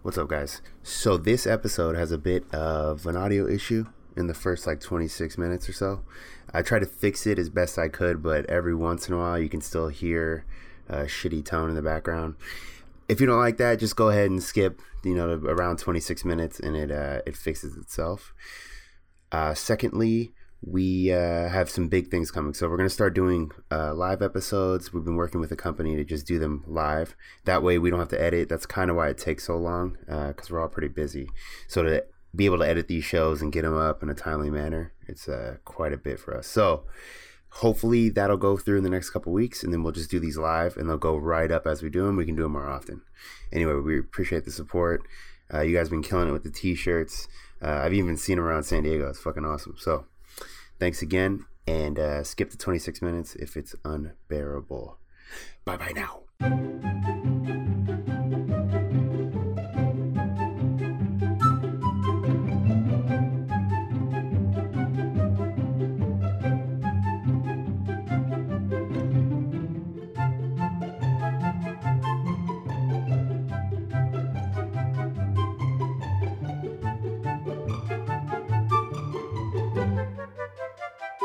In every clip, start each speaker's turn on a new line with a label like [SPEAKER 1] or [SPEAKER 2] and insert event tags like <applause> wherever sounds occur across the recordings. [SPEAKER 1] What's up, guys? So this episode has a bit of an audio issue in the first like 26 minutes or so. I tried to fix it as best I could, but every once in a while you can still hear a shitty tone in the background. If you don't like that, just go ahead and skip, you know, to around 26 minutes, and it uh, it fixes itself. Uh, secondly, we uh, have some big things coming. So we're going to start doing uh, live episodes. We've been working with a company to just do them live. That way we don't have to edit. That's kind of why it takes so long because we're all pretty busy. So to be able to edit these shows and get them up in a timely manner, it's uh, quite a bit for us. So hopefully that'll go through in the next couple weeks and then we'll just do these live and they'll go right up as we do them. We can do them more often. Anyway, we appreciate the support. Uh, you guys been killing it with the t-shirts. Uh, I've even seen them around San Diego. It's fucking awesome. So Thanks again, and uh, skip the 26 minutes if it's unbearable. Bye bye now.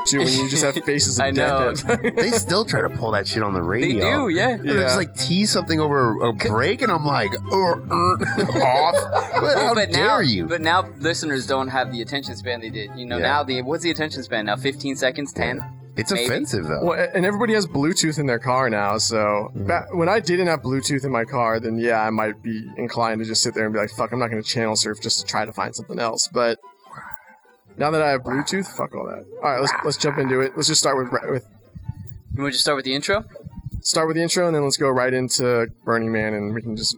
[SPEAKER 2] Dude, when you just
[SPEAKER 3] <laughs>
[SPEAKER 2] have faces of
[SPEAKER 3] I know. <laughs>
[SPEAKER 2] death.
[SPEAKER 1] They still try to pull that shit on the
[SPEAKER 3] They
[SPEAKER 1] radio.
[SPEAKER 3] do, yeah.
[SPEAKER 1] They
[SPEAKER 2] Yeah.
[SPEAKER 1] just like tease something over a break, and I'm like, "Er, er, off. But how
[SPEAKER 3] but
[SPEAKER 1] dare
[SPEAKER 3] now,
[SPEAKER 1] you?
[SPEAKER 3] But now listeners don't have the attention span they did. You know,
[SPEAKER 1] Yeah.
[SPEAKER 3] now the what's the attention span now? Fifteen seconds, ten.
[SPEAKER 1] it's
[SPEAKER 3] maybe.
[SPEAKER 1] offensive, though.
[SPEAKER 2] Well, a- and everybody has Bluetooth in their car now, so ba- when I didn't have Bluetooth in my car, then yeah, I might be inclined to just sit there and be like, "Fuck, I'm not going to channel surf just to try to find something else." But now that I have Bluetooth, fuck all that. All right, let's let's jump into it. Let's just start with with
[SPEAKER 3] You want to just start with the intro?
[SPEAKER 2] start with the intro, and then let's go right into Burning Man, and we can just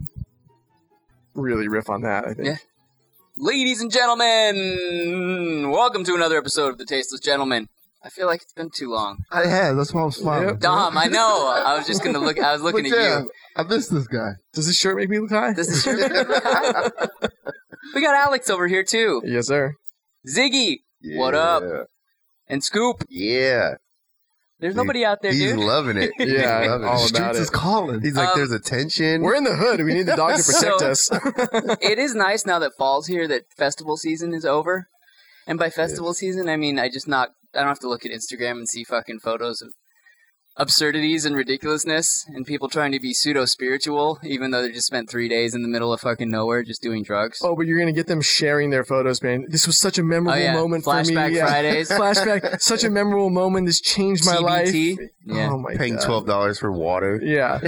[SPEAKER 2] really riff on that. I think.
[SPEAKER 3] Yeah. Ladies and gentlemen, welcome to another episode of the Tasteless Gentleman. I feel like it's been too long.
[SPEAKER 4] I had. That's why I'm smiling.
[SPEAKER 2] Yep.
[SPEAKER 3] Dom, I know. I was just gonna look. I was looking
[SPEAKER 4] Look
[SPEAKER 3] at
[SPEAKER 4] at
[SPEAKER 3] you.
[SPEAKER 4] I missed this guy.
[SPEAKER 2] Does this shirt make me look high?
[SPEAKER 1] <laughs>
[SPEAKER 3] This is we got Alex over here too.
[SPEAKER 2] yes,
[SPEAKER 3] <laughs>
[SPEAKER 2] sir.
[SPEAKER 3] Ziggy What up? and Scoop.
[SPEAKER 1] Yeah,
[SPEAKER 3] There's
[SPEAKER 1] Dude,
[SPEAKER 3] nobody out there,
[SPEAKER 1] he's
[SPEAKER 3] dude.
[SPEAKER 1] loving
[SPEAKER 3] <laughs>
[SPEAKER 1] it. He's
[SPEAKER 2] Yeah,
[SPEAKER 1] loving
[SPEAKER 2] all
[SPEAKER 1] it.
[SPEAKER 2] about
[SPEAKER 4] Streets
[SPEAKER 2] it.
[SPEAKER 4] is calling.
[SPEAKER 1] He's like,
[SPEAKER 3] Um,
[SPEAKER 1] "There's a tension."
[SPEAKER 2] We're in the hood. We need the dog to protect
[SPEAKER 3] <laughs> So-
[SPEAKER 2] us.
[SPEAKER 3] it is nice now that fall's here that festival season is over. And by festival season, I mean I just not I don't have to look at Instagram and see fucking photos of absurdities and ridiculousness and people trying to be pseudo spiritual even though they just spent 3 days in the middle of fucking nowhere just doing drugs.
[SPEAKER 2] Oh, but you're gonna get them sharing their photos, man. This was such a memorable
[SPEAKER 3] Oh, yeah.
[SPEAKER 2] moment for
[SPEAKER 3] Flashback
[SPEAKER 2] me. Yeah. <laughs>
[SPEAKER 3] Fridays.
[SPEAKER 2] Flashback, such a memorable moment. This changed my
[SPEAKER 3] TBT.
[SPEAKER 2] life.
[SPEAKER 3] Yeah.
[SPEAKER 2] Oh my
[SPEAKER 1] paying
[SPEAKER 2] god.
[SPEAKER 1] twelve dollars for
[SPEAKER 2] <laughs>
[SPEAKER 1] water.
[SPEAKER 3] <laughs>
[SPEAKER 2] Yeah.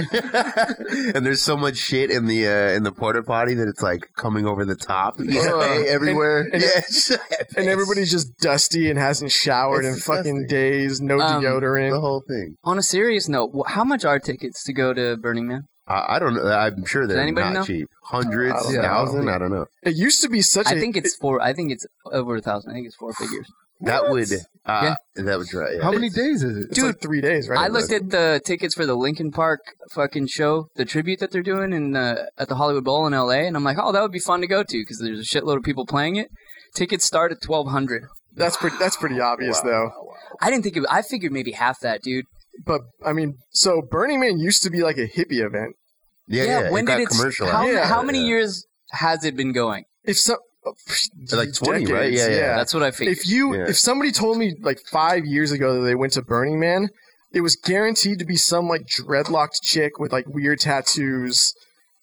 [SPEAKER 1] and there's so much shit in the uh, in the porta potty that it's like coming over the top. You gotta
[SPEAKER 2] Ugh.
[SPEAKER 1] pay everywhere.
[SPEAKER 2] And- and-
[SPEAKER 1] yeah, <laughs> it's-
[SPEAKER 2] And everybody's just dusty and hasn't showered
[SPEAKER 1] It's
[SPEAKER 2] in fucking
[SPEAKER 1] disgusting.
[SPEAKER 2] days. No
[SPEAKER 3] Um,
[SPEAKER 1] the
[SPEAKER 2] deodorant.
[SPEAKER 1] whole thing.
[SPEAKER 3] On a serious note, wh- how much are tickets to go to Burning Man?
[SPEAKER 1] I, I don't know. I'm sure they're
[SPEAKER 3] anybody
[SPEAKER 1] not
[SPEAKER 3] know?
[SPEAKER 1] cheap. Hundreds,
[SPEAKER 2] I
[SPEAKER 1] thousand.
[SPEAKER 2] don't know.
[SPEAKER 1] I don't know.
[SPEAKER 2] It used to be such a
[SPEAKER 3] I think it's four I think it's over a 1000. I think it's four figures.
[SPEAKER 1] That
[SPEAKER 2] What?
[SPEAKER 1] would uh, that would right. Yeah.
[SPEAKER 4] How many days is it?
[SPEAKER 2] it's like three days, right?
[SPEAKER 3] I looked at the tickets for the Lincoln Park fucking show, the tribute that they're doing in uh, at the Hollywood Bowl in L.A., and I'm like, oh, that would be fun to go to because there's a shitload of people playing it. Tickets start at twelve hundred.
[SPEAKER 2] that's pretty. That's pretty obvious, though.
[SPEAKER 3] I didn't think it. I figured maybe half that, dude.
[SPEAKER 2] But I mean, so Burning Man used to be like a hippie event.
[SPEAKER 1] yeah, yeah,
[SPEAKER 3] when
[SPEAKER 1] it got
[SPEAKER 3] did it?
[SPEAKER 1] commercialized.
[SPEAKER 3] How,
[SPEAKER 2] Yeah.
[SPEAKER 3] how many
[SPEAKER 1] Yeah.
[SPEAKER 3] years has it been going?
[SPEAKER 2] If so,
[SPEAKER 1] Like 20, right?
[SPEAKER 2] decades,
[SPEAKER 1] Yeah, yeah.
[SPEAKER 3] That's what
[SPEAKER 1] <laughs>
[SPEAKER 3] I figured.
[SPEAKER 2] If you
[SPEAKER 1] Yeah.
[SPEAKER 2] if somebody told me like five years ago that they went to Burning Man, it was guaranteed to be some like dreadlocked chick with like weird tattoos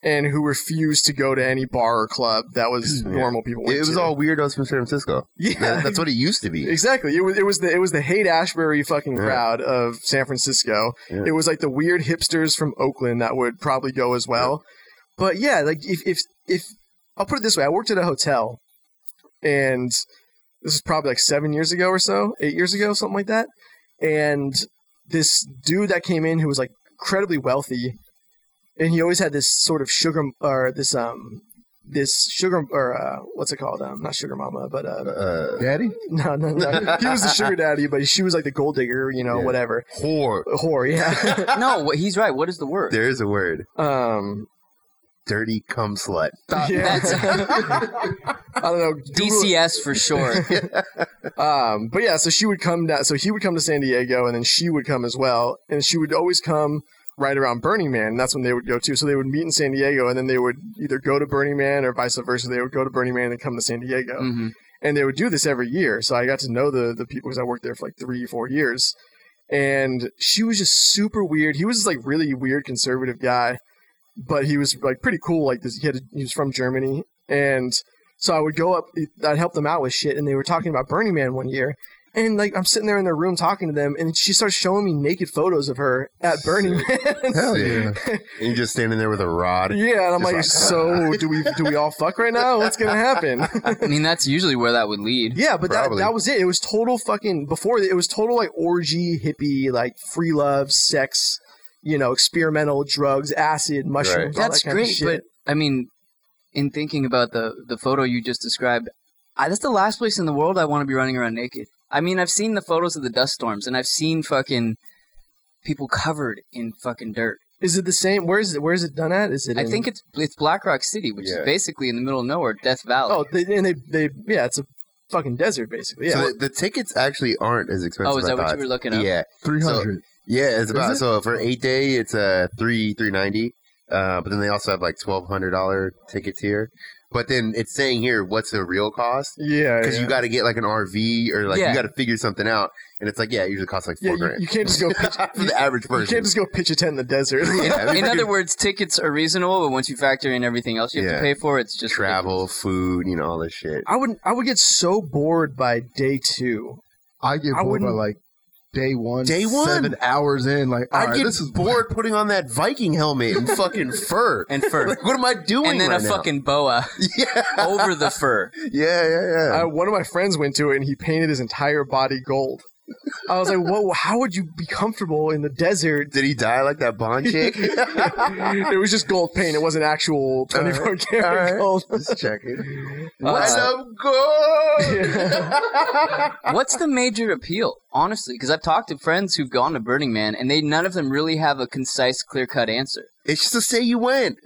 [SPEAKER 2] and who refused to go to any bar or club that was
[SPEAKER 1] Hmm, Yeah.
[SPEAKER 2] normal people went
[SPEAKER 1] It was
[SPEAKER 2] to.
[SPEAKER 1] all weirdos from San Francisco.
[SPEAKER 2] <laughs> yeah.
[SPEAKER 3] <laughs>
[SPEAKER 1] That- That's what it used to be.
[SPEAKER 2] Exactly. It was it was the it was the hate Ashbury fucking
[SPEAKER 1] Yeah.
[SPEAKER 2] crowd of San Francisco.
[SPEAKER 1] Yeah.
[SPEAKER 2] It was like the weird hipsters from Oakland that would probably go as well. But yeah, like if if if I'll put it this way, I worked at a hotel and this is probably like 7 years ago or so, 8 years ago, something like that. And this dude that came in who was like incredibly wealthy and he always had this sort of sugar or this um this sugar or uh, what's it called? Um, not sugar mama, but uh,
[SPEAKER 1] Uh,
[SPEAKER 4] Daddy?
[SPEAKER 2] no, no, no. <laughs> He was the sugar daddy, but she was like the gold digger, you know,
[SPEAKER 1] Yeah.
[SPEAKER 2] whatever.
[SPEAKER 1] whore.
[SPEAKER 2] Whore,
[SPEAKER 3] <laughs>
[SPEAKER 2] yeah.
[SPEAKER 3] no, wh- he's right. What is the word?
[SPEAKER 1] There is a word.
[SPEAKER 2] um,
[SPEAKER 1] Dirty cum slut.
[SPEAKER 2] yeah.
[SPEAKER 3] Uh, That's
[SPEAKER 2] <laughs>
[SPEAKER 1] <laughs>
[SPEAKER 2] I don't know. Google-
[SPEAKER 3] DCS for short.
[SPEAKER 2] Um, but yeah, so she would come down. So he would come to San Diego, and then she would come as well. And she would always come right around Burning Man. That's when they would go to. So they would meet in San Diego, and then they would either go to Burning Man or vice versa. They would go to Burning Man and then come to San Diego.
[SPEAKER 3] hmm
[SPEAKER 2] and they would do this every year. So I got to know the the people because I worked there for like three, four years. And she was just super weird. He was this like really weird conservative guy, but he was like pretty cool. Like this, he had he was from Germany, and so I would go up. I'd help them out with shit, and they were talking about Burning Man one year. And like I'm sitting there in their room talking to them, and she starts showing me naked photos of her at Burning Man.
[SPEAKER 5] Hell yeah.
[SPEAKER 4] And you're just standing there with a
[SPEAKER 2] <laughs>
[SPEAKER 4] rod.
[SPEAKER 2] yeah, and I'm
[SPEAKER 4] Just
[SPEAKER 2] like,
[SPEAKER 4] like,
[SPEAKER 2] so do we do we all fuck right now? What's gonna happen?
[SPEAKER 3] I mean, that's usually where that would lead.
[SPEAKER 2] Yeah, but that,
[SPEAKER 4] Probably.
[SPEAKER 2] that was it. It was total fucking before it was total like orgy, hippie, like free love, sex, you know, experimental drugs, acid, mushrooms. all
[SPEAKER 3] That's
[SPEAKER 2] that kind Of
[SPEAKER 3] great,
[SPEAKER 2] shit.
[SPEAKER 3] but I mean, in thinking about the the photo you just described, I, that's the last place in the world I want to be running around naked. I mean, I've seen the photos of the dust storms, and I've seen fucking people covered in fucking dirt.
[SPEAKER 2] is it the same? Where is it? Where is it done at? Is it?
[SPEAKER 3] I
[SPEAKER 2] in-
[SPEAKER 3] think it's it's Black Rock City, which
[SPEAKER 4] Yeah.
[SPEAKER 3] is basically in the middle of nowhere, Death Valley.
[SPEAKER 2] Oh, they, and they they yeah, it's a fucking desert basically. Yeah,
[SPEAKER 4] So the, the tickets actually aren't as expensive.
[SPEAKER 3] Oh, is
[SPEAKER 4] I
[SPEAKER 3] that what
[SPEAKER 4] thought.
[SPEAKER 3] you were looking at?
[SPEAKER 4] Yeah,
[SPEAKER 5] 300.
[SPEAKER 4] yeah. It's about
[SPEAKER 5] it?
[SPEAKER 4] so for eight day, it's uh, three three ninety. Uh, but then they also have like twelve hundred dollar tickets here. But then it's saying here what's the real cost
[SPEAKER 2] yeah,
[SPEAKER 4] because
[SPEAKER 2] Oh, yeah.
[SPEAKER 4] you got to get like an RV or like
[SPEAKER 3] Yeah.
[SPEAKER 4] you got to figure something out, and it's like yeah, it usually costs like
[SPEAKER 2] yeah,
[SPEAKER 4] four
[SPEAKER 2] you,
[SPEAKER 4] grand
[SPEAKER 2] you can't just
[SPEAKER 4] <laughs>
[SPEAKER 2] go. Pitch,
[SPEAKER 4] for the average
[SPEAKER 2] you
[SPEAKER 4] person.
[SPEAKER 2] can't just go pitch a tent in the
[SPEAKER 4] <laughs>
[SPEAKER 2] desert.
[SPEAKER 4] Yeah, I mean,
[SPEAKER 3] <laughs> in
[SPEAKER 4] fucking
[SPEAKER 3] other words, tickets are reasonable, but once you factor in everything else you have
[SPEAKER 4] Yeah.
[SPEAKER 3] to pay for, it's just
[SPEAKER 4] <laughs> travel, food, you know all this shit.
[SPEAKER 2] I would I would get so bored by day two.
[SPEAKER 5] I get
[SPEAKER 2] I
[SPEAKER 5] bored by
[SPEAKER 2] wouldn't-
[SPEAKER 5] like day one.
[SPEAKER 4] Day one?
[SPEAKER 5] Seven hours in. Like, all
[SPEAKER 4] I
[SPEAKER 5] right,
[SPEAKER 4] get
[SPEAKER 5] this is
[SPEAKER 4] bored putting on that Viking helmet and fucking fur.
[SPEAKER 3] and fur,
[SPEAKER 4] <laughs> Like, what am I doing?
[SPEAKER 3] and then
[SPEAKER 4] right
[SPEAKER 3] a
[SPEAKER 4] now?
[SPEAKER 3] fucking boa
[SPEAKER 4] <laughs> yeah,
[SPEAKER 3] over the
[SPEAKER 4] <laughs>
[SPEAKER 3] fur.
[SPEAKER 4] yeah, yeah, yeah.
[SPEAKER 2] Uh, one of my friends went to it and he painted his entire body gold. I was like, whoa, how would you be comfortable in the desert? <laughs>
[SPEAKER 4] Did he die like that Bond chick?
[SPEAKER 2] it was just gold paint. It wasn't actual 24
[SPEAKER 4] All
[SPEAKER 2] karat
[SPEAKER 4] right. <laughs>
[SPEAKER 2] gold.
[SPEAKER 4] Just checking. What's
[SPEAKER 3] Uh,
[SPEAKER 4] up,
[SPEAKER 2] <laughs>
[SPEAKER 4] good?
[SPEAKER 3] what's the major appeal, honestly? Because I've talked to friends who've gone to Burning Man, and they none of them really have a concise, clear cut answer.
[SPEAKER 4] it's just to say you went.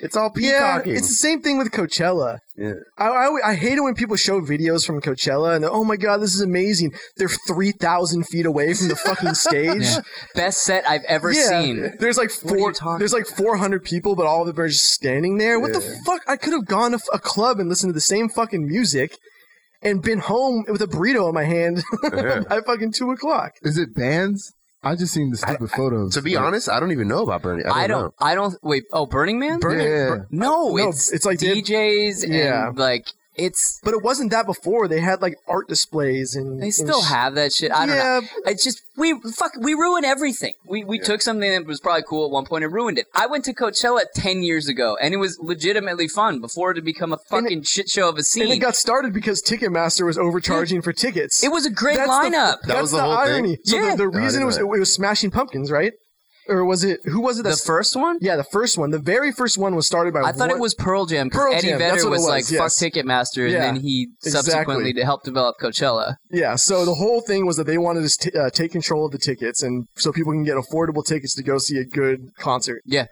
[SPEAKER 4] It's all
[SPEAKER 2] Yeah,
[SPEAKER 4] peacocking.
[SPEAKER 2] it's the same thing with Coachella.
[SPEAKER 4] Yeah.
[SPEAKER 2] I, I, I hate it when people show videos from Coachella and they're, oh my God, this is amazing. They're 3,000 feet away from the fucking
[SPEAKER 4] <laughs>
[SPEAKER 2] stage.
[SPEAKER 3] Yeah. Best set I've ever seen.
[SPEAKER 2] There's like
[SPEAKER 3] What are
[SPEAKER 2] four.
[SPEAKER 3] you talking
[SPEAKER 2] There's like 400 people, but all of them are just standing there. What the fuck? I could have gone to f- a club and listened to the same fucking music, and been home with a burrito in my hand
[SPEAKER 4] <laughs>
[SPEAKER 2] <laughs>
[SPEAKER 4] Yeah.
[SPEAKER 2] by fucking two o'clock.
[SPEAKER 5] Is it bands? I just seen the stupid
[SPEAKER 4] <laughs>
[SPEAKER 5] photos.
[SPEAKER 4] to be
[SPEAKER 5] Like,
[SPEAKER 4] honest, I don't even know about Bernie.
[SPEAKER 3] I
[SPEAKER 4] I don't.
[SPEAKER 3] don't. I don't. Wait. Oh, Burning Man.
[SPEAKER 2] Burn it,
[SPEAKER 5] Yeah.
[SPEAKER 2] burn-
[SPEAKER 3] no,
[SPEAKER 2] No,
[SPEAKER 3] it's
[SPEAKER 2] it's like they-
[SPEAKER 3] DJs
[SPEAKER 2] Yeah.
[SPEAKER 3] and like it's.
[SPEAKER 2] But it wasn't that before. They had like art displays and
[SPEAKER 3] They
[SPEAKER 2] and
[SPEAKER 3] still
[SPEAKER 2] sh-
[SPEAKER 3] have that shit. I don't know.
[SPEAKER 2] yeah,
[SPEAKER 3] It's just we fuck we ruin everything. We we took something that was probably cool at one point and ruined it. I went to Coachella ten years ago and it was legitimately fun before it had become a
[SPEAKER 2] And it-
[SPEAKER 3] fucking shit show of a
[SPEAKER 2] and it
[SPEAKER 3] scene.
[SPEAKER 2] got started because Ticketmaster was overcharging for tickets.
[SPEAKER 3] It was a great
[SPEAKER 2] That's the-
[SPEAKER 3] lineup.
[SPEAKER 4] That
[SPEAKER 2] That's
[SPEAKER 4] was the whole thing?
[SPEAKER 2] irony. So the,
[SPEAKER 3] Yeah.
[SPEAKER 2] the
[SPEAKER 4] I
[SPEAKER 2] reason it
[SPEAKER 4] didn't
[SPEAKER 2] was it
[SPEAKER 4] know
[SPEAKER 2] was Smashing Pumpkins, right? Or was it who was it
[SPEAKER 3] The,
[SPEAKER 2] that
[SPEAKER 3] first one,
[SPEAKER 2] Yeah, the first one, the very first one was started by.
[SPEAKER 3] I thought
[SPEAKER 2] one-
[SPEAKER 3] it was Pearl Jam
[SPEAKER 2] Pearl
[SPEAKER 3] because Eddie
[SPEAKER 2] Jam, that's
[SPEAKER 3] Vedder
[SPEAKER 2] what it
[SPEAKER 3] was,
[SPEAKER 2] was,
[SPEAKER 3] like
[SPEAKER 2] yes.
[SPEAKER 3] fuck Ticketmaster,
[SPEAKER 2] Yeah,
[SPEAKER 3] and then he
[SPEAKER 2] exactly.
[SPEAKER 3] subsequently to help develop Coachella.
[SPEAKER 2] Yeah, so the whole thing was that they wanted to t- uh, take control of the tickets, and so people can get affordable tickets to go see a good concert.
[SPEAKER 3] Yeah.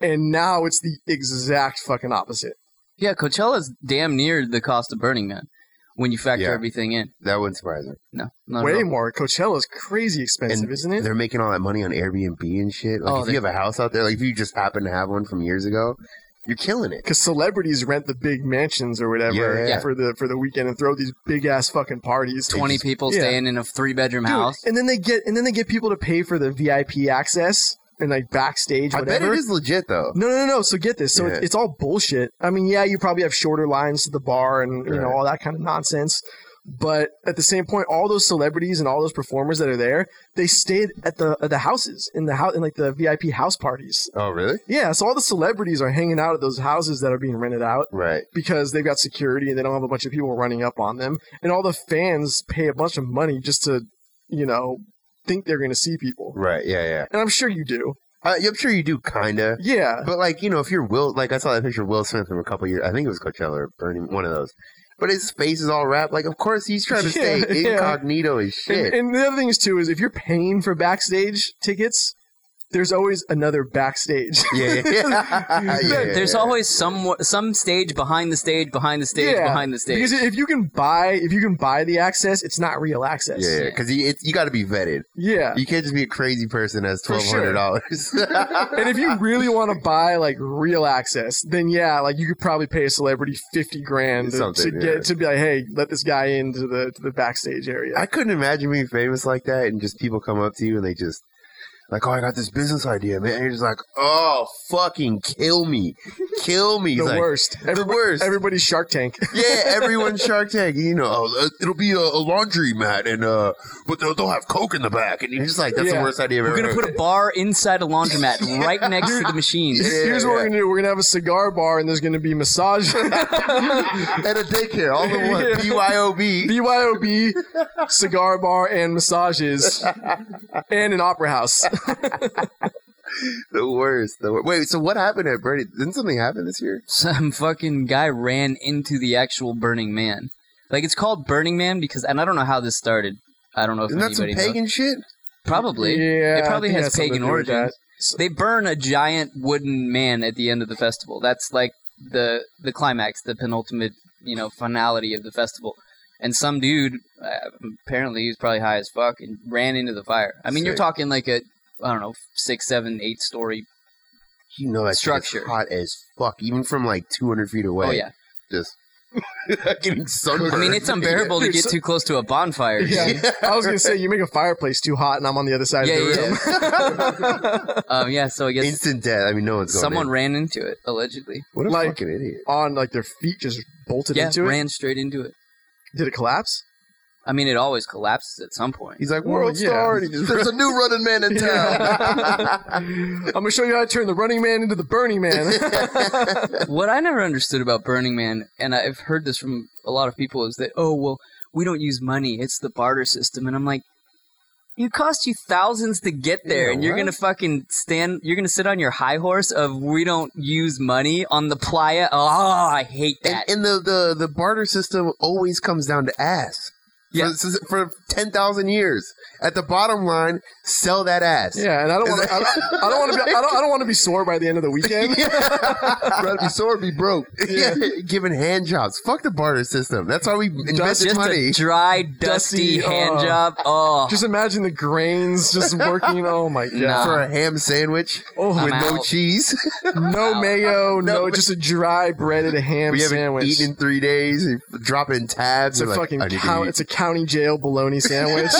[SPEAKER 2] And now it's the exact fucking opposite.
[SPEAKER 3] Yeah, Coachella's damn near the cost of Burning Man when you factor
[SPEAKER 4] Yeah.
[SPEAKER 3] everything in.
[SPEAKER 4] That wouldn't surprise me.
[SPEAKER 3] No, not at
[SPEAKER 2] Way
[SPEAKER 3] all.
[SPEAKER 2] more. Coachella's crazy expensive,
[SPEAKER 4] Uh-huh. And
[SPEAKER 2] isn't it?
[SPEAKER 4] They're making all that money on Airbnb and shit. Like
[SPEAKER 3] Oh,
[SPEAKER 4] if
[SPEAKER 3] they-
[SPEAKER 4] you have a house out there, like if you just happen to have one from years ago, you're killing it.
[SPEAKER 2] Because celebrities rent the big mansions or whatever
[SPEAKER 4] Yeah, yeah.
[SPEAKER 2] for the for the weekend and throw these big ass fucking parties.
[SPEAKER 3] Twenty people
[SPEAKER 2] yeah.
[SPEAKER 3] staying in a three bedroom
[SPEAKER 2] Dude,
[SPEAKER 3] house.
[SPEAKER 2] and then they get and then they get people to pay for the VIP access and like backstage.
[SPEAKER 4] I
[SPEAKER 2] Whatever.
[SPEAKER 4] bet it is legit though.
[SPEAKER 2] No, no, no, no. So get this. So
[SPEAKER 4] Yeah.
[SPEAKER 2] it's, it's all bullshit. I mean, yeah, you probably have shorter lines to the bar and you know
[SPEAKER 4] Right.
[SPEAKER 2] all that kind of nonsense. But at the same point, all those celebrities and all those performers that are there, they stayed at the at the houses in the house in like the VIP house parties.
[SPEAKER 4] Oh really?
[SPEAKER 2] Yeah, so all the celebrities are hanging out at those houses that are being rented out
[SPEAKER 4] Right.
[SPEAKER 2] because they've got security and they don't have a bunch of people running up on them. And all the fans pay a bunch of money just to, you know, think they're going to see people.
[SPEAKER 4] Right. Yeah. Yeah.
[SPEAKER 2] And I'm sure you do.
[SPEAKER 4] Uh, I'm sure you do, kinda.
[SPEAKER 2] Yeah.
[SPEAKER 4] But like you know, if you're Will, like I saw that picture of Will Smith from a couple years. I think it was Coachella or Bernie, one of those. But his face is all wrapped. Like, of course he's trying to stay
[SPEAKER 2] Yeah, yeah.
[SPEAKER 4] incognito as shit.
[SPEAKER 2] And, and the other thing is too is if you're paying for backstage tickets, there's always another backstage. <laughs>
[SPEAKER 4] Yeah, yeah, <laughs> yeah. yeah, yeah,
[SPEAKER 3] There's
[SPEAKER 4] yeah.
[SPEAKER 3] always some some stage behind the stage, behind the stage,
[SPEAKER 2] Yeah,
[SPEAKER 3] behind the stage.
[SPEAKER 2] Because if you can buy if you can buy the access, it's not real access.
[SPEAKER 4] Yeah, because you, it's- you got to be vetted.
[SPEAKER 2] Yeah.
[SPEAKER 4] You can't just be a crazy person that's
[SPEAKER 2] For
[SPEAKER 4] twelve
[SPEAKER 2] sure.
[SPEAKER 4] hundred dollars. <laughs>
[SPEAKER 2] And if you really want to buy like real access, then yeah, like you could probably pay a celebrity fifty grand to, to
[SPEAKER 4] Something,
[SPEAKER 2] get
[SPEAKER 4] yeah.
[SPEAKER 2] to be like, hey, let this guy into the to the backstage area.
[SPEAKER 4] I couldn't imagine being famous like that, and just people come up to you and they just like, "Oh, I got this business idea, man." And you're just like, "Oh, fucking kill me, kill
[SPEAKER 2] <laughs>
[SPEAKER 4] me."
[SPEAKER 2] the
[SPEAKER 4] It's like,
[SPEAKER 2] worst.
[SPEAKER 4] The <laughs> worst.
[SPEAKER 2] Everybody's Shark Tank. <laughs>
[SPEAKER 4] yeah, everyone Shark Tank. You know, "Oh, uh, it'll be a, a laundry mat, and uh, but they'll, they'll have coke in the back, and you're just like, "That's
[SPEAKER 2] Yeah.
[SPEAKER 4] the worst idea I've
[SPEAKER 3] We're
[SPEAKER 4] ever."
[SPEAKER 3] gonna
[SPEAKER 4] heard."
[SPEAKER 3] put a bar inside
[SPEAKER 2] <laughs>
[SPEAKER 3] a laundromat right next to the machines.
[SPEAKER 4] Yeah,
[SPEAKER 2] Here's what
[SPEAKER 4] yeah.
[SPEAKER 2] we're gonna do. We're gonna have a cigar bar, and there's gonna be <laughs> massage,
[SPEAKER 4] <laughs> at a daycare, all in one.
[SPEAKER 2] <laughs> Yeah.
[SPEAKER 4] BYOB.
[SPEAKER 2] BYOB, cigar bar, and massages, and an opera house.
[SPEAKER 4] The worst. The worst. Wait, so what happened at Birdie? Didn't something happen this year?
[SPEAKER 3] Some fucking guy ran into the actual Burning Man. Like it's called Burning Man because, and I don't know how this started. I don't know if
[SPEAKER 4] Isn't that some
[SPEAKER 3] anybody knows.
[SPEAKER 4] pagan shit?
[SPEAKER 3] Probably.
[SPEAKER 2] Yeah,
[SPEAKER 3] it
[SPEAKER 2] I
[SPEAKER 3] probably
[SPEAKER 2] think it
[SPEAKER 3] has
[SPEAKER 2] has something
[SPEAKER 3] pagan
[SPEAKER 2] to do with
[SPEAKER 3] origins. They burn a giant wooden man at the end of the festival. That's like the the climax, the penultimate, you know, finality of the festival. And some dude, uh, apparently he was probably high as fuck, and ran into the fire. I mean, you're
[SPEAKER 4] Sick.
[SPEAKER 3] talking like a, I don't know, six, seven, eight story.
[SPEAKER 4] You know that
[SPEAKER 3] Structure.
[SPEAKER 4] Structure. hot as fuck, even from like 200 feet away.
[SPEAKER 3] Oh yeah.
[SPEAKER 4] Just <laughs> getting sunburned.
[SPEAKER 3] I mean,
[SPEAKER 4] <laughs>
[SPEAKER 3] it's unbearable to
[SPEAKER 2] Dude,
[SPEAKER 3] get
[SPEAKER 2] so-
[SPEAKER 3] too close to a bonfire.
[SPEAKER 2] Yeah, I was gonna say you make a fireplace too hot, and I'm on the other side
[SPEAKER 3] yeah,
[SPEAKER 2] of the room.
[SPEAKER 3] yeah. <laughs> um, yeah. So I guess
[SPEAKER 4] Instant death. I mean, no one's going
[SPEAKER 3] someone
[SPEAKER 4] in.
[SPEAKER 3] ran into it allegedly.
[SPEAKER 4] What a
[SPEAKER 2] like-
[SPEAKER 4] fucking idiot.
[SPEAKER 2] On like their feet, just bolted
[SPEAKER 3] yeah,
[SPEAKER 2] into
[SPEAKER 3] ran straight into it.
[SPEAKER 2] it. Did it collapse?
[SPEAKER 3] I mean, it always collapses at some point.
[SPEAKER 4] He's like,
[SPEAKER 2] Well,
[SPEAKER 4] world
[SPEAKER 2] yeah.
[SPEAKER 4] star. And he just, There's a new running man in <laughs> town.
[SPEAKER 2] I'm gonna show you how to turn the Running Man into the Burning
[SPEAKER 3] <laughs>
[SPEAKER 2] Man.
[SPEAKER 3] what I never understood about Burning Man, and I've heard this from a lot of people, is that oh well, we don't use money; it's the barter system. And I'm like, it cost you thousands to get there,
[SPEAKER 4] Yeah,
[SPEAKER 3] and you're
[SPEAKER 4] what?
[SPEAKER 3] gonna fucking stand, you're gonna sit on your high horse of we don't use money on the playa. Oh, I hate
[SPEAKER 4] and
[SPEAKER 3] that.
[SPEAKER 4] and the, the, the barter system always comes down to ass.
[SPEAKER 3] Yeah.
[SPEAKER 4] For, for 10,000 years. At the bottom line, sell that ass.
[SPEAKER 2] yeah, and I don't want to. I don't, want to be. I don't, I don't want to be sore by the end of the
[SPEAKER 3] <laughs>
[SPEAKER 2] weekend.
[SPEAKER 4] Rather be sore, be
[SPEAKER 2] <laughs>
[SPEAKER 4] broke. Yeah. <laughs> Giving hand jobs. Fuck the barter system. That's why we invest
[SPEAKER 3] Just
[SPEAKER 4] money. uh,
[SPEAKER 3] a dry,
[SPEAKER 2] Dusty,
[SPEAKER 3] dusty, hand
[SPEAKER 2] oh.
[SPEAKER 3] job. Oh,
[SPEAKER 2] Just imagine the grains just working. Oh my god!
[SPEAKER 3] Nah.
[SPEAKER 4] for a ham sandwich
[SPEAKER 2] Oh,
[SPEAKER 3] <laughs>
[SPEAKER 4] with
[SPEAKER 3] I'm
[SPEAKER 4] no
[SPEAKER 3] out.
[SPEAKER 4] cheese.
[SPEAKER 2] No
[SPEAKER 3] Wow.
[SPEAKER 2] mayo,
[SPEAKER 3] <laughs>
[SPEAKER 2] no,
[SPEAKER 4] No ma-
[SPEAKER 2] just a dry breaded ham
[SPEAKER 4] <laughs> we haven't
[SPEAKER 2] sandwich.
[SPEAKER 4] eaten in three days. and Dropping
[SPEAKER 2] it's
[SPEAKER 4] tabs.
[SPEAKER 2] a
[SPEAKER 4] You're like,
[SPEAKER 2] fucking
[SPEAKER 4] I need to
[SPEAKER 2] cow-
[SPEAKER 4] eat.
[SPEAKER 2] it's a county jail
[SPEAKER 4] <laughs>
[SPEAKER 2] bologna sandwich.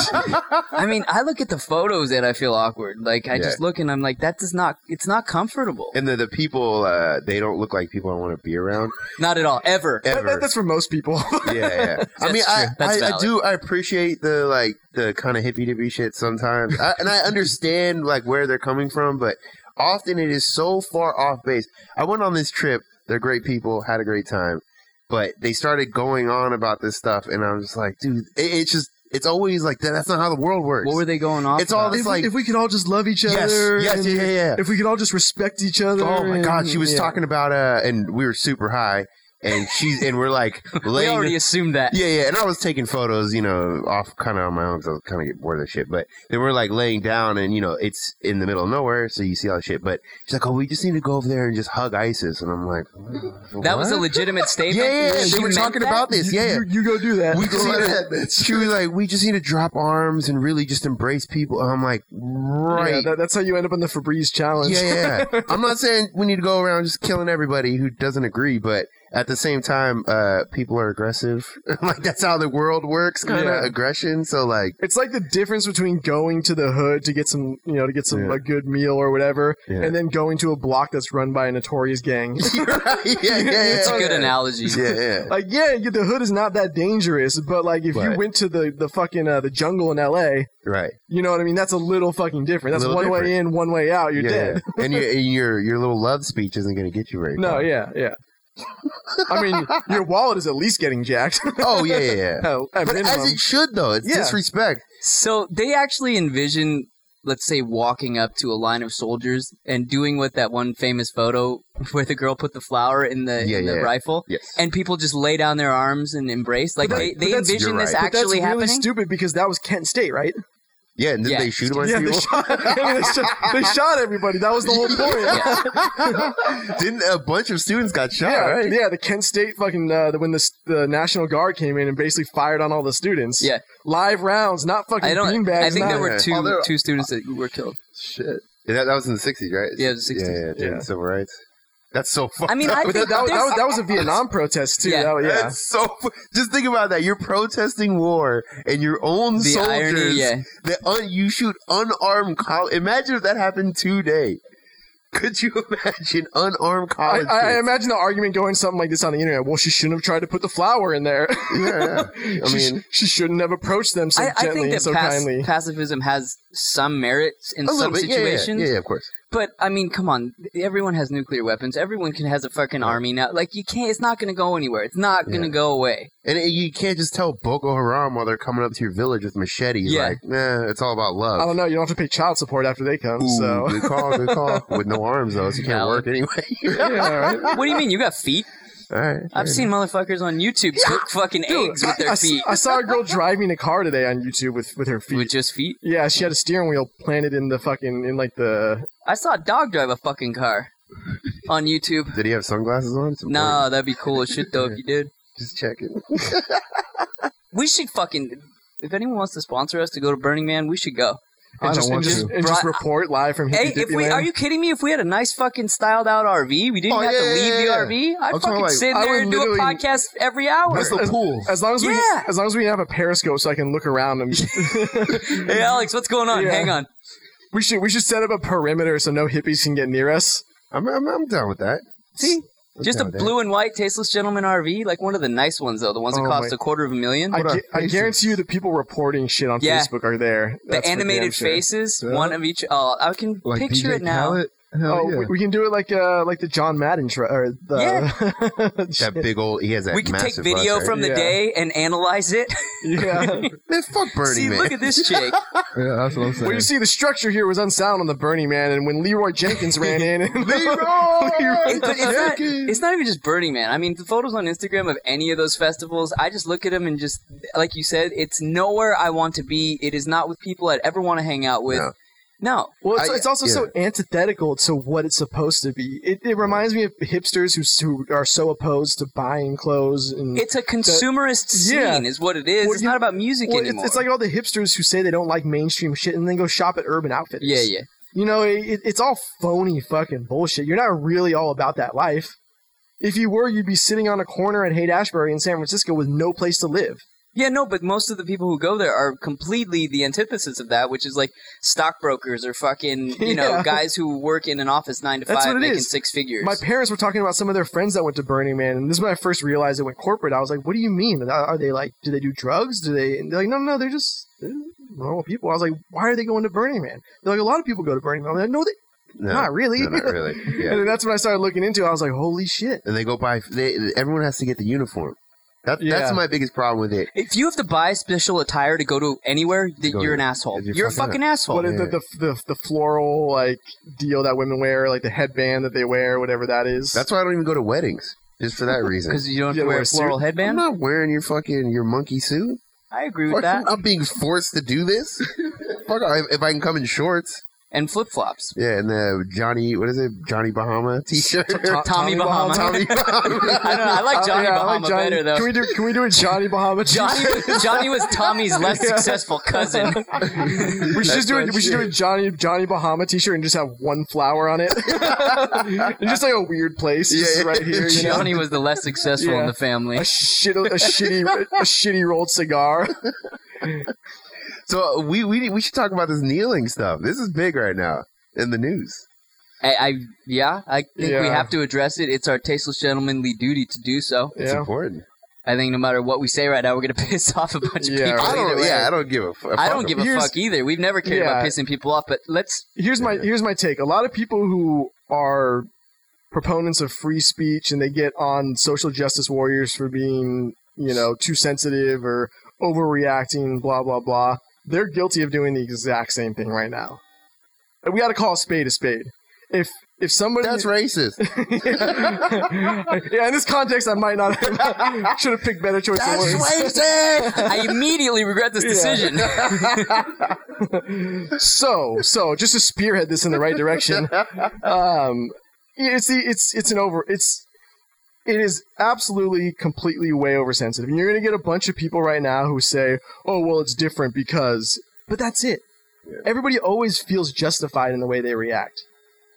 [SPEAKER 3] I mean, I look at the photos and I feel awkward. Like I
[SPEAKER 4] Yeah.
[SPEAKER 3] just look and I'm like, that does not. It's not comfortable.
[SPEAKER 4] and the, the people, uh, they don't look like people I want to be around
[SPEAKER 3] Not at all. Ever.
[SPEAKER 2] <laughs> That-
[SPEAKER 4] ever.
[SPEAKER 2] that's for most people.
[SPEAKER 3] <laughs>
[SPEAKER 4] yeah, yeah. I
[SPEAKER 3] That's
[SPEAKER 4] mean, I,
[SPEAKER 3] true. That's
[SPEAKER 4] I, I
[SPEAKER 3] valid.
[SPEAKER 4] do. I appreciate the like the kind of hippy dippy shit sometimes, I, and I understand like where they're coming from, but often it is so far off base. I went on this trip. They're great people. Had a great time, but they started going on about this stuff, and I'm just like, dude, it, it's just it's always like that. That's not how the world works.
[SPEAKER 3] What were they going off?
[SPEAKER 4] It's all
[SPEAKER 3] about?
[SPEAKER 2] <laughs>
[SPEAKER 4] this-
[SPEAKER 2] if,
[SPEAKER 4] like-
[SPEAKER 2] if we could all just love each
[SPEAKER 4] Yes,
[SPEAKER 2] other.
[SPEAKER 4] yes,
[SPEAKER 2] and
[SPEAKER 4] yeah, yeah, yeah.
[SPEAKER 2] If we could all just respect each other.
[SPEAKER 4] Oh my god,
[SPEAKER 2] and-
[SPEAKER 4] she was
[SPEAKER 2] yeah.
[SPEAKER 4] talking about uh, and we were super high, and she's and we're like
[SPEAKER 3] <laughs> We
[SPEAKER 4] laying
[SPEAKER 3] already assumed that.
[SPEAKER 4] Yeah, yeah. And I was taking photos, you know, off kind of on my own because I was kind of getting bored of this shit. But then we're like laying down and, you know, it's in the middle of nowhere. So you see all the shit. But she's like, oh, we just need to go over there and just hug ISIS. And I'm like,
[SPEAKER 3] That was a
[SPEAKER 4] "What?"
[SPEAKER 3] legitimate statement.
[SPEAKER 4] Yeah, yeah, yeah.
[SPEAKER 3] She
[SPEAKER 4] They were
[SPEAKER 3] meant
[SPEAKER 4] talking
[SPEAKER 3] that?
[SPEAKER 4] about
[SPEAKER 2] You-
[SPEAKER 4] this. Yeah.
[SPEAKER 2] You, you go do that. <laughs>
[SPEAKER 4] We just need to, she was like, we just need to drop arms and really just embrace people. And I'm like,
[SPEAKER 2] Yeah,
[SPEAKER 4] right.
[SPEAKER 2] that- that's how you end up in the Febreze challenge.
[SPEAKER 4] Yeah, yeah. I'm not saying we need to go around just killing everybody who doesn't agree, but at the same time, uh, people are aggressive. <laughs> like that's how the world works, kind of
[SPEAKER 2] Yeah.
[SPEAKER 4] aggression.
[SPEAKER 2] <laughs>
[SPEAKER 4] So like,
[SPEAKER 2] <laughs> It's like the difference between going to the hood to get some, you know, to get some
[SPEAKER 4] Yeah.
[SPEAKER 2] a good meal or whatever,
[SPEAKER 4] Yeah.
[SPEAKER 2] and then going to a block that's run by a notorious gang.
[SPEAKER 4] <laughs>
[SPEAKER 2] <laughs>
[SPEAKER 4] yeah, yeah, yeah.
[SPEAKER 3] It's a good
[SPEAKER 2] Yeah.
[SPEAKER 3] analogy.
[SPEAKER 4] Yeah, yeah.
[SPEAKER 2] like yeah, you- the hood is not that dangerous, but like if you
[SPEAKER 4] Right.
[SPEAKER 2] went to the the fucking uh, the jungle in L.A.,
[SPEAKER 4] Right.
[SPEAKER 2] you know what I mean? That's a little fucking different. That's
[SPEAKER 4] Little
[SPEAKER 2] one way
[SPEAKER 4] different.
[SPEAKER 2] in, one way out. <laughs> You're
[SPEAKER 4] yeah,
[SPEAKER 2] dead.
[SPEAKER 4] yeah. and, your,
[SPEAKER 2] <laughs>
[SPEAKER 4] and your your little love speech isn't going to get you very
[SPEAKER 2] No,
[SPEAKER 4] far.
[SPEAKER 2] yeah, yeah. I mean, your wallet is at least getting jacked. <laughs>
[SPEAKER 4] Oh yeah, yeah, yeah.
[SPEAKER 2] Oh, at
[SPEAKER 4] but
[SPEAKER 2] minimum.
[SPEAKER 4] as it should though. It's
[SPEAKER 2] Yeah.
[SPEAKER 4] disrespect.
[SPEAKER 3] So they actually envision, let's say, walking up to a line of soldiers and doing what that one famous photo <laughs> where the girl put the flower in the,
[SPEAKER 4] Yeah,
[SPEAKER 3] in the
[SPEAKER 4] yeah.
[SPEAKER 3] rifle,
[SPEAKER 4] Yes.
[SPEAKER 3] and people just lay down their arms and embrace. Like
[SPEAKER 4] But
[SPEAKER 3] they,
[SPEAKER 4] that-
[SPEAKER 3] they
[SPEAKER 2] but that's-
[SPEAKER 3] envision
[SPEAKER 4] you're
[SPEAKER 3] this
[SPEAKER 4] right.
[SPEAKER 2] But that's
[SPEAKER 3] actually
[SPEAKER 2] really
[SPEAKER 3] happening.
[SPEAKER 2] stupid because that was Kent State, right?
[SPEAKER 4] Yeah, and did
[SPEAKER 3] Yeah.
[SPEAKER 4] they shoot a bunch
[SPEAKER 2] yeah,
[SPEAKER 4] of
[SPEAKER 2] they
[SPEAKER 4] people?
[SPEAKER 2] shot, <laughs> I mean, they, shot, they shot everybody. That was the whole point. <laughs>
[SPEAKER 3] Yeah.
[SPEAKER 4] <laughs> Didn't a bunch of students got shot?
[SPEAKER 2] Yeah,
[SPEAKER 4] right?
[SPEAKER 2] yeah, the Kent State fucking uh, the- when the, the National Guard came in and basically fired on all the students.
[SPEAKER 3] Yeah.
[SPEAKER 2] live rounds, not fucking
[SPEAKER 3] I don't.
[SPEAKER 2] beanbags.
[SPEAKER 3] I think there
[SPEAKER 2] not-
[SPEAKER 4] yeah.
[SPEAKER 3] were two
[SPEAKER 4] Although-
[SPEAKER 3] two students that were killed.
[SPEAKER 4] Shit. Yeah, that, that was in the '60s, right?
[SPEAKER 3] Yeah, the 60s.
[SPEAKER 4] Yeah, yeah, during
[SPEAKER 2] Yeah.
[SPEAKER 4] civil rights. That's so fucked
[SPEAKER 2] <laughs>
[SPEAKER 3] I mean,
[SPEAKER 4] up.
[SPEAKER 3] I
[SPEAKER 2] But
[SPEAKER 3] think
[SPEAKER 2] that, that, was, that,
[SPEAKER 3] there's-
[SPEAKER 2] was, that was
[SPEAKER 3] <laughs>
[SPEAKER 2] a Vietnam protest too.
[SPEAKER 3] Yeah.
[SPEAKER 2] That was- yeah.
[SPEAKER 4] That's so. fu- Just think about that. You're protesting war, and your own
[SPEAKER 3] The
[SPEAKER 4] soldiers.
[SPEAKER 3] irony, yeah.
[SPEAKER 4] That un, you shoot unarmed college. Imagine if that happened today. Could you <laughs> imagine unarmed
[SPEAKER 2] I,
[SPEAKER 4] college?
[SPEAKER 2] I, I
[SPEAKER 4] kids?
[SPEAKER 2] imagine the argument going something like this on the internet. Well, she shouldn't have tried to put the flower in there. <laughs>
[SPEAKER 4] Yeah, yeah. I
[SPEAKER 2] she,
[SPEAKER 4] mean,
[SPEAKER 2] she shouldn't have approached them so
[SPEAKER 3] I, I
[SPEAKER 2] gently and
[SPEAKER 3] think that
[SPEAKER 2] so
[SPEAKER 3] pac-
[SPEAKER 2] kindly.
[SPEAKER 3] pacifism has some merits in
[SPEAKER 4] a
[SPEAKER 3] some
[SPEAKER 4] little bit. Yeah, yeah,
[SPEAKER 3] situations.
[SPEAKER 4] Yeah, yeah, of course.
[SPEAKER 3] But I mean, come on, everyone has nuclear weapons. Everyone can has a fucking army now. Like you can't. It's not going to go anywhere. It's not going to
[SPEAKER 4] Yeah.
[SPEAKER 3] go away.
[SPEAKER 4] And it- you can't just tell Boko Haram while they're coming up to your village with machetes.
[SPEAKER 3] Yeah.
[SPEAKER 4] Like, nah, it's all about love.
[SPEAKER 2] I don't know. You don't have to pay child support after they come.
[SPEAKER 4] Ooh,
[SPEAKER 2] so
[SPEAKER 4] good call, good call. With no arms though, so you can't
[SPEAKER 3] Valid.
[SPEAKER 4] work anyway. <laughs>
[SPEAKER 2] yeah, all <laughs>
[SPEAKER 3] <laughs>
[SPEAKER 2] right.
[SPEAKER 3] What do you mean? You
[SPEAKER 2] <laughs>
[SPEAKER 3] got feet?
[SPEAKER 4] All right.
[SPEAKER 3] I've seen motherfuckers on YouTube cook fucking eggs with
[SPEAKER 2] I,
[SPEAKER 3] their
[SPEAKER 2] s-
[SPEAKER 3] feet.
[SPEAKER 2] I saw a girl driving a car today on YouTube with, with her feet.
[SPEAKER 3] With just feet.
[SPEAKER 2] yeah, she had a steering wheel planted in the fucking in like the.
[SPEAKER 3] I saw a dog drive a fucking car
[SPEAKER 2] <laughs>
[SPEAKER 3] on YouTube.
[SPEAKER 4] Did he have sunglasses on? It's important.
[SPEAKER 3] No, that'd be cool as shit though if you did.
[SPEAKER 4] Just checking.
[SPEAKER 3] We should fucking. If anyone wants to sponsor us to go to Burning Man, we should go.
[SPEAKER 5] I
[SPEAKER 2] And just,
[SPEAKER 5] don't want
[SPEAKER 2] and just,
[SPEAKER 5] to.
[SPEAKER 2] and just
[SPEAKER 3] Bri-
[SPEAKER 2] report live from
[SPEAKER 3] Hey,
[SPEAKER 2] Hippie
[SPEAKER 3] if
[SPEAKER 2] Dippy
[SPEAKER 3] we are
[SPEAKER 2] Land.
[SPEAKER 3] you kidding me? If we had a nice fucking styled out RV, we didn't
[SPEAKER 4] Oh,
[SPEAKER 3] have
[SPEAKER 4] yeah,
[SPEAKER 3] to
[SPEAKER 4] yeah,
[SPEAKER 3] leave
[SPEAKER 4] yeah,
[SPEAKER 3] the RV. I'd
[SPEAKER 4] I'm talking
[SPEAKER 3] fucking
[SPEAKER 4] like-
[SPEAKER 3] sit
[SPEAKER 2] I
[SPEAKER 3] there
[SPEAKER 2] would
[SPEAKER 3] and do a
[SPEAKER 2] literally-
[SPEAKER 3] podcast every hour.
[SPEAKER 4] What's the pool?
[SPEAKER 2] As long as we,
[SPEAKER 3] Yeah.
[SPEAKER 2] as long as we have a periscope, so I can look around
[SPEAKER 3] <laughs>
[SPEAKER 2] and
[SPEAKER 3] <laughs> Hey Alex, what's going on?
[SPEAKER 2] Yeah.
[SPEAKER 3] Hang on.
[SPEAKER 2] we should we should set up a perimeter so no hippies can get near us.
[SPEAKER 4] I'm, I'm, I'm down with that.
[SPEAKER 3] See,
[SPEAKER 4] I'm
[SPEAKER 3] just a
[SPEAKER 4] down with that.
[SPEAKER 3] blue and white tasteless gentleman RV, like one of the nice ones though, the ones that
[SPEAKER 2] Oh,
[SPEAKER 3] cost
[SPEAKER 2] my-
[SPEAKER 3] a quarter of a million.
[SPEAKER 2] I,
[SPEAKER 5] What
[SPEAKER 2] gu-
[SPEAKER 5] are
[SPEAKER 2] I
[SPEAKER 5] faces?
[SPEAKER 2] guarantee you, the people reporting shit on
[SPEAKER 3] Yeah.
[SPEAKER 2] Facebook are there.
[SPEAKER 3] the
[SPEAKER 2] That's for damn
[SPEAKER 3] animated
[SPEAKER 2] sure.
[SPEAKER 3] faces,
[SPEAKER 5] Yeah.
[SPEAKER 3] one of each. Oh, I can
[SPEAKER 5] Like
[SPEAKER 3] picture
[SPEAKER 5] DJ
[SPEAKER 3] it now.
[SPEAKER 5] Khaled? Hell
[SPEAKER 2] Oh,
[SPEAKER 5] yeah.
[SPEAKER 2] we, we can do it like uh like the John Madden tra- or the <laughs>
[SPEAKER 4] <laughs> That big old. He has that.
[SPEAKER 3] We can take
[SPEAKER 4] massive
[SPEAKER 3] video
[SPEAKER 4] bust, right?
[SPEAKER 3] from the
[SPEAKER 2] Yeah.
[SPEAKER 3] day and analyze it. <laughs>
[SPEAKER 2] yeah.
[SPEAKER 4] Man, fuck Burning
[SPEAKER 3] See,
[SPEAKER 4] Man.
[SPEAKER 3] look at this chick.
[SPEAKER 5] yeah, that's what I'm saying.
[SPEAKER 2] Well, you see, the structure here was unsound on the Bernie man, and when Leroy Jenkins ran in, and <laughs>
[SPEAKER 3] It- but it's, not, it's not even just Burning Man. I mean, the photos on Instagram of any of those festivals, I just look at them and just, like you said, it's nowhere I want to be. It is not with people I'd ever want to hang out with.
[SPEAKER 4] No.
[SPEAKER 3] No.
[SPEAKER 2] well, it's,
[SPEAKER 4] I-
[SPEAKER 2] it's also so antithetical to what it's supposed to be. It, it reminds me of hipsters who s- who are so opposed to buying clothes and.
[SPEAKER 3] It's a consumerist scene,
[SPEAKER 2] Yeah.
[SPEAKER 3] is what it is.
[SPEAKER 2] Well,
[SPEAKER 3] it's
[SPEAKER 2] you-
[SPEAKER 3] not about music
[SPEAKER 2] Well, it's,
[SPEAKER 3] anymore.
[SPEAKER 2] it's like all the hipsters who say they don't like mainstream shit and then go shop at Urban Outfitters.
[SPEAKER 3] yeah, yeah.
[SPEAKER 2] You know, it, it- it's all phony fucking bullshit. You're not really all about that life. If you were, you'd be sitting on a corner in Haight Ashbury in San Francisco with no place to live.
[SPEAKER 3] Yeah, no, but most of the people who go there are completely the antithesis of that, which is like stockbrokers or fucking, you know,
[SPEAKER 2] <laughs> Yeah.
[SPEAKER 3] guys who work in an office nine to
[SPEAKER 2] That's
[SPEAKER 3] five
[SPEAKER 2] what it
[SPEAKER 3] making
[SPEAKER 2] is.
[SPEAKER 3] six figures.
[SPEAKER 2] My parents were talking about some of their friends that went to Burning Man, and this is when I first realized it went corporate. I was like, "What do you mean? Are are they like, do they do drugs? Do they?" And they're like, "No, no, they're just they're normal people." I was like, "Why are they going to Burning Man?" They're like, "A lot of people go to Burning Man." I'm like, "No, they
[SPEAKER 4] <laughs> No,
[SPEAKER 2] not really."
[SPEAKER 4] no, not really.
[SPEAKER 2] <laughs> And
[SPEAKER 3] <laughs>
[SPEAKER 4] Yeah.
[SPEAKER 2] then that's when I started looking into. it. I was like, "Holy shit!"
[SPEAKER 4] and they go buy. They, everyone has to get the uniform. That, That's
[SPEAKER 2] Yeah.
[SPEAKER 4] my biggest problem with it.
[SPEAKER 3] if you have to buy special attire to go to anywhere, then
[SPEAKER 4] go
[SPEAKER 3] you're
[SPEAKER 4] to-
[SPEAKER 3] an asshole.
[SPEAKER 4] you're
[SPEAKER 3] You're a
[SPEAKER 4] fucking-
[SPEAKER 3] fucking asshole.
[SPEAKER 2] What is the, the the the floral like deal that women wear, like the headband that they wear, whatever that is?
[SPEAKER 4] That's why I don't even go to weddings. Just for that
[SPEAKER 3] <laughs>
[SPEAKER 4] reason.
[SPEAKER 3] Because you don't have
[SPEAKER 2] You
[SPEAKER 3] to
[SPEAKER 2] gotta
[SPEAKER 3] wear
[SPEAKER 2] wear
[SPEAKER 3] a
[SPEAKER 2] a suit?
[SPEAKER 3] floral
[SPEAKER 4] I'm
[SPEAKER 3] headband.
[SPEAKER 4] not wearing your fucking your monkey suit.
[SPEAKER 3] I agree with
[SPEAKER 4] Fuck,
[SPEAKER 3] that.
[SPEAKER 4] I'm not being forced to do this. Fuck, I- if I can come in shorts.
[SPEAKER 3] And flip flops.
[SPEAKER 4] Yeah, and the Johnny, what is it? Johnny Bahama t-shirt. <laughs>
[SPEAKER 2] To-
[SPEAKER 3] Tommy Bahama.
[SPEAKER 4] Tommy Bahama.
[SPEAKER 3] <laughs> I don't know. I
[SPEAKER 2] <laughs>
[SPEAKER 3] like
[SPEAKER 2] Uh,
[SPEAKER 3] Johnny
[SPEAKER 2] yeah, I
[SPEAKER 3] Bahama
[SPEAKER 2] like Johnny-
[SPEAKER 3] better though.
[SPEAKER 2] Can we do can we do a Johnny Bahama? <laughs>
[SPEAKER 3] <laughs> Johnny Johnny was Tommy's less successful cousin.
[SPEAKER 2] We should just do it. We should do a Johnny Johnny Bahama T-shirt and just have one flower on
[SPEAKER 4] <laughs>
[SPEAKER 2] it, <laughs> and just like a weird place, just
[SPEAKER 4] Yeah.
[SPEAKER 2] right here. You know?
[SPEAKER 3] Johnny was the less successful in
[SPEAKER 2] Yeah.
[SPEAKER 3] the family.
[SPEAKER 2] A shit, a shitty, a shitty rolled cigar.
[SPEAKER 4] So we, we we should talk about this kneeling stuff. This is big right now in the news.
[SPEAKER 3] I, I yeah, I think we
[SPEAKER 2] Yeah.
[SPEAKER 3] have to address it. It's our tasteless gentlemanly duty to do so.
[SPEAKER 4] It's
[SPEAKER 2] Yeah.
[SPEAKER 4] important.
[SPEAKER 3] I think no matter what we say right now, we're gonna <laughs> piss off a bunch of
[SPEAKER 2] Yeah.
[SPEAKER 3] people.
[SPEAKER 4] I
[SPEAKER 3] either
[SPEAKER 4] don't.
[SPEAKER 3] way.
[SPEAKER 4] Yeah, I don't give a. F-
[SPEAKER 3] I don't give a
[SPEAKER 2] Here's-
[SPEAKER 3] fuck either. We've never cared about
[SPEAKER 2] Yeah.
[SPEAKER 3] pissing people off, but let's
[SPEAKER 2] Here's my here's my take. A lot of people who are proponents of free speech and they get on social justice warriors for being you know too sensitive or overreacting, blah blah blah. They're guilty of doing the exact same thing right now. And we got to call a spade a spade. If if somebody
[SPEAKER 4] That's racist.
[SPEAKER 2] <laughs> yeah, in this context, I might not should have <laughs> picked better choice of
[SPEAKER 4] That's
[SPEAKER 2] words.
[SPEAKER 3] <laughs>
[SPEAKER 4] racist.
[SPEAKER 3] I immediately regret
[SPEAKER 4] <laughs>
[SPEAKER 3] this decision.
[SPEAKER 2] So, so just to spearhead this in the right direction, um, it's the, it's it's an over it's it is absolutely completely way oversensitive, and you're going to get a bunch of people right now who say, "Oh, well, it's different because," but that's it. Everybody always feels justified in the way they react.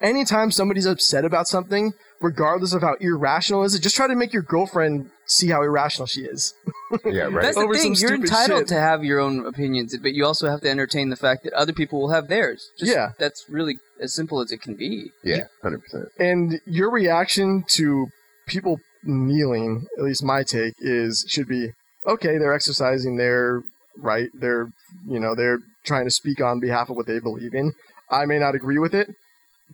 [SPEAKER 2] Anytime somebody's upset about something, regardless of how irrational it is, just try to make your girlfriend see how irrational she is.
[SPEAKER 4] <laughs> yeah, right.
[SPEAKER 3] That's the
[SPEAKER 2] Over some
[SPEAKER 3] thing. You're
[SPEAKER 2] stupid
[SPEAKER 3] entitled
[SPEAKER 2] shit.
[SPEAKER 3] to have your own opinions, but you also have to entertain the fact that other people will have theirs. Just,
[SPEAKER 2] Yeah.
[SPEAKER 3] That's really as simple as it can be.
[SPEAKER 4] yeah, hundred percent.
[SPEAKER 2] and your reaction to people kneeling at least my take is should be okay they're exercising their right they're you know they're trying to speak on behalf of what they believe in i may not agree with it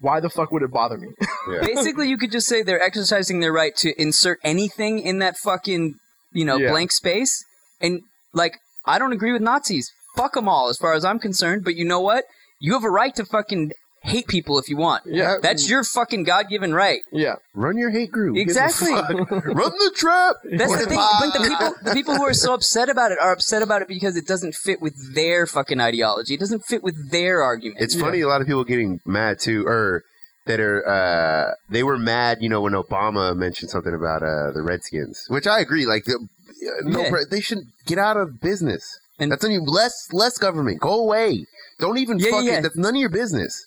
[SPEAKER 2] why the fuck would it bother me
[SPEAKER 4] Yeah.
[SPEAKER 3] Basically, you could just say they're exercising their right to insert anything in that fucking, you know,
[SPEAKER 2] Yeah.
[SPEAKER 3] blank space. And, like, I don't agree with Nazis. Fuck them all, as far as I'm concerned. But you know what? You have a right to fucking hate people if you want.
[SPEAKER 2] yeah
[SPEAKER 3] That's your fucking God given right.
[SPEAKER 2] yeah
[SPEAKER 4] Run your hate group. Who gives a
[SPEAKER 3] Exactly.
[SPEAKER 4] fuck? Run the trap.
[SPEAKER 3] That's
[SPEAKER 4] What
[SPEAKER 3] the
[SPEAKER 4] if
[SPEAKER 3] thing.
[SPEAKER 4] I-
[SPEAKER 3] But the
[SPEAKER 4] <laughs>
[SPEAKER 3] people, the people who are so upset about it are upset about it because it doesn't fit with their fucking ideology. It doesn't fit with their argument.
[SPEAKER 4] It's funny. A lot of people getting mad too, or that are uh, they were mad. You know, when Obama mentioned something about uh, the Redskins, which I agree. Like, the, uh, no,
[SPEAKER 3] Yeah.
[SPEAKER 4] pre- they should get out of business.
[SPEAKER 3] And-
[SPEAKER 4] that's any less less government. Go away. Don't even
[SPEAKER 3] Yeah, yeah,
[SPEAKER 4] fucking.
[SPEAKER 3] yeah.
[SPEAKER 4] That's none of your business.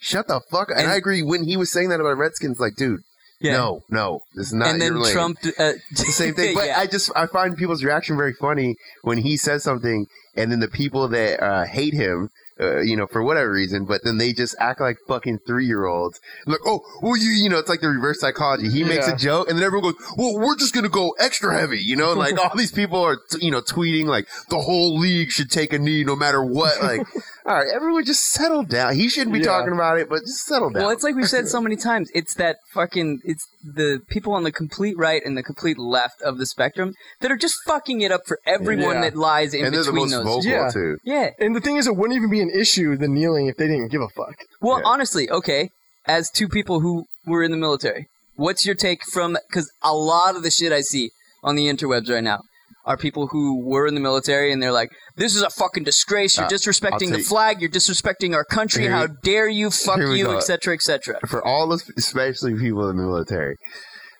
[SPEAKER 4] Shut the fuck. And,
[SPEAKER 3] And-
[SPEAKER 4] I agree. When he was saying that about Redskins, like, dude,
[SPEAKER 3] Yeah.
[SPEAKER 4] no, no, this is not.
[SPEAKER 3] and then
[SPEAKER 4] your lane.
[SPEAKER 3] Trump. Uh,
[SPEAKER 4] the
[SPEAKER 3] <laughs>
[SPEAKER 4] same thing. But I just I find people's reaction very funny when he says something, and then the people that uh, hate him, uh, you know, for whatever reason, but then they just act like fucking three year olds. Like, oh, well, you, you know, it's like the reverse psychology. He makes
[SPEAKER 2] Yeah.
[SPEAKER 4] a joke, and then everyone goes, well, we're just gonna go extra heavy, you know, like all these people are, t- you know, tweeting like the whole league should take a knee no matter what.
[SPEAKER 3] <laughs>
[SPEAKER 4] Like, all right, everyone just settle down. He shouldn't be
[SPEAKER 2] Yeah.
[SPEAKER 4] talking about it, but just settle down.
[SPEAKER 3] Well, it's like we've said so many times. It's that fucking. It's the people on the complete right and the complete left of the spectrum that are just fucking it up for everyone
[SPEAKER 2] Yeah.
[SPEAKER 3] that lies in
[SPEAKER 4] and they're the
[SPEAKER 3] between
[SPEAKER 4] most
[SPEAKER 3] those.
[SPEAKER 4] vocal
[SPEAKER 2] Yeah.
[SPEAKER 4] too.
[SPEAKER 3] Yeah.
[SPEAKER 2] and the thing is it wouldn't even be an issue the kneeling if they didn't give a fuck
[SPEAKER 3] Well,
[SPEAKER 4] Yeah.
[SPEAKER 3] honestly, okay. As two people who were in the military, what's your take from? Because a lot of the shit I see on the interwebs right now are people who were in the military and they're like, "This is a fucking disgrace. You're
[SPEAKER 4] Uh, I'll
[SPEAKER 3] disrespecting the
[SPEAKER 4] take-
[SPEAKER 3] flag. You're disrespecting our country.
[SPEAKER 4] Here we-
[SPEAKER 3] How dare you?
[SPEAKER 4] <laughs>
[SPEAKER 3] Fuck
[SPEAKER 4] here we
[SPEAKER 3] you,
[SPEAKER 4] go.
[SPEAKER 3] etc., etc."
[SPEAKER 4] for all of, especially people in the military.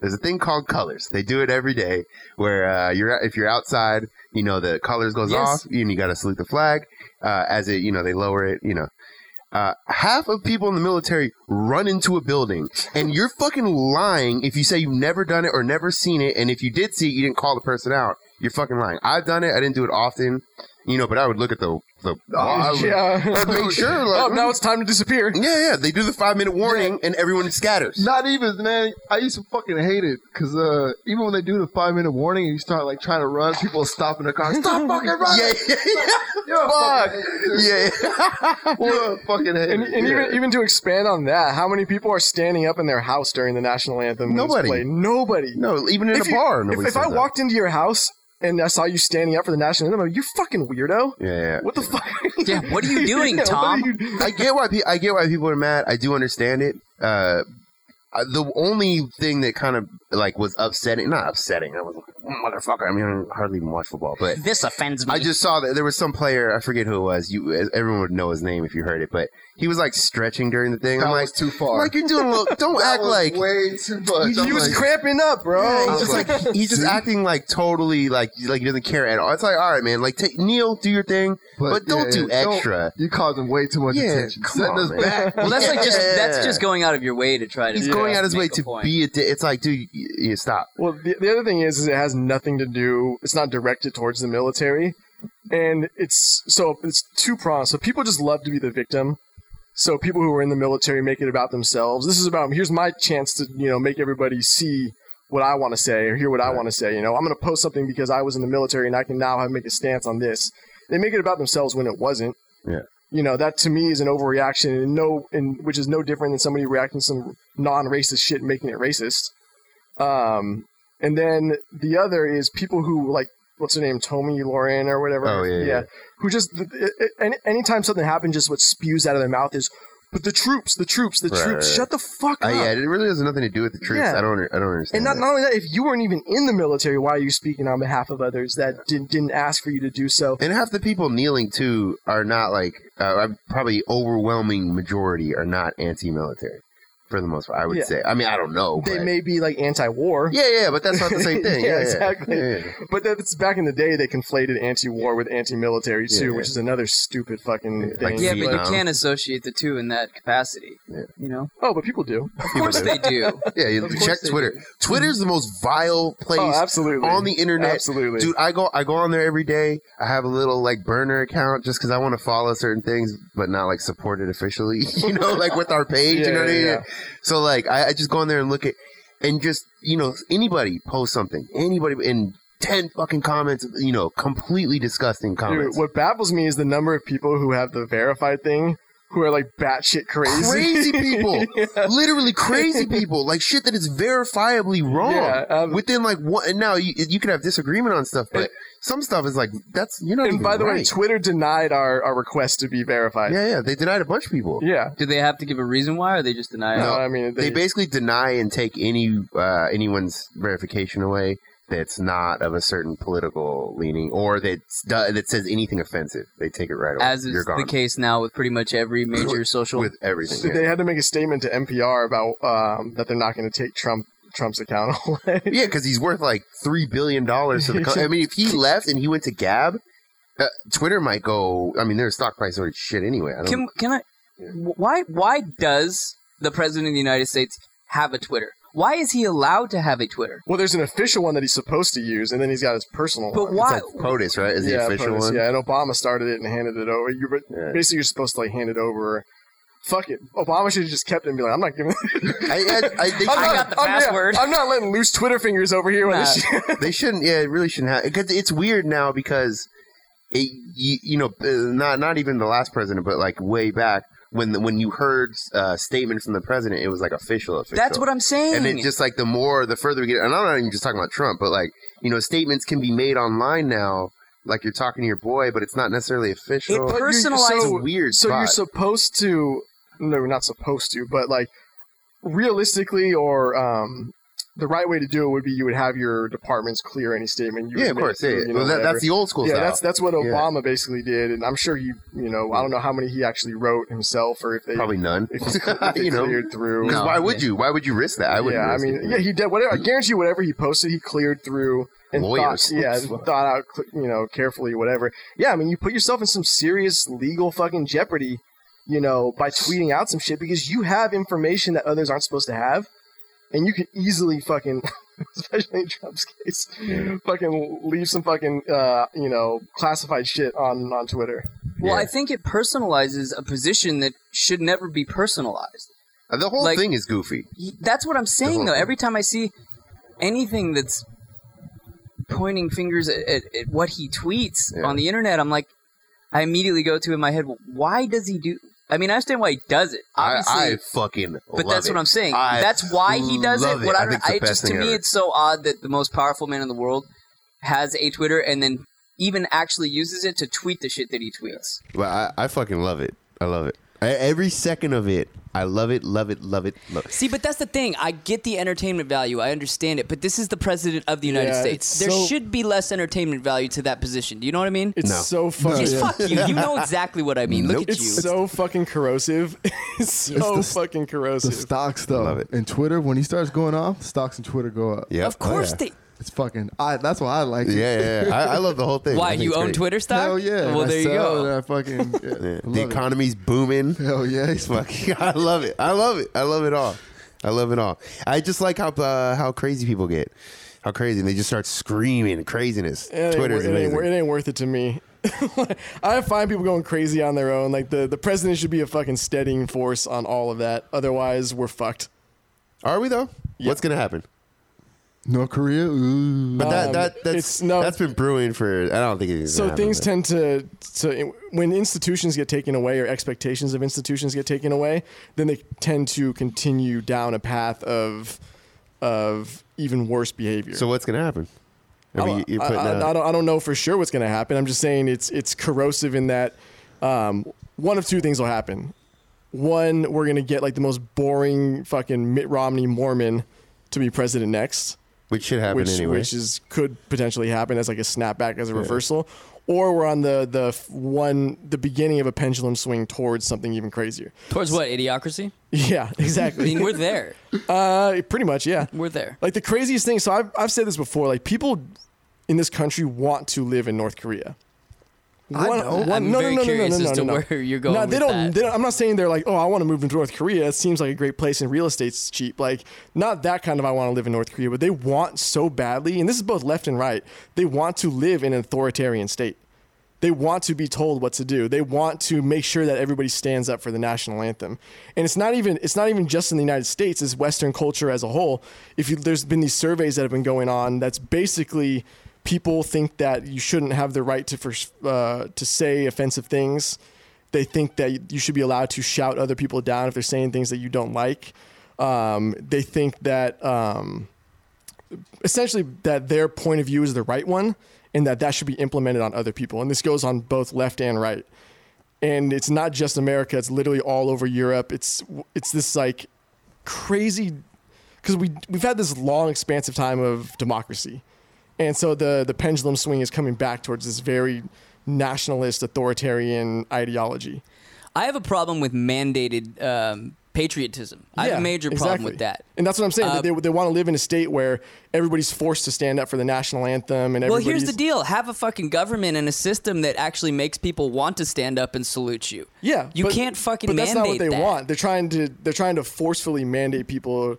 [SPEAKER 4] There's a thing called colors. They do it every day where uh, you're if you're outside, you know the colors goes
[SPEAKER 3] Yes.
[SPEAKER 4] off and you got to salute the flag uh, as it you know they lower it you know. Uh, half of people in the military run into a building, and you're fucking lying if you say you've never done it or never seen it. And if you did see it, you didn't call the person out. You're fucking lying. I've done it. I didn't do it often, you know. But I would look at the the Oh, I
[SPEAKER 2] <laughs>
[SPEAKER 4] would-
[SPEAKER 2] yeah
[SPEAKER 4] I'd make sure. Like,
[SPEAKER 2] oh now it's time to disappear
[SPEAKER 4] yeah, yeah. They do the five minute warning, and everyone scatters.
[SPEAKER 5] <laughs> Not even, man. I used to fucking hate it because uh, even when they do the five minute warning and you start like trying to run, people stop in the car. <laughs> Stop fucking running.
[SPEAKER 4] Yeah, yeah, <laughs>
[SPEAKER 5] You're a
[SPEAKER 4] fuck.
[SPEAKER 5] fucking hater.
[SPEAKER 4] yeah.
[SPEAKER 5] You're a fucking hater.
[SPEAKER 2] And, and even even to expand on that, how many people are standing up in their house during the national anthem? when it's
[SPEAKER 4] Nobody.
[SPEAKER 2] played? Nobody.
[SPEAKER 4] No, even in
[SPEAKER 2] If
[SPEAKER 4] a
[SPEAKER 2] you-
[SPEAKER 4] bar,
[SPEAKER 2] If,
[SPEAKER 4] nobody
[SPEAKER 2] if
[SPEAKER 4] says
[SPEAKER 2] I
[SPEAKER 4] that.
[SPEAKER 2] walked into your house and I saw you standing up for the national anthem, I'm like, you fucking weirdo.
[SPEAKER 4] yeah, yeah.
[SPEAKER 2] What the fuck?
[SPEAKER 3] Yeah,
[SPEAKER 2] <laughs>
[SPEAKER 3] what are you doing,
[SPEAKER 2] what are
[SPEAKER 3] Tom?
[SPEAKER 2] you-
[SPEAKER 4] I get why pe- I get why people are mad. I do understand it. Uh, I- the only thing that kind of like was upsetting, not upsetting. I was like, motherfucker. I mean, I don't hardly even watch football, but
[SPEAKER 3] This offends me.
[SPEAKER 4] I just saw that there was some player. I forget who it was. You, e, everyone would know his name if you heard it, but he was like stretching during the thing.
[SPEAKER 5] That
[SPEAKER 4] I'm
[SPEAKER 5] was
[SPEAKER 4] like,
[SPEAKER 5] too far.
[SPEAKER 4] like you're doing a little. <laughs> Don't
[SPEAKER 5] That
[SPEAKER 4] act
[SPEAKER 5] was
[SPEAKER 4] like
[SPEAKER 5] way too much.
[SPEAKER 2] he
[SPEAKER 5] I'm
[SPEAKER 2] was
[SPEAKER 5] like,
[SPEAKER 2] cramping up, bro.
[SPEAKER 4] He's
[SPEAKER 5] was
[SPEAKER 4] just like, he's just acting like totally like like he doesn't care at all. It's like all right, man. Like take, kneel, do your thing, but, don't
[SPEAKER 5] yeah,
[SPEAKER 4] do
[SPEAKER 5] yeah, don't-
[SPEAKER 4] extra.
[SPEAKER 5] you caused him way too much
[SPEAKER 4] Yeah,
[SPEAKER 5] attention.
[SPEAKER 4] come
[SPEAKER 5] Setting
[SPEAKER 4] on,
[SPEAKER 5] us
[SPEAKER 4] man. <laughs>
[SPEAKER 5] back.
[SPEAKER 3] well, that's like just that's
[SPEAKER 4] Yeah.
[SPEAKER 3] just going out of your way to try to.
[SPEAKER 4] He's
[SPEAKER 2] Yeah.
[SPEAKER 4] going out his way
[SPEAKER 3] make a
[SPEAKER 4] to
[SPEAKER 3] point.
[SPEAKER 4] be a. Di- it's like, dude, you, you stop.
[SPEAKER 2] Well, the, the other thing is, is it has nothing to do. It's not directed towards the military, and it's so it's two prongs. So people just love to be the victim. So people who are in the military make it about themselves. This is about here's my chance to you know make everybody see what I want to say or hear what I want to say. You know, I'm going to post something because I was in the military and I can now have make a stance on this. They make it about themselves when it wasn't.
[SPEAKER 4] Yeah.
[SPEAKER 2] You know that to me is an overreaction, and no, and which is no different than somebody reacting to some non-racist shit, and making it racist. Um, and then the other is people who like what's her name, Tommy Lauren or whatever.
[SPEAKER 4] Oh, yeah, yeah.
[SPEAKER 2] Who just th- it, it, any, anytime something happens, just what spews out of their mouth is But the troops, the troops, the
[SPEAKER 4] Right,
[SPEAKER 2] troops.
[SPEAKER 4] right,
[SPEAKER 2] Shut the fuck
[SPEAKER 4] Uh,
[SPEAKER 2] up.
[SPEAKER 4] yeah, it really has nothing to do with the troops.
[SPEAKER 2] Yeah.
[SPEAKER 4] I don't. I don't understand.
[SPEAKER 2] And not,
[SPEAKER 4] that.
[SPEAKER 2] not only that, if you weren't even in the military, why are you speaking on behalf of others that didn't, didn't ask for you to do so?
[SPEAKER 4] And half the people kneeling too are not like uh, probably overwhelming majority are not anti-military for the most part. I would
[SPEAKER 2] Yeah.
[SPEAKER 4] say. I mean, I don't know.
[SPEAKER 2] They
[SPEAKER 4] but-
[SPEAKER 2] may be like anti-war,
[SPEAKER 4] Yeah, yeah, but that's not the same thing.
[SPEAKER 2] Yeah,
[SPEAKER 4] <laughs> yeah, yeah.
[SPEAKER 2] exactly.
[SPEAKER 4] Yeah, yeah.
[SPEAKER 2] but that's back in the day they conflated anti-war with anti-military too,
[SPEAKER 4] Yeah.
[SPEAKER 2] which is another stupid fucking
[SPEAKER 4] Like
[SPEAKER 2] thing.
[SPEAKER 3] Yeah, but
[SPEAKER 4] Vietnam.
[SPEAKER 3] you can't associate the two in that capacity.
[SPEAKER 4] Yeah.
[SPEAKER 3] You
[SPEAKER 4] <laughs>
[SPEAKER 3] know,
[SPEAKER 2] oh, but people do.
[SPEAKER 3] of
[SPEAKER 4] People
[SPEAKER 3] course
[SPEAKER 4] do. <laughs>
[SPEAKER 3] they do.
[SPEAKER 4] Yeah, you
[SPEAKER 3] Of
[SPEAKER 4] check
[SPEAKER 3] course they
[SPEAKER 4] Twitter. Twitter's the most vile place
[SPEAKER 2] <laughs> Oh, absolutely.
[SPEAKER 4] on the internet.
[SPEAKER 2] absolutely,
[SPEAKER 4] Dude, I go I go on there every day. I have a little like burner account just because I want to follow certain things, but not like support it officially. <laughs> You know, like with our page.
[SPEAKER 2] Yeah,
[SPEAKER 4] you know what I
[SPEAKER 2] yeah,
[SPEAKER 4] mean?
[SPEAKER 2] yeah.
[SPEAKER 4] So like I, I just go on there and look at and just you know anybody post something, anybody in ten fucking comments. You know, completely disgusting
[SPEAKER 2] Dude,
[SPEAKER 4] comments.
[SPEAKER 2] what baffles me is the number of people who have the verified thing who are like batshit crazy.
[SPEAKER 4] Crazy people,
[SPEAKER 2] <laughs> Yeah. <laughs>
[SPEAKER 4] literally crazy people, like shit that is verifiably wrong.
[SPEAKER 2] Yeah, um,
[SPEAKER 4] Within like one, and now you, you could have disagreement on stuff, but
[SPEAKER 2] And-
[SPEAKER 4] some stuff is like that's you're not.
[SPEAKER 2] and
[SPEAKER 4] even
[SPEAKER 2] by the way,
[SPEAKER 4] right.
[SPEAKER 2] Twitter denied our, our request to be verified.
[SPEAKER 4] yeah, yeah, they denied a bunch of people.
[SPEAKER 2] Yeah.
[SPEAKER 3] Do they have to give a reason why, or they just deny
[SPEAKER 2] No,
[SPEAKER 3] it?
[SPEAKER 2] I mean
[SPEAKER 4] they basically deny and take any uh, anyone's verification away that's not of a certain political leaning or that's do- that says anything offensive. They take it right away.
[SPEAKER 3] As
[SPEAKER 4] You're
[SPEAKER 3] is
[SPEAKER 4] gone
[SPEAKER 3] the case now with pretty much every major social.
[SPEAKER 4] with everything. yeah.
[SPEAKER 2] they had to make a statement to NPR about um, that they're not going to take Trump Trump's account <laughs> away.
[SPEAKER 4] Yeah, because he's worth like three billion dollars to the. Co- I mean, if he
[SPEAKER 2] <laughs>
[SPEAKER 4] left and he went to Gab, uh, Twitter might go. I mean, their stock price already shit anyway. I don't.
[SPEAKER 3] Can can I? Why why does the president of the United States have a Twitter? Why is he allowed to have a Twitter?
[SPEAKER 2] well, there's an official one that he's supposed to use, and then he's got his personal.
[SPEAKER 3] But
[SPEAKER 2] one.
[SPEAKER 3] why?
[SPEAKER 4] it's like POTUS, right? Is the
[SPEAKER 2] yeah,
[SPEAKER 4] official
[SPEAKER 2] POTUS,
[SPEAKER 4] one?
[SPEAKER 2] Yeah, and Obama started it and handed it over. You were,
[SPEAKER 4] Yeah.
[SPEAKER 2] basically you're supposed to like hand it over. Fuck it, Obama should have just kept it and be like, I'm not
[SPEAKER 3] <laughs>
[SPEAKER 2] giving.
[SPEAKER 4] I, I, I, they,
[SPEAKER 2] I'm not-
[SPEAKER 4] should-
[SPEAKER 3] got the
[SPEAKER 2] I'm not-
[SPEAKER 3] password.
[SPEAKER 2] I'm not letting loose Twitter fingers over here. With
[SPEAKER 3] Nah.
[SPEAKER 2] this shit.
[SPEAKER 4] they shouldn't. Yeah, it really shouldn't have. Because it's weird now because it, you, you know, uh, not not even the last president, but like way back when the, when you heard uh, statement from the president, it was like official. official.
[SPEAKER 3] That's what I'm saying.
[SPEAKER 4] And it just like the more, the further we get, and I'm not even just talking about Trump, but like you know, statements can be made online now, like you're talking to your boy, but it's not necessarily
[SPEAKER 3] it
[SPEAKER 4] official.
[SPEAKER 3] personalized.
[SPEAKER 4] so- weird
[SPEAKER 2] So you're
[SPEAKER 4] spot.
[SPEAKER 2] supposed to, no, not supposed to, but like realistically, or um, the right way to do it would be you would have your departments clear any statement. You
[SPEAKER 4] yeah,
[SPEAKER 2] would
[SPEAKER 4] of
[SPEAKER 2] make,
[SPEAKER 4] course. Yeah,
[SPEAKER 2] you know,
[SPEAKER 4] well, that,
[SPEAKER 2] whatever.
[SPEAKER 4] that's the old school
[SPEAKER 2] yeah,
[SPEAKER 4] style.
[SPEAKER 2] that's that's what
[SPEAKER 4] Yeah.
[SPEAKER 2] Obama basically did, and I'm sure you you know I don't know how many he actually wrote himself or if they
[SPEAKER 3] <laughs>
[SPEAKER 4] probably none.
[SPEAKER 2] if,
[SPEAKER 4] <laughs>
[SPEAKER 2] he's- if they
[SPEAKER 4] You know.
[SPEAKER 2] cleared through.
[SPEAKER 4] 'Cause
[SPEAKER 3] No.
[SPEAKER 4] why would you? Why would you risk that? I would.
[SPEAKER 2] yeah, I mean, yeah, he did whatever. I guarantee you, whatever he posted, he cleared through and
[SPEAKER 4] Lawyers.
[SPEAKER 2] thought, yeah, and thought out, cl- you know, carefully, whatever. Yeah, I mean, you put yourself in some serious legal fucking jeopardy, you know, by tweeting out some shit because you have information that others aren't supposed to have, and you could easily fucking, <laughs> especially in Trump's case, fucking leave some fucking, uh, you know, classified shit on on Twitter.
[SPEAKER 3] well,
[SPEAKER 4] yeah.
[SPEAKER 3] I think it personalizes a position that should never be personalized.
[SPEAKER 4] the whole
[SPEAKER 3] like-
[SPEAKER 4] thing is goofy.
[SPEAKER 3] Y- That's what I'm saying
[SPEAKER 4] whole
[SPEAKER 3] though.
[SPEAKER 4] thing.
[SPEAKER 3] Every time I see anything that's pointing fingers at, at, at what he tweets
[SPEAKER 4] Yeah.
[SPEAKER 3] on the internet, I'm like, I immediately go to in my head, well, why does he do? I mean, I understand why he does it,
[SPEAKER 4] I,
[SPEAKER 3] obviously,
[SPEAKER 4] I fucking.
[SPEAKER 3] but
[SPEAKER 4] love
[SPEAKER 3] that's
[SPEAKER 4] it.
[SPEAKER 3] what I'm saying.
[SPEAKER 4] I
[SPEAKER 3] that's why he does it.
[SPEAKER 4] love
[SPEAKER 3] What I,
[SPEAKER 4] think
[SPEAKER 3] don't,
[SPEAKER 4] it's the
[SPEAKER 3] I
[SPEAKER 4] best
[SPEAKER 3] just to
[SPEAKER 4] thing
[SPEAKER 3] me,
[SPEAKER 4] ever.
[SPEAKER 3] it's so odd that the most powerful man in the world has a Twitter and then even actually uses it to tweet the shit that he tweets.
[SPEAKER 6] Well, I, I fucking love it. I love it. I, every second of it, I love it, love it, love it, love it.
[SPEAKER 3] See, but that's the thing. I get the entertainment value. I understand it. But this is the president of the United
[SPEAKER 7] Yeah,
[SPEAKER 3] States.
[SPEAKER 7] it's
[SPEAKER 3] There
[SPEAKER 7] so-
[SPEAKER 3] should be less entertainment value to that position. Do you know what I mean?
[SPEAKER 7] It's
[SPEAKER 6] No.
[SPEAKER 7] so funny.
[SPEAKER 3] Yes, fuck you. You know exactly what I mean. Look at
[SPEAKER 7] It's
[SPEAKER 3] you.
[SPEAKER 7] so fucking corrosive. <laughs> It's so
[SPEAKER 5] It's the-
[SPEAKER 7] fucking
[SPEAKER 5] The
[SPEAKER 7] corrosive.
[SPEAKER 5] stocks though,
[SPEAKER 6] Love it.
[SPEAKER 5] and Twitter when he starts going off, stocks and Twitter go up.
[SPEAKER 6] Yep.
[SPEAKER 3] of course
[SPEAKER 6] Oh,
[SPEAKER 3] they.
[SPEAKER 5] It's fucking. I that's why I like it.
[SPEAKER 6] Yeah, yeah. yeah. I, I love the whole thing. I
[SPEAKER 3] Why
[SPEAKER 6] think
[SPEAKER 3] you
[SPEAKER 6] it's
[SPEAKER 3] own
[SPEAKER 6] great.
[SPEAKER 3] Twitter stock?
[SPEAKER 5] Hell yeah. and
[SPEAKER 3] Well,
[SPEAKER 5] I
[SPEAKER 3] there you
[SPEAKER 5] sell
[SPEAKER 3] go.
[SPEAKER 7] uh,
[SPEAKER 5] it, I fucking. Yeah, I
[SPEAKER 6] The
[SPEAKER 5] love it.
[SPEAKER 6] economy's booming.
[SPEAKER 5] <laughs> Hell yeah,
[SPEAKER 6] <laughs>
[SPEAKER 5] he's fucking.
[SPEAKER 6] Fuck, I love it. I love it. I love it all. I love it all. I just like how uh, how crazy people get. How crazy they just start screaming craziness.
[SPEAKER 7] It ain't
[SPEAKER 6] Twitter's
[SPEAKER 7] wor- it ain't, wor-
[SPEAKER 6] amazing.
[SPEAKER 7] it ain't worth it to me. <laughs> I find people going crazy on their own. Like the, the president should be a fucking steadying force on all of that. Otherwise, we're fucked.
[SPEAKER 6] Are we though? What's gonna happen?
[SPEAKER 5] North Korea. Ooh.
[SPEAKER 6] But that
[SPEAKER 7] Um,
[SPEAKER 6] that that's
[SPEAKER 7] it's- no.
[SPEAKER 6] that's been brewing for. I don't think it's
[SPEAKER 7] So
[SPEAKER 6] gonna happen,
[SPEAKER 7] things
[SPEAKER 6] but-
[SPEAKER 7] tend to, to when institutions get taken away or expectations of institutions get taken away, then they tend to continue down a path of of even worse behavior.
[SPEAKER 6] So what's gonna happen? I
[SPEAKER 2] Oh,
[SPEAKER 6] mean, you're
[SPEAKER 7] Oh, I,
[SPEAKER 6] putting
[SPEAKER 7] I-
[SPEAKER 6] out-
[SPEAKER 7] I don't, I don't know for sure what's going to happen. I'm just saying it's it's corrosive in that um, one of two things will happen.
[SPEAKER 2] one, we're gonna get like the most boring fucking Mitt Romney Mormon to be president next,
[SPEAKER 4] which should happen
[SPEAKER 2] which
[SPEAKER 4] anyway.
[SPEAKER 2] which is could potentially happen as like a snapback as a reversal, or we're on the the f- one the beginning of a pendulum swing towards something even crazier. <laughs>
[SPEAKER 3] Towards what? Idiocracy?
[SPEAKER 2] Yeah,
[SPEAKER 6] <laughs>
[SPEAKER 3] I
[SPEAKER 2] exactly.
[SPEAKER 3] mean, we're there.
[SPEAKER 2] uh, pretty much, yeah.
[SPEAKER 3] We're there.
[SPEAKER 2] Like the craziest thing. So I've I've said this before. Like people in this country want to live in North Korea.
[SPEAKER 3] I don't. I'm very curious as to where you're going
[SPEAKER 2] No, they
[SPEAKER 3] with
[SPEAKER 2] don't,
[SPEAKER 3] that.
[SPEAKER 2] they don't. I'm not saying they're like, oh, I want to move into North Korea. It seems like a great place, and real estate's cheap. Like, not that kind of. I want to live in North Korea, but they want so badly, and this is both left and right. They want to live in an authoritarian state. They want to be told what to do. They want to make sure that everybody stands up for the national anthem. And it's not even it's not even just in the United States, it's Western culture as a whole. If you there's been these surveys that have been going on that's basically people think that you shouldn't have the right to first, uh, to say offensive things. They think that you should be allowed to shout other people down if they're saying things that you don't like. Um, they think that um, essentially that their point of view is the right one and that that should be implemented on other people and this goes on both left and right and it's not just america it's literally all over europe it's it's this like crazy because we we've had this long expansive time of democracy and so the the pendulum swing is coming back towards this very nationalist authoritarian ideology
[SPEAKER 3] I have a problem with mandated um, patriotism. I have
[SPEAKER 2] Yeah,
[SPEAKER 3] a major problem
[SPEAKER 2] exactly.
[SPEAKER 3] with that.
[SPEAKER 2] And that's what I'm saying. that
[SPEAKER 3] Uh,
[SPEAKER 2] they, they want to live in a state where everybody's forced to stand up for the national anthem and
[SPEAKER 3] Well,
[SPEAKER 2] everybody's
[SPEAKER 3] here's the deal: have a fucking government and a system that actually makes people want to stand up and salute you.
[SPEAKER 2] Yeah,
[SPEAKER 3] you
[SPEAKER 2] but-
[SPEAKER 3] can't fucking
[SPEAKER 2] But that's
[SPEAKER 3] mandate
[SPEAKER 2] not what they
[SPEAKER 3] that.
[SPEAKER 2] want. They're trying to they're trying to forcefully mandate people.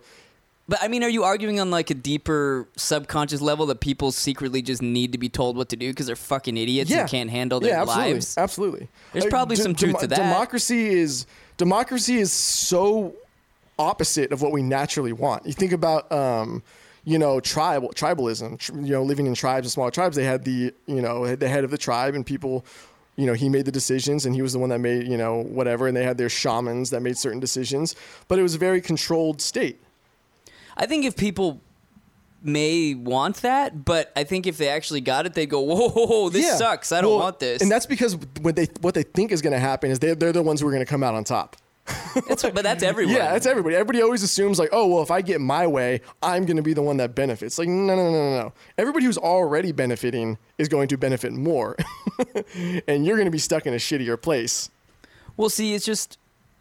[SPEAKER 3] But I mean, are you arguing on like a deeper subconscious level that people secretly just need to be told what to do because they're fucking idiots
[SPEAKER 2] Yeah,
[SPEAKER 3] and can't handle their
[SPEAKER 2] yeah, absolutely,
[SPEAKER 3] lives?
[SPEAKER 2] Absolutely.
[SPEAKER 3] There's
[SPEAKER 2] Like,
[SPEAKER 3] probably some truth to that.
[SPEAKER 2] Democracy is democracy is so opposite of what we naturally want. You think about um, you know tribal tribalism. tr- You know, living in tribes and smaller tribes. They had the you know the head of the tribe and people. You know, he made the decisions and he was the one that made, you know, whatever. And they had their shamans that made certain decisions, but it was a very controlled state.
[SPEAKER 3] I think if people may want that, but I think if they actually got it, they'd go, "Whoa, whoa, whoa this
[SPEAKER 2] Yeah.
[SPEAKER 3] sucks. I don't
[SPEAKER 2] Well,
[SPEAKER 3] want this."
[SPEAKER 2] And that's because what they what they think is going to happen is they they're the ones who are going to come out on top.
[SPEAKER 3] That's- but that's everyone.
[SPEAKER 2] <laughs> Yeah, that's everybody. Everybody always assumes like, oh well, if I get my way, I'm going to be the one that benefits. Like, no, no, no, no, no. Everybody who's already benefiting is going to benefit more, <laughs> and you're going to be stuck in a shittier place.
[SPEAKER 3] Well, see, it's just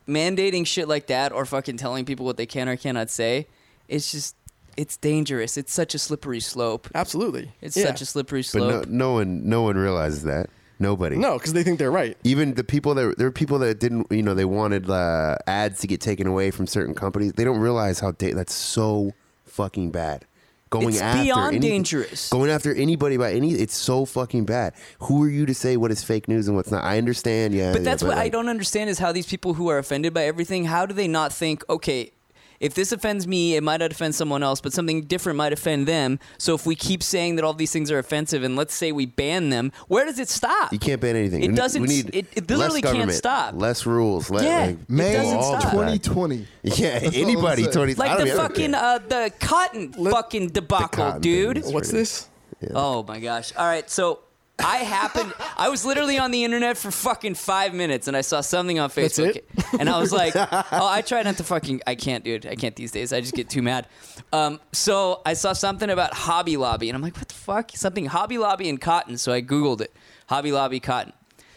[SPEAKER 3] mandating shit like that or fucking telling people what they can or cannot say. It's just, it's dangerous. It's such a slippery slope.
[SPEAKER 2] Absolutely,
[SPEAKER 3] It's
[SPEAKER 2] Yeah.
[SPEAKER 3] such a slippery
[SPEAKER 4] but no,
[SPEAKER 3] slope.
[SPEAKER 4] no one, no one realizes that. Nobody.
[SPEAKER 2] no, because they think they're right.
[SPEAKER 4] Even the people that there are people that didn't, you know, they wanted uh, ads to get taken away from certain companies. They don't realize how da- that's so fucking bad. Going
[SPEAKER 3] It's
[SPEAKER 4] after
[SPEAKER 3] beyond
[SPEAKER 4] anything-
[SPEAKER 3] dangerous.
[SPEAKER 4] Going after anybody by any, it's so fucking bad. Who are you to say what is fake news and what's not? I understand, yeah.
[SPEAKER 3] but
[SPEAKER 4] yeah,
[SPEAKER 3] that's what I
[SPEAKER 4] like-
[SPEAKER 3] don't understand is how these people who are offended by everything, how do they not think, okay, if this offends me, it might not offend someone else, but something different might offend them. So if we keep saying that all these things are offensive and let's say we ban them, where does it stop?
[SPEAKER 4] You can't ban anything.
[SPEAKER 3] It
[SPEAKER 4] We ne-
[SPEAKER 3] doesn't
[SPEAKER 4] We
[SPEAKER 3] s-
[SPEAKER 4] need
[SPEAKER 3] it- it
[SPEAKER 4] less
[SPEAKER 3] literally can't
[SPEAKER 4] government,
[SPEAKER 3] stop.
[SPEAKER 4] Less rules. Let,
[SPEAKER 3] Yeah,
[SPEAKER 4] like,
[SPEAKER 3] it
[SPEAKER 4] May
[SPEAKER 3] doesn't
[SPEAKER 4] all
[SPEAKER 3] stop.
[SPEAKER 4] the back.
[SPEAKER 8] 2020.
[SPEAKER 4] <laughs> Yeah,
[SPEAKER 8] That's all
[SPEAKER 4] anybody.
[SPEAKER 8] I'm saying.
[SPEAKER 4] Twenty. I
[SPEAKER 3] Like
[SPEAKER 4] don't
[SPEAKER 3] the
[SPEAKER 4] even-
[SPEAKER 3] fucking uh, the cotton fucking debacle,
[SPEAKER 4] cotton
[SPEAKER 3] dude.
[SPEAKER 4] business.
[SPEAKER 2] What's this?
[SPEAKER 3] Oh my gosh. All right, so I happened I was literally on the internet for fucking 5 minutes and I saw something on Facebook
[SPEAKER 2] it?
[SPEAKER 3] and I was like, "Oh, I try not to fucking I can't dude. I can't these days. I just get too mad." Um, so I saw something about Hobby Lobby and I'm like, "What the fuck? Something Hobby Lobby and cotton." So I googled it. Hobby Lobby cotton.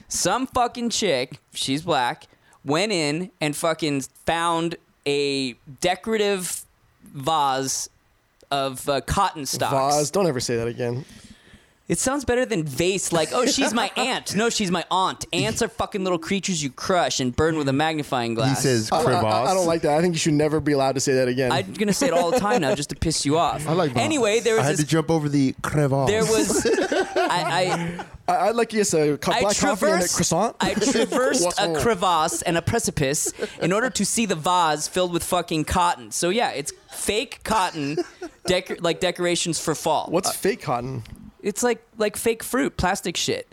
[SPEAKER 3] Some fucking chick, she's black, went in and fucking found a decorative vase of uh, cotton stocks.
[SPEAKER 2] Vaz, don't ever say that again.
[SPEAKER 3] It sounds better than vase. Like, oh, she's my aunt. No, she's my aunt. Ants are fucking little creatures you crush and burn with a magnifying
[SPEAKER 4] He
[SPEAKER 3] glass.
[SPEAKER 4] says
[SPEAKER 2] I, I-
[SPEAKER 4] crevasse.
[SPEAKER 2] I don't like that. I think you should never be allowed to say that again.
[SPEAKER 3] I'm gonna say it all the time now, just to piss you off. I
[SPEAKER 8] like vase.
[SPEAKER 3] Anyway, there
[SPEAKER 4] I
[SPEAKER 3] was
[SPEAKER 4] had to
[SPEAKER 3] this,
[SPEAKER 4] jump over the crevasse.
[SPEAKER 3] there was I
[SPEAKER 2] I, would like yes, a cup
[SPEAKER 3] I, I
[SPEAKER 2] black coffee and a
[SPEAKER 3] traversed
[SPEAKER 2] croissant. <laughs>
[SPEAKER 3] I traversed a
[SPEAKER 2] Croissant.
[SPEAKER 3] crevasse and a precipice in order to see the vase filled with fucking cotton. So yeah, it's fake cotton, decor like decorations for fall.
[SPEAKER 2] What's fake cotton?
[SPEAKER 3] It's like like fake fruit, plastic shit.